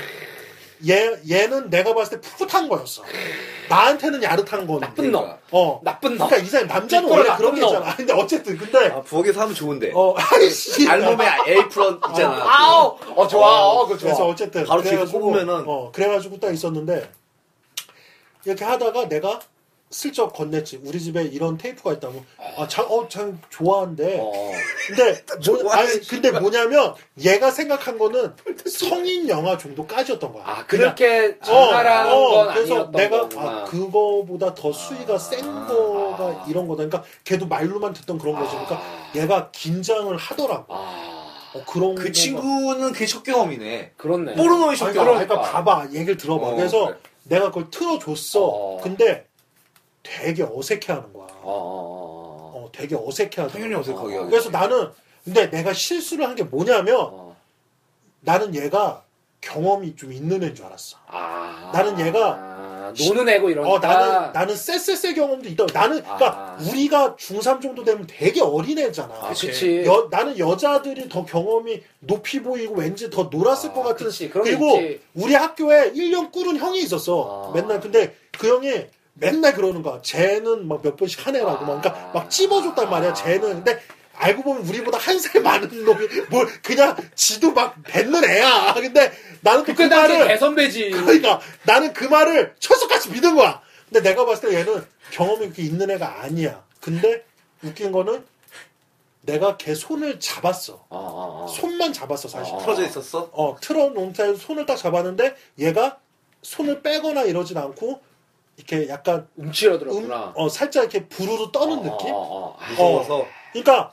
[SPEAKER 1] 얘 얘는 내가 봤을 때 풋풋한 거였어. 나한테는 야릇한 건
[SPEAKER 2] 나쁜 놈.
[SPEAKER 1] 어.
[SPEAKER 2] 나쁜 놈.
[SPEAKER 1] 그러니까 이 사람 남자는 원래 그런 게
[SPEAKER 2] 뒷골을
[SPEAKER 1] 있잖아. 근데 어쨌든 근데
[SPEAKER 3] 아, 부엌에서 하면 좋은데.
[SPEAKER 1] 어 아이씨.
[SPEAKER 3] 알몸에 에이프런 있잖아.
[SPEAKER 2] 아우, 어 좋아, 어, 그거 좋아.
[SPEAKER 1] 그래서 어쨌든 어,
[SPEAKER 3] 바로 뒤에서
[SPEAKER 1] 그래가지고,
[SPEAKER 3] 뽑으면은.
[SPEAKER 1] 어 그래가지고 딱 있었는데 이렇게 하다가 내가 슬쩍 건넸지. 우리 집에 이런 테이프가 있다고. 아, 참, 어, 참
[SPEAKER 2] 어,
[SPEAKER 1] 좋아한대. 근데 뭐,
[SPEAKER 3] 좋아해,
[SPEAKER 1] 아니, 근데 뭐냐면 얘가 생각한 거는 성인 영화 정도까지였던 거야.
[SPEAKER 2] 아 그렇게
[SPEAKER 1] 그냥.
[SPEAKER 2] 장난하는 건
[SPEAKER 1] 어, 그래서
[SPEAKER 2] 아니었던
[SPEAKER 1] 내가
[SPEAKER 2] 거구나. 아.
[SPEAKER 1] 아, 그거보다 더 수위가 센 거가 이런 거다. 그러니까 걔도 말로만 듣던 그런 거지. 그러니까 얘가 긴장을 하더라고.
[SPEAKER 2] 아
[SPEAKER 1] 어, 그런
[SPEAKER 3] 그
[SPEAKER 1] 거가-
[SPEAKER 3] 친구는 그게 첫 경험이네.
[SPEAKER 2] 그렇네. 어,
[SPEAKER 3] 모르노의 첫
[SPEAKER 1] 아니,
[SPEAKER 3] 경험.
[SPEAKER 1] 그러니까 봐봐 얘기를 들어봐
[SPEAKER 3] 어,
[SPEAKER 1] 그래서
[SPEAKER 3] 그래.
[SPEAKER 1] 내가 그걸 틀어줬어
[SPEAKER 2] 어.
[SPEAKER 1] 근데 되게 어색해하는 거야
[SPEAKER 2] 어, 어, 어, 어.
[SPEAKER 1] 어, 되게 어색해하는
[SPEAKER 5] 당연히 어색하게 하겠지.
[SPEAKER 1] 그래서 나는 근데 내가 실수를 한 게 뭐냐면
[SPEAKER 2] 어.
[SPEAKER 1] 나는 얘가 경험이 좀 있는 애인 줄 알았어
[SPEAKER 2] 아
[SPEAKER 1] 나는 얘가
[SPEAKER 2] 아, 노는 애고 이러니까.
[SPEAKER 1] 어 나는 나는 쎄쎄쎄 경험도 있다 나는 그러니까
[SPEAKER 2] 아.
[SPEAKER 1] 우리가 중3 정도 되면 되게 어린 애잖아
[SPEAKER 2] 아, 그치.
[SPEAKER 1] 여- 나는 여자들이 더 경험이 높이 보이고 왠지 더 놀았을
[SPEAKER 2] 아,
[SPEAKER 1] 것 같은
[SPEAKER 2] 그치. 그런 거
[SPEAKER 1] 그리고
[SPEAKER 2] 있지.
[SPEAKER 1] 우리 학교에 1년 꿇은 형이 있었어
[SPEAKER 2] 아.
[SPEAKER 1] 맨날 근데 그 형이 맨날 그러는 거야 쟤는 막 몇 번씩 한 애라고 막 그러니까 막 찝어줬단 말이야
[SPEAKER 2] 아.
[SPEAKER 1] 쟤는 근데 알고 보면 우리보다 한 살 많은 놈이 뭘 그냥 지도 막 뱉는 애야 근데 나는 또그
[SPEAKER 2] 그때 당시
[SPEAKER 1] 말을
[SPEAKER 2] 대선배지.
[SPEAKER 1] 그러니까 나는 그 말을 철석같이 믿은 거야. 근데 내가 봤을 때 얘는 경험이 그렇게 있는 애가 아니야. 근데 웃긴 거는 내가 걔 손을 잡았어.
[SPEAKER 2] 어, 어, 어.
[SPEAKER 1] 손만 잡았어 사실.
[SPEAKER 2] 어.
[SPEAKER 3] 틀어져 있었어?
[SPEAKER 1] 어 틀어놓은 사이 손을 딱 잡았는데 얘가 손을 빼거나 이러진 않고 이렇게 약간 음,
[SPEAKER 2] 움츠러들었구나.
[SPEAKER 1] 어 살짝 이렇게 부르르 떠는 느낌.
[SPEAKER 2] 어, 어, 어. 아,
[SPEAKER 3] 무서워서.
[SPEAKER 1] 그러니까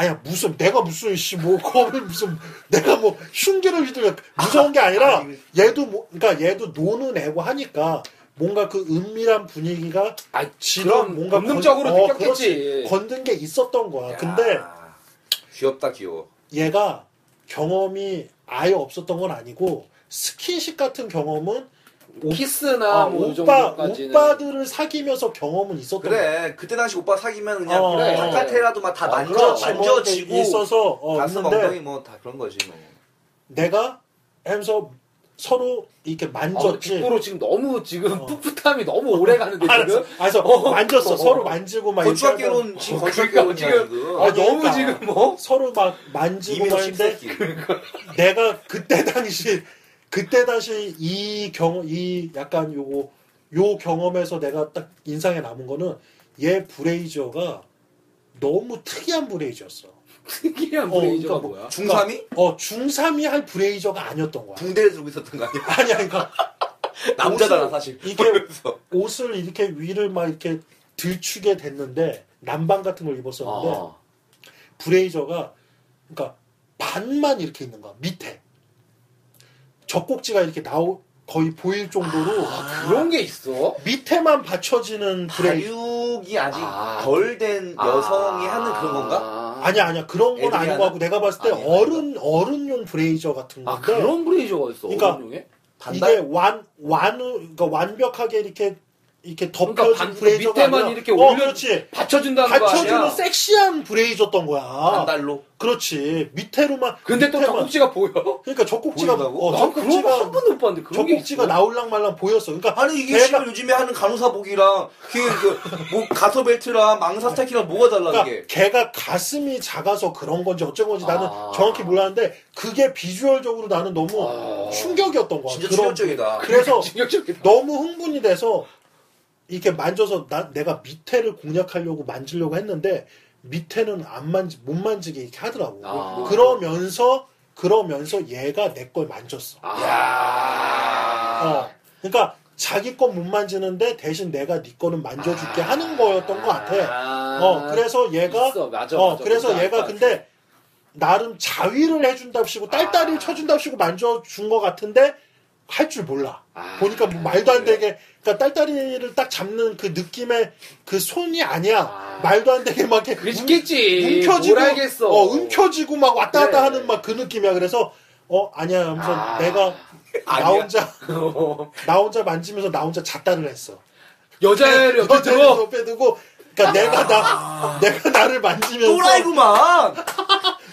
[SPEAKER 1] 아야 무슨 내가 무슨 씨뭐 겁을 무슨 내가 뭐 흉기를 휘둘려 무서운 게 아니라 얘도 뭐 그러니까 얘도 노는 애고 하니까 뭔가 그 은밀한 분위기가
[SPEAKER 2] 아,
[SPEAKER 1] 지금
[SPEAKER 2] 그럼
[SPEAKER 1] 뭔가
[SPEAKER 2] 본능적으로
[SPEAKER 1] 건- 어,
[SPEAKER 2] 느꼈겠지.
[SPEAKER 1] 그렇지. 건든 게 있었던 거야. 근데
[SPEAKER 3] 야, 귀엽다 귀여워.
[SPEAKER 1] 얘가 경험이 아예 없었던 건 아니고 스킨십 같은 경험은
[SPEAKER 3] 아,
[SPEAKER 2] 키스나
[SPEAKER 1] 어,
[SPEAKER 2] 뭐이
[SPEAKER 1] 오빠
[SPEAKER 2] 정도까지는. 아,
[SPEAKER 1] 오빠들을 사귀면서 경험은 있었던 거야.
[SPEAKER 3] 그래 그때 당시 오빠 사귀면 그냥
[SPEAKER 1] 어,
[SPEAKER 2] 그래.
[SPEAKER 3] 바깥에라도 막 다
[SPEAKER 1] 어,
[SPEAKER 3] 만져
[SPEAKER 1] 그렇지. 뭐 이렇게
[SPEAKER 3] 만져지고
[SPEAKER 1] 있어서 어,
[SPEAKER 3] 가슴
[SPEAKER 1] 있는데
[SPEAKER 3] 엉덩이 뭐 다 그런 거지 뭐.
[SPEAKER 1] 내가 하면서 서로 이렇게
[SPEAKER 2] 아, 근데
[SPEAKER 1] 만졌지.
[SPEAKER 3] 뭐
[SPEAKER 2] 빅보로 지금 너무 지금
[SPEAKER 1] 어.
[SPEAKER 2] 풋풋함이 너무 오래 가는데
[SPEAKER 1] 알았어.
[SPEAKER 2] 지금.
[SPEAKER 1] 알았어.
[SPEAKER 2] 어.
[SPEAKER 1] 만졌어.
[SPEAKER 2] 어.
[SPEAKER 1] 서로 만지고 막뭐
[SPEAKER 3] 건축학
[SPEAKER 1] 이렇게 하면
[SPEAKER 3] 개론 지금 건축학
[SPEAKER 2] 그러니까
[SPEAKER 3] 개론이야
[SPEAKER 2] 지금-
[SPEAKER 3] 지금.
[SPEAKER 2] 아,
[SPEAKER 1] 그러니까.
[SPEAKER 2] 너무 지금 뭐?
[SPEAKER 1] 서로 막 만지고
[SPEAKER 3] 이민호
[SPEAKER 1] 막 했는데
[SPEAKER 3] 뭐 십새끼.
[SPEAKER 1] 내가 그때 당시 그때 당시 이 경험 이 약간 요거 요 경험에서 내가 딱 인상에 남은 거는 얘 브레이저가 너무 특이한 브레이저였어.
[SPEAKER 2] 특이한
[SPEAKER 1] 어,
[SPEAKER 2] 브레이저가
[SPEAKER 1] 그러니까 뭐
[SPEAKER 2] 뭐야?
[SPEAKER 3] 중삼이?
[SPEAKER 1] 어 중3이 할 브레이저가 아니었던 거야.
[SPEAKER 3] 붕대를 들고 있었던 거 아니야?
[SPEAKER 1] 아니야 그러니까
[SPEAKER 3] 남자잖아
[SPEAKER 1] 옷을-
[SPEAKER 3] 사실.
[SPEAKER 1] 이게-
[SPEAKER 3] 그래서
[SPEAKER 1] 옷을 이렇게 위를 막 이렇게 들추게 됐는데 남방 같은 걸 입었었는데
[SPEAKER 2] 어.
[SPEAKER 1] 브레이저가 그러니까 반만 이렇게 있는 거야 밑에 젖꼭지가 이렇게 나오 거의 보일 정도로
[SPEAKER 2] 아, 그런 게 있어?
[SPEAKER 1] 밑에만 받쳐지는
[SPEAKER 3] 아,
[SPEAKER 1] 브레이저
[SPEAKER 3] 발육이 아직
[SPEAKER 2] 아.
[SPEAKER 3] 덜 된 여성이 하는 그런 건가?
[SPEAKER 2] 아,
[SPEAKER 1] 아니야 아니야 그런 건
[SPEAKER 3] 애들이
[SPEAKER 1] 아니고
[SPEAKER 3] 하나?
[SPEAKER 1] 하고 내가 봤을 때
[SPEAKER 3] 아니야,
[SPEAKER 1] 어른 어른용 브레이저 같은
[SPEAKER 2] 아
[SPEAKER 1] 건데
[SPEAKER 2] 그런 브레이저가 있어.
[SPEAKER 1] 그러니까
[SPEAKER 2] 어른용에?
[SPEAKER 1] 이게 완 완, 그러니까 완벽하게 이렇게 이렇게 덮여진
[SPEAKER 2] 그러니까 반-
[SPEAKER 1] 브레이저가
[SPEAKER 2] 밑에만
[SPEAKER 1] 아니라-
[SPEAKER 2] 이렇게
[SPEAKER 1] 어,
[SPEAKER 2] 올려-
[SPEAKER 1] 그렇지
[SPEAKER 2] 받쳐준다는 거
[SPEAKER 1] 받쳐주는
[SPEAKER 2] 아니야?
[SPEAKER 1] 섹시한 브레이저였던 거야
[SPEAKER 3] 반달로.
[SPEAKER 1] 그렇지 밑에로만
[SPEAKER 2] 근데 또
[SPEAKER 1] 밑에만-
[SPEAKER 2] 젖꼭지가 보여.
[SPEAKER 1] 그러니까 젖꼭지가
[SPEAKER 3] 보인다고?
[SPEAKER 1] 어,
[SPEAKER 2] 난 그런 거 한
[SPEAKER 1] 젖꼭지가
[SPEAKER 2] 번도 못 봤는데 그런 게
[SPEAKER 1] 젖꼭지가
[SPEAKER 2] 있어?
[SPEAKER 1] 나올랑 말랑 보였어 그러니까
[SPEAKER 3] 아니 이게
[SPEAKER 1] 걔가-
[SPEAKER 3] 지금 요즘에 하는 간호사복이랑 그뭐 가서 벨트랑 망사 스타킹이랑 뭐가 달라
[SPEAKER 1] 그러니까
[SPEAKER 3] 이게?
[SPEAKER 1] 걔가 가슴이 작아서 그런 건지 어쩐 건지 나는
[SPEAKER 2] 아.
[SPEAKER 1] 정확히 몰랐는데 그게 비주얼적으로 나는 너무
[SPEAKER 2] 아.
[SPEAKER 1] 충격이었던 거야.
[SPEAKER 3] 진짜
[SPEAKER 1] 그런-
[SPEAKER 3] 충격적이다.
[SPEAKER 1] 그래서
[SPEAKER 2] 충격적이다.
[SPEAKER 1] 너무 흥분이 돼서 이렇게 만져서 나, 내가 밑에를 공략하려고 만지려고 했는데 밑에는 안 만지 못 만지게 이렇게 하더라고.
[SPEAKER 2] 아.
[SPEAKER 1] 그러면서 그러면서 얘가 내 걸 만졌어.
[SPEAKER 2] 아.
[SPEAKER 1] 어. 그러니까 자기 건 못 만지는데 대신 내가 네 거는 만져줄게 하는 거였던 것 같아.
[SPEAKER 2] 아,
[SPEAKER 1] 어, 그래서 얘가
[SPEAKER 2] 있어. 맞아,
[SPEAKER 1] 어,
[SPEAKER 2] 맞아.
[SPEAKER 1] 그래서
[SPEAKER 2] 뭔지
[SPEAKER 1] 얘가
[SPEAKER 2] 알것 같아.
[SPEAKER 1] 근데 나름 자위를 해준답시고 딸딸이를
[SPEAKER 2] 아.
[SPEAKER 1] 쳐준답시고 만져준 것 같은데 할 줄 몰라.
[SPEAKER 2] 아.
[SPEAKER 1] 보니까 뭐 말도 안 되게 그러니까 딸딸이를 딱 잡는 그 느낌의 그 손이 아니야.
[SPEAKER 2] 아.
[SPEAKER 1] 말도 안 되게 막 이렇게
[SPEAKER 2] 그게 있겠지.
[SPEAKER 1] 움켜지고
[SPEAKER 2] 뭘 알겠어.
[SPEAKER 1] 어, 움켜지고 막 왔다 갔다
[SPEAKER 2] 그래.
[SPEAKER 1] 하는 막 그 느낌이야. 그래서 어 아니야 하면서
[SPEAKER 2] 아.
[SPEAKER 1] 내가 나
[SPEAKER 3] 아니야.
[SPEAKER 1] 혼자 나 혼자 만지면서 나 혼자 잣다를 했어.
[SPEAKER 2] 여자를 옆에
[SPEAKER 1] 네, 여자를
[SPEAKER 2] 들어.
[SPEAKER 1] 옆에 두고 그러니까 내가 나 내가 나를 만지면서
[SPEAKER 3] 또라이구만.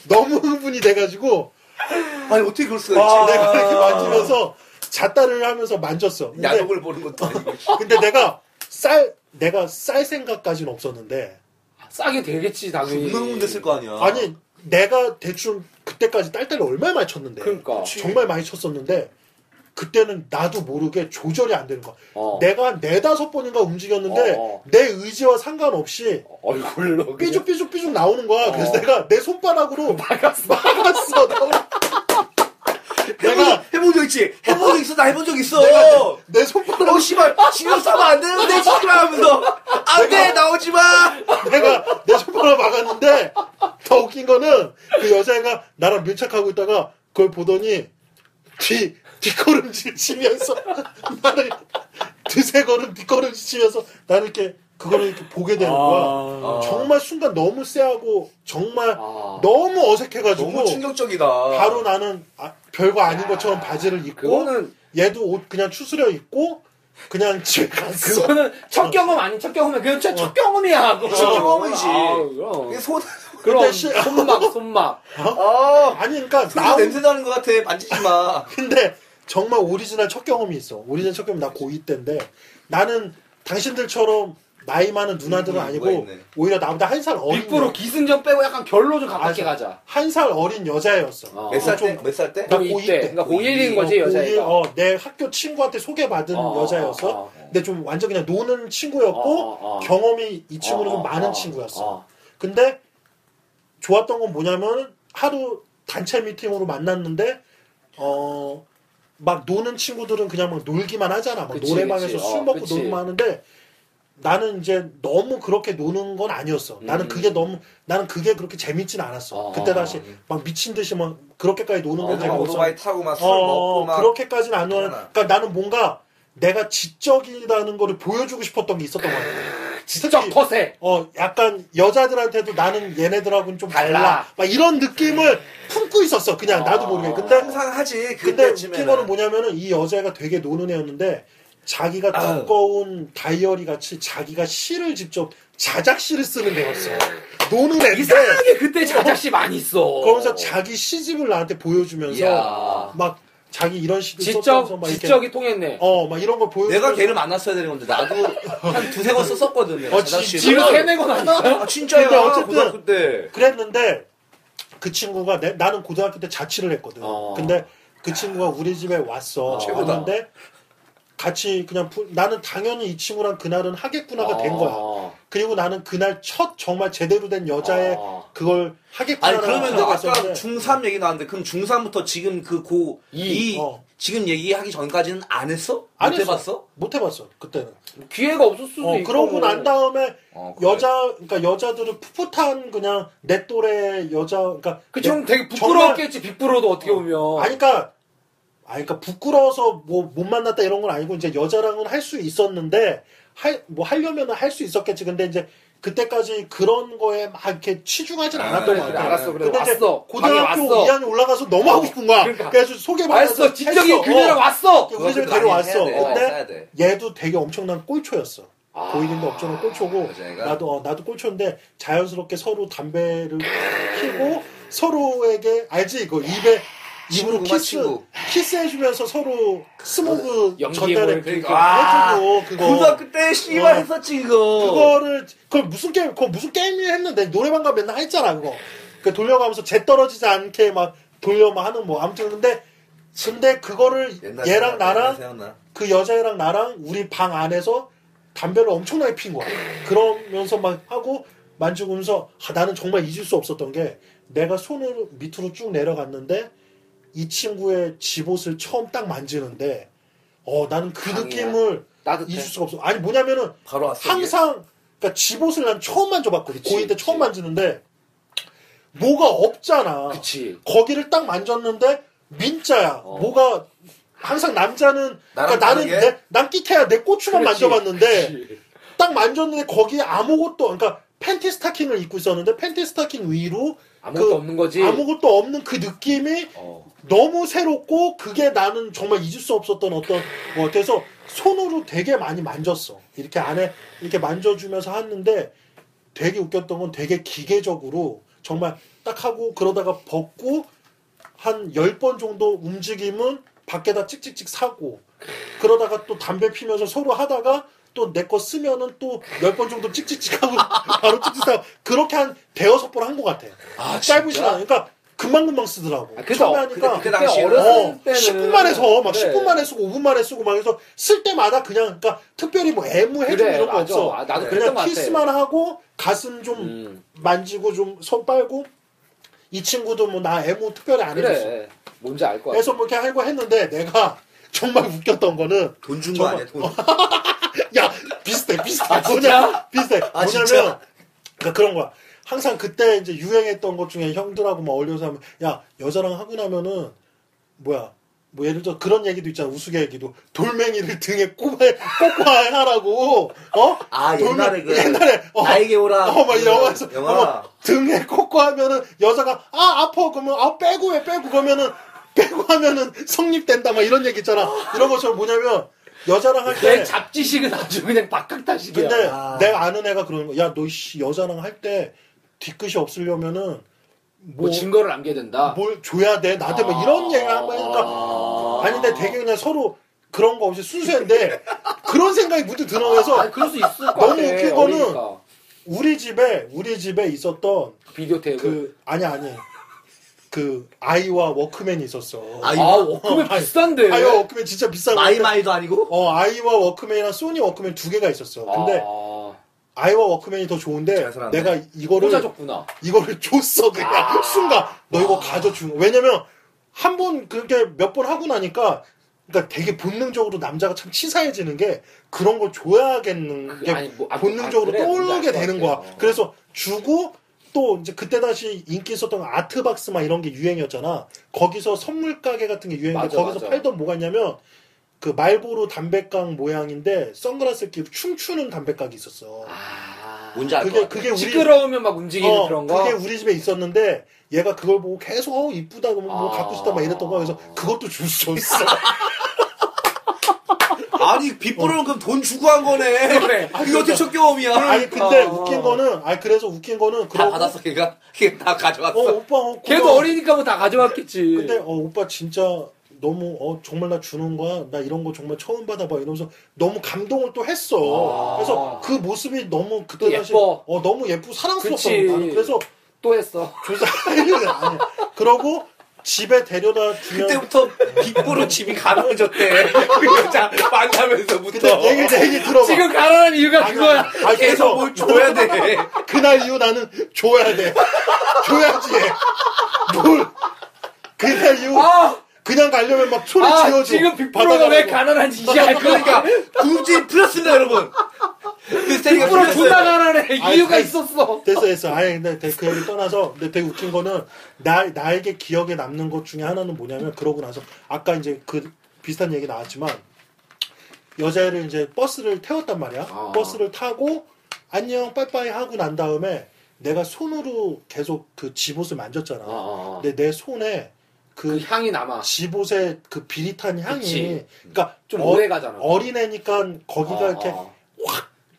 [SPEAKER 1] 너무 흥분이 돼가지고
[SPEAKER 3] 아니 어떻게 그럴 수가 있지?
[SPEAKER 1] 와, 내가 이렇게 만지면서 잣다를 하면서 만졌어. 근데,
[SPEAKER 3] 아. 야동을 보는 것도 아니고.
[SPEAKER 1] 근데 내가 쌀 내가 쌀 생각까지는 없었는데
[SPEAKER 2] 싸게 되겠지 당연히.
[SPEAKER 3] 아, 분명 됐을 거 아니야.
[SPEAKER 1] 아니 내가 대충 그때까지 딸딸이 얼마나 많이 쳤는데
[SPEAKER 2] 그러니까.
[SPEAKER 1] 정말 많이 쳤었는데 그때는 나도 모르게 조절이 안 되는 거야.
[SPEAKER 2] 어.
[SPEAKER 1] 내가 한 네다섯 번인가 움직였는데
[SPEAKER 2] 어, 어.
[SPEAKER 1] 내 의지와 상관없이
[SPEAKER 2] 얼굴로 그냥
[SPEAKER 1] 삐죽삐죽삐죽 나오는 거야. 그래서
[SPEAKER 2] 어.
[SPEAKER 1] 내가 내 손바닥으로 막았어. 막았어. 나- 내가
[SPEAKER 3] 해본 적 있지? 해본 적 있어? 나 해본 적 있어.
[SPEAKER 1] 내가 그 내, 내 손바닥으로
[SPEAKER 3] 어, 씨발, 신경 쓰면 안 되는데, 씨발 하면서. 안 돼, 나오지 마!
[SPEAKER 1] 내가 내 손바닥 막았는데 더 웃긴 거는 그 여자애가 나랑 밀착하고 있다가 그걸 보더니 뒤 뒷걸음질 치면서 나를 두세 걸음 뒷걸음질 치면서 나를 이렇게 그거를 이렇게 보게 되는 거야.
[SPEAKER 2] 아.
[SPEAKER 1] 정말 순간 너무 쎄하고 정말
[SPEAKER 2] 아.
[SPEAKER 1] 너무 어색해가지고
[SPEAKER 5] 너무 충격적이다.
[SPEAKER 1] 바로 나는 아, 별거 아닌 것처럼 바지를 입고
[SPEAKER 2] 그거는
[SPEAKER 1] 얘도 옷 그냥 추스려 입고 그냥 집에 갔어.
[SPEAKER 2] 그거는 첫 경험 아닌 첫 경험이야. 그건 진짜 첫 경험이야. 그거.
[SPEAKER 3] 첫 경험이지.
[SPEAKER 2] 아우, 그럼.
[SPEAKER 3] 이게 손,
[SPEAKER 2] 그럼
[SPEAKER 1] 근데 씨-
[SPEAKER 2] 손막 손막.
[SPEAKER 1] 어?
[SPEAKER 3] 아,
[SPEAKER 1] 아니 그러니까
[SPEAKER 3] 나
[SPEAKER 1] 나
[SPEAKER 3] 냄새 나는 것 같아. 만지지 마.
[SPEAKER 1] 근데 정말 오리지널 첫 경험이 있어. 오리지널 첫 경험 나 고2 때인데 나는 당신들처럼 나이 많은 누나들은
[SPEAKER 5] 음,
[SPEAKER 1] 아니고
[SPEAKER 5] 누가 있네.
[SPEAKER 1] 오히려 나보다 한 살 어린
[SPEAKER 2] 빅브로 기승전 빼고 약간 결로 좀 가깝게
[SPEAKER 1] 아,
[SPEAKER 2] 가자.
[SPEAKER 1] 한 살 어린 여자애였어.
[SPEAKER 2] 어.
[SPEAKER 3] 몇 살
[SPEAKER 1] 아, 좀-
[SPEAKER 3] 때? 몇 살 때?
[SPEAKER 1] 나
[SPEAKER 2] 고2
[SPEAKER 1] 고이
[SPEAKER 2] 때.
[SPEAKER 1] 때.
[SPEAKER 2] 그러니까 고1인 거지 여자애가.
[SPEAKER 1] 어, 내 학교 친구한테 소개받은
[SPEAKER 2] 어,
[SPEAKER 1] 여자였어.
[SPEAKER 2] 어, 어, 어.
[SPEAKER 1] 근데 좀 완전 그냥 노는 친구였고
[SPEAKER 2] 어, 어, 어.
[SPEAKER 1] 경험이 이 친구는
[SPEAKER 2] 어,
[SPEAKER 1] 좀
[SPEAKER 2] 어,
[SPEAKER 1] 많은
[SPEAKER 2] 어,
[SPEAKER 1] 친구였어.
[SPEAKER 2] 어.
[SPEAKER 1] 근데 좋았던 건 뭐냐면 하루 단체 미팅으로 만났는데 어. 막 노는 친구들은 그냥 막 놀기만 하잖아. 막
[SPEAKER 2] 그치,
[SPEAKER 1] 노래방에서
[SPEAKER 2] 그치.
[SPEAKER 1] 술
[SPEAKER 2] 어,
[SPEAKER 1] 먹고
[SPEAKER 2] 그치.
[SPEAKER 1] 놀기만 하는데 나는 이제 너무 그렇게 노는 건 아니었어. 나는
[SPEAKER 2] 음.
[SPEAKER 1] 그게 너무 나는 그게 그렇게 재밌진 않았어.
[SPEAKER 2] 어,
[SPEAKER 1] 그때
[SPEAKER 2] 어,
[SPEAKER 1] 다시 막 미친 듯이 막 그렇게까지 노는
[SPEAKER 2] 어,
[SPEAKER 1] 건
[SPEAKER 3] 그래서
[SPEAKER 1] 내가
[SPEAKER 3] 막
[SPEAKER 1] 없었는데
[SPEAKER 3] 오토바이 타고 막 술
[SPEAKER 1] 어,
[SPEAKER 3] 먹고 막.
[SPEAKER 1] 그렇게까지는 안 놀아.
[SPEAKER 3] 그러나.
[SPEAKER 1] 그러니까 나는 뭔가 내가 지적이라는 거를 보여주고 싶었던 게 있었던 것 같아.
[SPEAKER 2] 지적
[SPEAKER 1] 특히,
[SPEAKER 2] 그 터세.
[SPEAKER 1] 어, 약간 여자들한테도 나는 얘네들하고는 좀 달라.
[SPEAKER 2] 달라.
[SPEAKER 1] 막 이런 느낌을 품고 있었어. 그냥 나도 모르게. 근데
[SPEAKER 3] 항상 하지.
[SPEAKER 1] 근데 웃긴 거는
[SPEAKER 3] 그때쯤에는.
[SPEAKER 1] 뭐냐면은 이 여자애가 되게 노는 애였는데 자기가 두꺼운 다이어리 같이 자기가 시를 직접 자작 시를 쓰는 애였어. 노는 애인데
[SPEAKER 2] 이상하게 그때 자작시 많이 써.
[SPEAKER 1] 그러면서 자기 시집을 나한테 보여주면서
[SPEAKER 2] 어. 이야.
[SPEAKER 1] 막 자기 이런 시도 썼다면서
[SPEAKER 2] 지적
[SPEAKER 1] 그 막 이렇게
[SPEAKER 2] 지적이 통했네.
[SPEAKER 1] 어막 이런 걸 보여.
[SPEAKER 3] 내가 걔를 만났어야 되는 건데, 나도 한 두세 번 썼었거든. 내가
[SPEAKER 1] 어,
[SPEAKER 3] 자작시에.
[SPEAKER 1] 지-
[SPEAKER 2] 뒤로 캐낸 건 아니야.
[SPEAKER 3] 아, 진짜야.
[SPEAKER 1] 근데 어쨌든-
[SPEAKER 3] 고등학교 때.
[SPEAKER 1] 그랬는데 그 친구가 내, 나는 고등학교 때 자취를 했거든.
[SPEAKER 2] 어.
[SPEAKER 1] 근데 그 친구가 우리 집에 왔어.
[SPEAKER 2] 어.
[SPEAKER 1] 왔는데 같이 그냥 부- 나는 당연히 이 친구랑 그날은 하겠구나가 그러니까
[SPEAKER 2] 어.
[SPEAKER 1] 된 거야.
[SPEAKER 2] 아.
[SPEAKER 1] 그리고 나는 그날 첫 정말 제대로 된 여자의
[SPEAKER 2] 어.
[SPEAKER 1] 그걸 하겠구나라는
[SPEAKER 3] 아니 그러면
[SPEAKER 1] 생각을
[SPEAKER 3] 아까
[SPEAKER 1] 했었는데
[SPEAKER 3] 중3 얘기 나왔는데 그럼 중3부터 지금 그 고
[SPEAKER 2] 이,
[SPEAKER 3] 2,
[SPEAKER 1] 어.
[SPEAKER 3] 지금 얘기하기 전까지는 안 했어?
[SPEAKER 1] 안
[SPEAKER 3] 못
[SPEAKER 1] 했어.
[SPEAKER 3] 해봤어?
[SPEAKER 1] 못 해봤어 그때는.
[SPEAKER 2] 기회가 없을 수도
[SPEAKER 1] 어,
[SPEAKER 2] 있고.
[SPEAKER 1] 그러고 난 다음에
[SPEAKER 5] 어, 그래.
[SPEAKER 1] 여자 그러니까 여자들은 풋풋한 그냥 내 또래 여자 그러니까
[SPEAKER 2] 그좀 되게
[SPEAKER 1] 정말-
[SPEAKER 2] 부끄러웠겠지 빅브로도 어떻게 보면.
[SPEAKER 1] 아니, 그니까, 아니, 그니까, 부끄러워서 뭐, 못 만났다 이런 건 아니고, 이제 여자랑은 할 수 있었는데, 할, 뭐, 하려면 은 할 수 있었겠지. 근데 이제, 그때까지 그런 거에 막 이렇게 치중하진 않았던
[SPEAKER 2] 그래,
[SPEAKER 1] 것
[SPEAKER 2] 그래,
[SPEAKER 1] 같아.
[SPEAKER 2] 알았어, 그래,
[SPEAKER 1] 근데 이제
[SPEAKER 2] 왔어. 방에
[SPEAKER 1] 고등학교
[SPEAKER 2] 왔어.
[SPEAKER 1] 2학년 올라가서 너무 하고 싶은 거야.
[SPEAKER 2] 그러니까.
[SPEAKER 1] 그래서 소개받아서. 아,
[SPEAKER 2] 알았어 지적이 그녀랑 왔어.
[SPEAKER 1] 우리 집에
[SPEAKER 3] 그거 많이
[SPEAKER 1] 데려왔어.
[SPEAKER 3] 해야 돼, 많이
[SPEAKER 1] 근데
[SPEAKER 3] 해야 돼.
[SPEAKER 1] 얘도 되게 엄청난 꼴초였어.
[SPEAKER 2] 아.
[SPEAKER 1] 보이는데 엄청난 꼴초고
[SPEAKER 5] 여자애가?
[SPEAKER 1] 나도 어, 나도 꼴초인데 자연스럽게 서로 담배를 피고 서로에게 알지 이거 입에 입으로
[SPEAKER 3] 친구구만, 어,
[SPEAKER 1] 키스
[SPEAKER 3] 친구.
[SPEAKER 1] 키스해주면서 서로 스모그
[SPEAKER 2] 연기의
[SPEAKER 1] 전달해
[SPEAKER 2] 뭘 그러니까.
[SPEAKER 1] 그러니까 해주고 그거
[SPEAKER 3] 아, 고등학교 때 씨발
[SPEAKER 1] 어.
[SPEAKER 3] 했었지 그거.
[SPEAKER 1] 그거를 그걸 무슨 게임 그거 무슨 게임이 했는데 노래방 가면 맨날 했잖아 그거 그 돌려가면서 재 떨어지지 않게 막 돌려 막 하는 뭐 아무튼 근데 근데 그거를
[SPEAKER 3] 옛날
[SPEAKER 1] 얘랑
[SPEAKER 3] 생각나,
[SPEAKER 1] 나랑
[SPEAKER 3] 옛날 생각나.
[SPEAKER 1] 그 여자애랑 나랑 우리 방 안에서 담배를 엄청나게 핀 거야. 그러면서 막 하고 만지면서 아, 나는 정말 잊을 수 없었던 게 내가 손을 밑으로 쭉 내려갔는데 이 친구의 집옷을 처음 딱 만지는데 어 나는 그
[SPEAKER 2] 강이야?
[SPEAKER 1] 느낌을
[SPEAKER 2] 따뜻해.
[SPEAKER 1] 잊을 수가 없어. 아니 뭐냐면은
[SPEAKER 3] 바로 왔어.
[SPEAKER 1] 항상 그러니까 집옷을 난 처음 만져봤거든.
[SPEAKER 2] 그치,
[SPEAKER 1] 고2 때 처음
[SPEAKER 2] 그치.
[SPEAKER 1] 만지는데 뭐가 없잖아.
[SPEAKER 2] 그치.
[SPEAKER 1] 거기를 딱 만졌는데 민자야.
[SPEAKER 2] 어.
[SPEAKER 1] 뭐가 항상 남자는
[SPEAKER 3] 나랑
[SPEAKER 1] 그러니까 나는
[SPEAKER 3] 다르게?
[SPEAKER 1] 내, 난 끼태야 내 꼬추만
[SPEAKER 2] 그렇지.
[SPEAKER 1] 만져봤는데
[SPEAKER 2] 그치.
[SPEAKER 1] 딱 만졌는데 거기에 아무것도 그러니까 팬티 스타킹을 입고 있었는데 팬티 스타킹 위로
[SPEAKER 2] 아무것도
[SPEAKER 1] 그
[SPEAKER 2] 없는 거지.
[SPEAKER 1] 아무것도 없는 그 느낌이
[SPEAKER 2] 어.
[SPEAKER 1] 너무 새롭고 그게 나는 정말 잊을 수 없었던 어떤 것 같아서 손으로 되게 많이 만졌어. 이렇게 안에 이렇게 만져주면서 하는데 되게 웃겼던 건 되게 기계적으로 정말 딱 하고 그러다가 벗고 한 10번 정도 움직임은 밖에다 찍찍찍 사고 그러다가 또 담배 피면서 서로 하다가 또 내 거 쓰면은 또 10번 정도 찍찍찍 하고 바로 찍찍 사고 그렇게 한 대여섯 번 한 것 같아. 아, 짧은 시간. 그러니까 금방금방 쓰더라고.
[SPEAKER 2] 아, 그래서
[SPEAKER 1] 처음에
[SPEAKER 2] 어-
[SPEAKER 1] 하니까
[SPEAKER 2] 그때, 그때
[SPEAKER 3] 당시에는-
[SPEAKER 2] 어렸을
[SPEAKER 1] 어,
[SPEAKER 2] 때는 네.
[SPEAKER 1] 10분 만에 서, 막
[SPEAKER 2] 그래.
[SPEAKER 1] 10분 만에 쓰고 5분 만에 쓰고 막 해서 쓸 때마다 그냥, 그러니까 특별히 뭐 애무해주고
[SPEAKER 2] 그래,
[SPEAKER 1] 이런 거
[SPEAKER 2] 맞아.
[SPEAKER 1] 없어.
[SPEAKER 2] 아, 나도 그랬던
[SPEAKER 1] 그냥
[SPEAKER 2] 것 같아.
[SPEAKER 1] 키스만 하고 가슴 좀
[SPEAKER 2] 음.
[SPEAKER 1] 만지고 좀 손 빨고 이 친구도 뭐 나 애무 특별히 안 해줬어.
[SPEAKER 2] 그래 뭔지 알 것 같아
[SPEAKER 1] 그래서 뭐 이렇게 하고 했는데 내가 정말 웃겼던 거는
[SPEAKER 5] 돈 준 거 아니야? 돈.
[SPEAKER 1] 어. 야 비슷해 비슷해
[SPEAKER 2] 아, 진짜?
[SPEAKER 1] 뭐냐 비슷해
[SPEAKER 5] 아,
[SPEAKER 1] 뭐냐면
[SPEAKER 5] 진짜?
[SPEAKER 1] 그러니까 그런 거야 항상 그때 이제 유행했던 것 중에 형들하고 막 어울려서 하면 야 여자랑 하고 나면은 뭐야 뭐 예를 들어 그런 얘기도 있잖아 우스개 얘기도 돌멩이를 등에 꼽아 꼽아 하라고 어
[SPEAKER 5] 아
[SPEAKER 1] 돌멩-
[SPEAKER 5] 옛날에 그
[SPEAKER 1] 옛날에 어,
[SPEAKER 5] 나에게 오라.
[SPEAKER 1] 어, 막
[SPEAKER 5] 그
[SPEAKER 1] 영화에서
[SPEAKER 5] 영화.
[SPEAKER 1] 어머, 등에 꽂고 하면은 여자가 아 아파 그러면 아 빼고 해 빼고 그러면은 빼고 하면은 성립된다 막 이런 얘기 있잖아 이런 것처럼 뭐냐면 여자랑 할
[SPEAKER 2] 내
[SPEAKER 1] 때
[SPEAKER 2] 잡지식은 아주 그냥 박학다식이야
[SPEAKER 1] 네. 근데
[SPEAKER 5] 아.
[SPEAKER 1] 내 아는 애가 그러는 거야 야너 씨 여자랑 할 때 뒤끝이 없으려면은
[SPEAKER 2] 뭐
[SPEAKER 1] 뭐,
[SPEAKER 2] 증거를 남겨야 된다
[SPEAKER 1] 뭘 줘야 돼 나한테 막 이런
[SPEAKER 5] 아.
[SPEAKER 1] 얘기 한번 하니까
[SPEAKER 2] 아.
[SPEAKER 1] 아닌데 되게 그냥 서로 그런 거 없이 순수한데 그런 생각이 문득 들어서
[SPEAKER 2] 아니, 그럴 수 있을 것 같아
[SPEAKER 1] 너무 웃긴 거는
[SPEAKER 2] 어리니까.
[SPEAKER 1] 우리 집에 우리 집에 있었던
[SPEAKER 2] 비디오 테이프
[SPEAKER 1] 그 아니 아니 그 아이와 워크맨이 있었어.
[SPEAKER 5] 아이,
[SPEAKER 2] 아 워크맨 비싼데
[SPEAKER 1] 어, 아이와 워크맨 진짜 비싼
[SPEAKER 5] 마이
[SPEAKER 1] 건데,
[SPEAKER 5] 마이도 아니고?
[SPEAKER 1] 어 아이와 워크맨이랑 소니 워크맨 두 개가 있었어. 근데
[SPEAKER 2] 아,
[SPEAKER 1] 아이와 워크맨이 더 좋은데
[SPEAKER 5] 잘 살았네.
[SPEAKER 1] 내가 이거를
[SPEAKER 2] 꽂아줬구나
[SPEAKER 1] 이거를 줬어 그냥
[SPEAKER 2] 아.
[SPEAKER 1] 순간 너 이거 가져 준 거. 왜냐면 한 번 그렇게 몇 번 하고 나니까 그러니까 되게 본능적으로 남자가 참 치사해지는 게 그런 걸 줘야겠는
[SPEAKER 2] 그,
[SPEAKER 1] 게
[SPEAKER 2] 아니, 뭐, 아,
[SPEAKER 1] 본능적으로
[SPEAKER 2] 아, 그래. 뭔지
[SPEAKER 1] 떠오르게
[SPEAKER 2] 알것
[SPEAKER 1] 되는 거야.
[SPEAKER 2] 같아요. 어.
[SPEAKER 1] 그래서 주고 또 이제 그때 다시 인기 있었던 아트박스 막 이런 게 유행이었잖아. 거기서 선물 가게 같은 게 유행인데
[SPEAKER 2] 맞아,
[SPEAKER 1] 거기서
[SPEAKER 2] 맞아.
[SPEAKER 1] 팔던 뭐가 있냐면 그 말보로 담배깡 모양인데 선글라스 끼고 춤추는 담배깡이 있었어.
[SPEAKER 2] 아,
[SPEAKER 3] 뭔지 알것
[SPEAKER 1] 그게
[SPEAKER 3] 같아.
[SPEAKER 1] 그게 우리
[SPEAKER 2] 시끄러우면 막 움직이는
[SPEAKER 1] 어,
[SPEAKER 2] 그런 거
[SPEAKER 1] 그게 우리 집에 있었는데 얘가 그걸 보고 계속 어, 이쁘다 그러면 뭐
[SPEAKER 2] 아.
[SPEAKER 1] 갖고 싶다 막 이랬던 거야. 그래서 그것도 줄 수 있어.
[SPEAKER 5] 아니 빗보는 그럼 돈 주고 한 거네.
[SPEAKER 2] 그래.
[SPEAKER 5] 이거 어떻게 첫 경험이야?
[SPEAKER 1] 아니 근데
[SPEAKER 2] 아.
[SPEAKER 1] 웃긴 거는 아니 그래서 웃긴 거는
[SPEAKER 5] 다
[SPEAKER 1] 그러고
[SPEAKER 5] 받았어 걔가. 걔 다
[SPEAKER 1] 어
[SPEAKER 5] 가져왔어.
[SPEAKER 1] 오빠 어
[SPEAKER 2] 걔도
[SPEAKER 1] 고마워.
[SPEAKER 2] 어리니까 뭐 다 가져왔겠지
[SPEAKER 1] 근데 어 오빠 진짜 너무 어 정말 나 주는 거야 나 이런 거 정말 처음 받아봐 이러면서 너무 감동을 또 했어
[SPEAKER 2] 아.
[SPEAKER 1] 그래서 그 모습이 너무 그때
[SPEAKER 2] 또
[SPEAKER 1] 당시
[SPEAKER 2] 예뻐.
[SPEAKER 1] 어 너무 예쁘고 사랑스럽다
[SPEAKER 2] 그치.
[SPEAKER 1] 나는 그래서
[SPEAKER 2] 또 했어
[SPEAKER 1] 조사 아니 그러고 집에 데려다 주면
[SPEAKER 5] 그때부터 빗보로 집이 가난해졌대. 그 여자
[SPEAKER 1] 근데
[SPEAKER 5] 만나면서부터
[SPEAKER 1] 얘기 내 얘기 들어봐
[SPEAKER 2] 지금 가라는 이유가
[SPEAKER 1] 아니,
[SPEAKER 2] 그거야
[SPEAKER 1] 아니, 아니,
[SPEAKER 5] 계속
[SPEAKER 1] 그래서
[SPEAKER 5] 뭘 줘야 돼.
[SPEAKER 1] 그날 이후 나는 줘야 돼. 줘야지. 뭘. 그날 이후
[SPEAKER 2] 아,
[SPEAKER 1] 그냥 가려면 막 소리
[SPEAKER 2] 아,
[SPEAKER 1] 지어줘.
[SPEAKER 2] 지금 빅프로가 왜
[SPEAKER 1] 받아가지고.
[SPEAKER 2] 가난한지 이제 알 거니까
[SPEAKER 5] 구급진 그러니까 풀렸습니다 여러분. 그 스테리가
[SPEAKER 2] 빅프로 존나 가난해
[SPEAKER 1] 아이,
[SPEAKER 2] 이유가
[SPEAKER 1] 아이.
[SPEAKER 2] 있었어
[SPEAKER 1] 됐어 됐어. 아니 근데 되게 그 얘기 떠나서 근데 되게 웃긴 거는 나 나에게 기억에 남는 것 중에 하나는 뭐냐면 그러고 나서 아까 이제 그 비슷한 얘기 나왔지만 여자애를 이제 버스를 태웠단 말이야.
[SPEAKER 2] 아.
[SPEAKER 1] 버스를 타고 안녕 빠이빠이 하고 난 다음에 내가 손으로 계속 그 집옷을 만졌잖아.
[SPEAKER 2] 아,
[SPEAKER 1] 근데 내 손에
[SPEAKER 2] 그
[SPEAKER 1] 그
[SPEAKER 2] 향이 남아
[SPEAKER 1] 집옷의 그 비릿한 향이
[SPEAKER 2] 그치.
[SPEAKER 1] 그러니까
[SPEAKER 2] 좀
[SPEAKER 1] 어,
[SPEAKER 2] 오래 가잖아
[SPEAKER 1] 어린애니까 거기가
[SPEAKER 2] 아,
[SPEAKER 1] 이렇게
[SPEAKER 2] 아.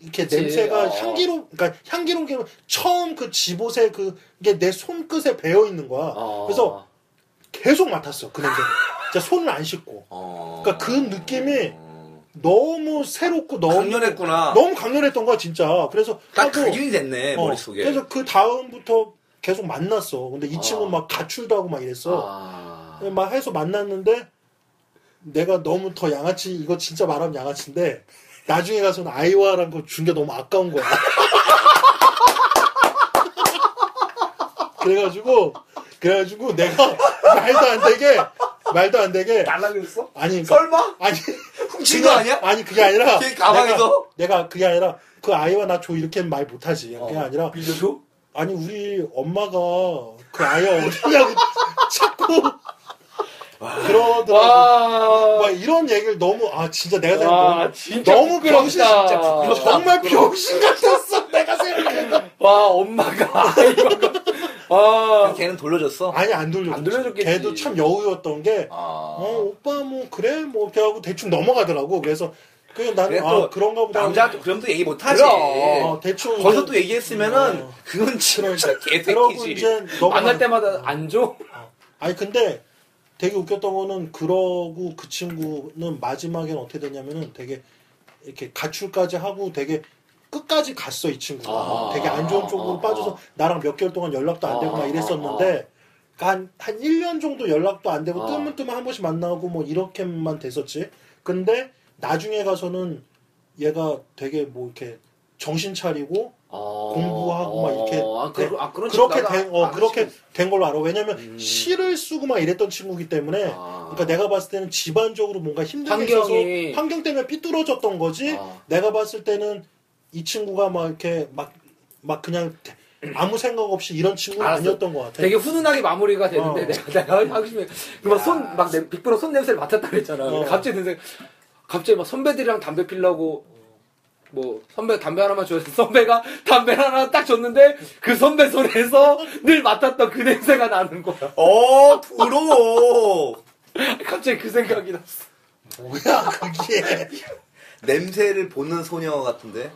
[SPEAKER 1] 이렇게
[SPEAKER 2] 그치.
[SPEAKER 1] 냄새가
[SPEAKER 2] 어.
[SPEAKER 1] 향기로 그러니까 향기로운 게 처음 그 집옷에 그게 내 손끝에 배어 있는 거야.
[SPEAKER 2] 어.
[SPEAKER 1] 그래서 계속 맡았어 그 냄새. 진짜 손을 안 씻고.
[SPEAKER 2] 아.
[SPEAKER 5] 어.
[SPEAKER 1] 그러니까 그 느낌이 너무 새롭고 너무
[SPEAKER 5] 강렬했구나.
[SPEAKER 1] 너무 강렬했던 거야 진짜. 그래서
[SPEAKER 5] 딱
[SPEAKER 1] 하고
[SPEAKER 5] 각인이 됐네
[SPEAKER 1] 어,
[SPEAKER 5] 머릿속에.
[SPEAKER 1] 그래서 그 다음부터 계속 만났어. 근데 이
[SPEAKER 2] 아.
[SPEAKER 1] 친구 막 가출도 하고 막 이랬어.
[SPEAKER 2] 아.
[SPEAKER 1] 막 예, 해서 만났는데 내가 너무 더 양아치 이거 진짜 말하면 양아치인데 나중에 가서는 아이와란 거 준 게 너무 아까운 거야. 그래가지고 그래가지고 내가 말도 안 되게 말도 안 되게
[SPEAKER 5] 날라그랬어?
[SPEAKER 1] 아니 그러니까-
[SPEAKER 5] 설마?
[SPEAKER 1] 아니
[SPEAKER 5] 훔친 거 아니야?
[SPEAKER 1] 아니 그게 아니라
[SPEAKER 5] 걔 가방에서?
[SPEAKER 1] 내가, 내가 그게 아니라 그 아이와 나 줘 이렇게 말 못하지
[SPEAKER 5] 어.
[SPEAKER 1] 그게 아니라
[SPEAKER 5] 빌려줘?
[SPEAKER 1] 아니 우리 엄마가 그 아이 어디냐고 자꾸 그러더라고. 막
[SPEAKER 2] 와,
[SPEAKER 1] 이런 얘기를 너무 아 진짜 내가
[SPEAKER 2] 아, 와
[SPEAKER 1] 생각해
[SPEAKER 2] 진짜
[SPEAKER 1] 너무
[SPEAKER 2] 부끄럽다.
[SPEAKER 1] 병신 진짜 정말 병신 같았어 내가 생각해
[SPEAKER 2] 와 엄마가
[SPEAKER 5] 아,
[SPEAKER 2] 와
[SPEAKER 5] 걔는 돌려줬어.
[SPEAKER 1] 아니 안 돌려줬지
[SPEAKER 2] 안 돌려줬겠지.
[SPEAKER 1] 걔도 참 여우였던 게
[SPEAKER 5] 아.
[SPEAKER 1] 어, 오빠 뭐 그래 뭐 이렇게 하고 대충 넘어가더라고 그래서 그 나는
[SPEAKER 5] 그래,
[SPEAKER 1] 아
[SPEAKER 5] 또
[SPEAKER 1] 그런가 보다
[SPEAKER 5] 남자한테 그럼 또 얘기 못하지.
[SPEAKER 1] 어, 대충
[SPEAKER 5] 거기서 또 얘기했으면은
[SPEAKER 1] 어.
[SPEAKER 5] 그건 진짜
[SPEAKER 1] 그러고
[SPEAKER 5] 개새끼지.
[SPEAKER 1] 이제 너무
[SPEAKER 2] 만날 때마다 안 줘?
[SPEAKER 1] 아니 근데 되게 웃겼던 거는 그러고 그 친구는 마지막엔 어떻게 됐냐면은 되게 이렇게 가출까지 하고 되게 끝까지 갔어 이 친구가
[SPEAKER 2] 아,
[SPEAKER 1] 되게 안 좋은 쪽으로
[SPEAKER 2] 아,
[SPEAKER 1] 빠져서 나랑 몇 개월 동안 연락도 안 되고
[SPEAKER 2] 아,
[SPEAKER 1] 막 이랬었는데 한, 한 1년 정도 연락도 안 되고
[SPEAKER 2] 어.
[SPEAKER 1] 뜨문뜨문 한 번씩 만나고 뭐 이렇게만 됐었지. 근데 나중에 가서는 얘가 되게 뭐 이렇게 정신 차리고
[SPEAKER 2] 어.
[SPEAKER 1] 공부하고 막 이렇게
[SPEAKER 2] 아, 그,
[SPEAKER 1] 네.
[SPEAKER 2] 아, 그런
[SPEAKER 1] 그렇게
[SPEAKER 2] 친구가
[SPEAKER 1] 된, 어,
[SPEAKER 2] 안
[SPEAKER 1] 그렇게
[SPEAKER 2] 시켰어.
[SPEAKER 1] 된 걸로 알아. 왜냐면
[SPEAKER 2] 음.
[SPEAKER 1] 시를 쓰고 막 이랬던 친구기 때문에
[SPEAKER 2] 아.
[SPEAKER 1] 그러니까 내가 봤을 때는 집안적으로 뭔가 힘든 게 있어서
[SPEAKER 2] 환경이-
[SPEAKER 1] 환경 때문에 삐뚤어졌던 거지.
[SPEAKER 2] 아.
[SPEAKER 1] 내가 봤을 때는 이 친구가 막 이렇게 막 막 그냥 아무 생각 없이 이런 친구는
[SPEAKER 2] 알았어.
[SPEAKER 1] 아니었던 것 같아.
[SPEAKER 2] 되게 훈훈하게 마무리가 되는데
[SPEAKER 1] 어.
[SPEAKER 2] 내가 내가 하기 뭐 막손막 빅브로 손 냄새를 맡았다 그랬잖아.
[SPEAKER 1] 어.
[SPEAKER 2] 갑자기 냄새 갑자기 막 선배들이랑 담배 피려고 뭐 선배 담배 하나만 줘서 선배가 담배 하나 딱 줬는데 그 선배 손에서 늘 맡았던 그 냄새가 나는 거야.
[SPEAKER 3] 어, 더러워.
[SPEAKER 2] 갑자기 그 생각이 났어.
[SPEAKER 1] 뭐야 그게.
[SPEAKER 3] 냄새를 보는 소녀 같은데.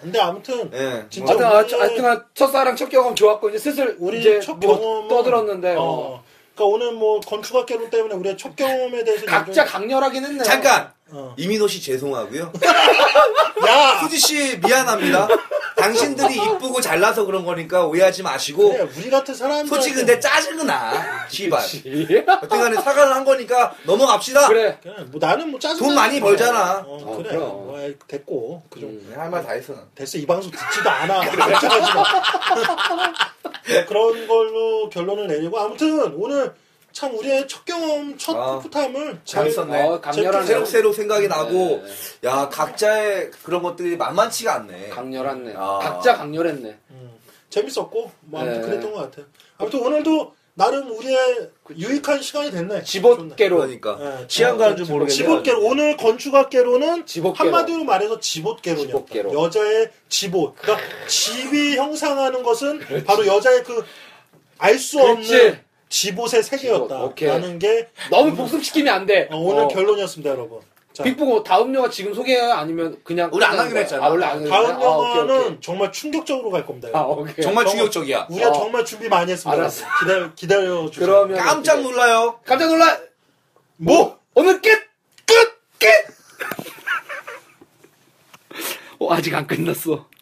[SPEAKER 1] 근데 아무튼
[SPEAKER 3] 예.
[SPEAKER 1] 진짜
[SPEAKER 2] 하여튼, 아, 저- 하여튼 첫사랑 첫 경험 좋았고 이제 슬슬
[SPEAKER 1] 우리
[SPEAKER 2] 이제
[SPEAKER 1] 첫
[SPEAKER 2] 뭐
[SPEAKER 1] 경험은-
[SPEAKER 2] 떠들었는데
[SPEAKER 1] 어.
[SPEAKER 2] 어.
[SPEAKER 1] 그러니까 오늘 뭐 건축학개론 때문에 우리의 첫 경험에 대해서
[SPEAKER 2] 각자
[SPEAKER 1] 얘기를-
[SPEAKER 2] 강렬하긴 했네.
[SPEAKER 3] 잠깐.
[SPEAKER 1] 어.
[SPEAKER 3] 이민호 씨 죄송하고요.
[SPEAKER 1] 야
[SPEAKER 3] 수지 씨 미안합니다. 당신들이 이쁘고 잘나서 그런 거니까 오해하지 마시고
[SPEAKER 1] 그래, 우리 같은 사람
[SPEAKER 3] 솔직히 근데 짜증은 나. 씨발.
[SPEAKER 2] 예?
[SPEAKER 3] 어쨌간에 사과를 한 거니까 넘어갑시다.
[SPEAKER 2] 그래.
[SPEAKER 1] 그래, 뭐 나는 뭐 짜증
[SPEAKER 3] 돈 많이 벌잖아. 음.
[SPEAKER 1] 어,
[SPEAKER 2] 어,
[SPEAKER 1] 그래
[SPEAKER 2] 그럼.
[SPEAKER 1] 뭐, 아이, 됐고 그 정도
[SPEAKER 3] 네,
[SPEAKER 5] 할 말 다 했어. 난.
[SPEAKER 1] 됐어 이 방송 듣지도 않아 뭐 걱정하지 마 네, 그런 걸로 결론을 내리고 아무튼 오늘 참 우리의 첫 경험 첫
[SPEAKER 3] 아,
[SPEAKER 1] 풋풋함을 잘
[SPEAKER 3] 재밌었네.
[SPEAKER 2] 어, 강렬한
[SPEAKER 1] 재밌게
[SPEAKER 3] 새록새록 생각이 나고
[SPEAKER 2] 네.
[SPEAKER 3] 야 각자의 그런 것들이 만만치가 않네.
[SPEAKER 2] 강렬했네.
[SPEAKER 3] 아.
[SPEAKER 2] 각자 강렬했네.
[SPEAKER 1] 음, 재밌었고 뭐 아무튼
[SPEAKER 2] 네.
[SPEAKER 1] 그랬던 것 같아요 아무튼 오늘도 나름 우리의 그 유익한 시간이 됐네
[SPEAKER 2] 집옷개로.
[SPEAKER 3] 그러니까
[SPEAKER 1] 네,
[SPEAKER 3] 시안 가는 줄 모르겠네.
[SPEAKER 1] 집옷개로 오늘 건축학개로는
[SPEAKER 2] 집옷개로.
[SPEAKER 1] 한마디로 말해서 집옷개로냐
[SPEAKER 2] 집옷개로.
[SPEAKER 1] 여자의 집옷 그러니까 집이 형상하는 것은 바로 여자의 그 알 수 없는
[SPEAKER 2] 그렇지.
[SPEAKER 1] 집옷의
[SPEAKER 2] 집옷, 오케이.
[SPEAKER 1] 세계였다라는 게
[SPEAKER 2] 너무 복습시키면 안 돼.
[SPEAKER 1] 어, 오늘
[SPEAKER 2] 어.
[SPEAKER 1] 결론이었습니다 여러분 자,
[SPEAKER 2] 빅보고 다음 영화 지금 소개해요? 아니면 그냥
[SPEAKER 3] 우리 안
[SPEAKER 2] 끝나는
[SPEAKER 3] 하기로
[SPEAKER 2] 거야?
[SPEAKER 3] 했잖아.
[SPEAKER 2] 아, 원래 안 하기로
[SPEAKER 1] 다음
[SPEAKER 2] 했나? 아, 오케이,
[SPEAKER 1] 영화는
[SPEAKER 2] 오케이.
[SPEAKER 1] 정말 충격적으로 갈 겁니다
[SPEAKER 2] 아,
[SPEAKER 1] 여러분.
[SPEAKER 2] 오케이.
[SPEAKER 3] 정말
[SPEAKER 1] 정말-
[SPEAKER 3] 충격적이야.
[SPEAKER 1] 우리가
[SPEAKER 2] 어.
[SPEAKER 1] 정말 준비 많이 했습니다
[SPEAKER 2] 알았어.
[SPEAKER 1] 기다려, 기다려주세요
[SPEAKER 2] 그러면
[SPEAKER 3] 깜짝 놀라요.
[SPEAKER 2] 깜짝 놀라.
[SPEAKER 1] 뭐?
[SPEAKER 2] 오늘 끝. 끝. 끝. 어, 아직 안 끝났어.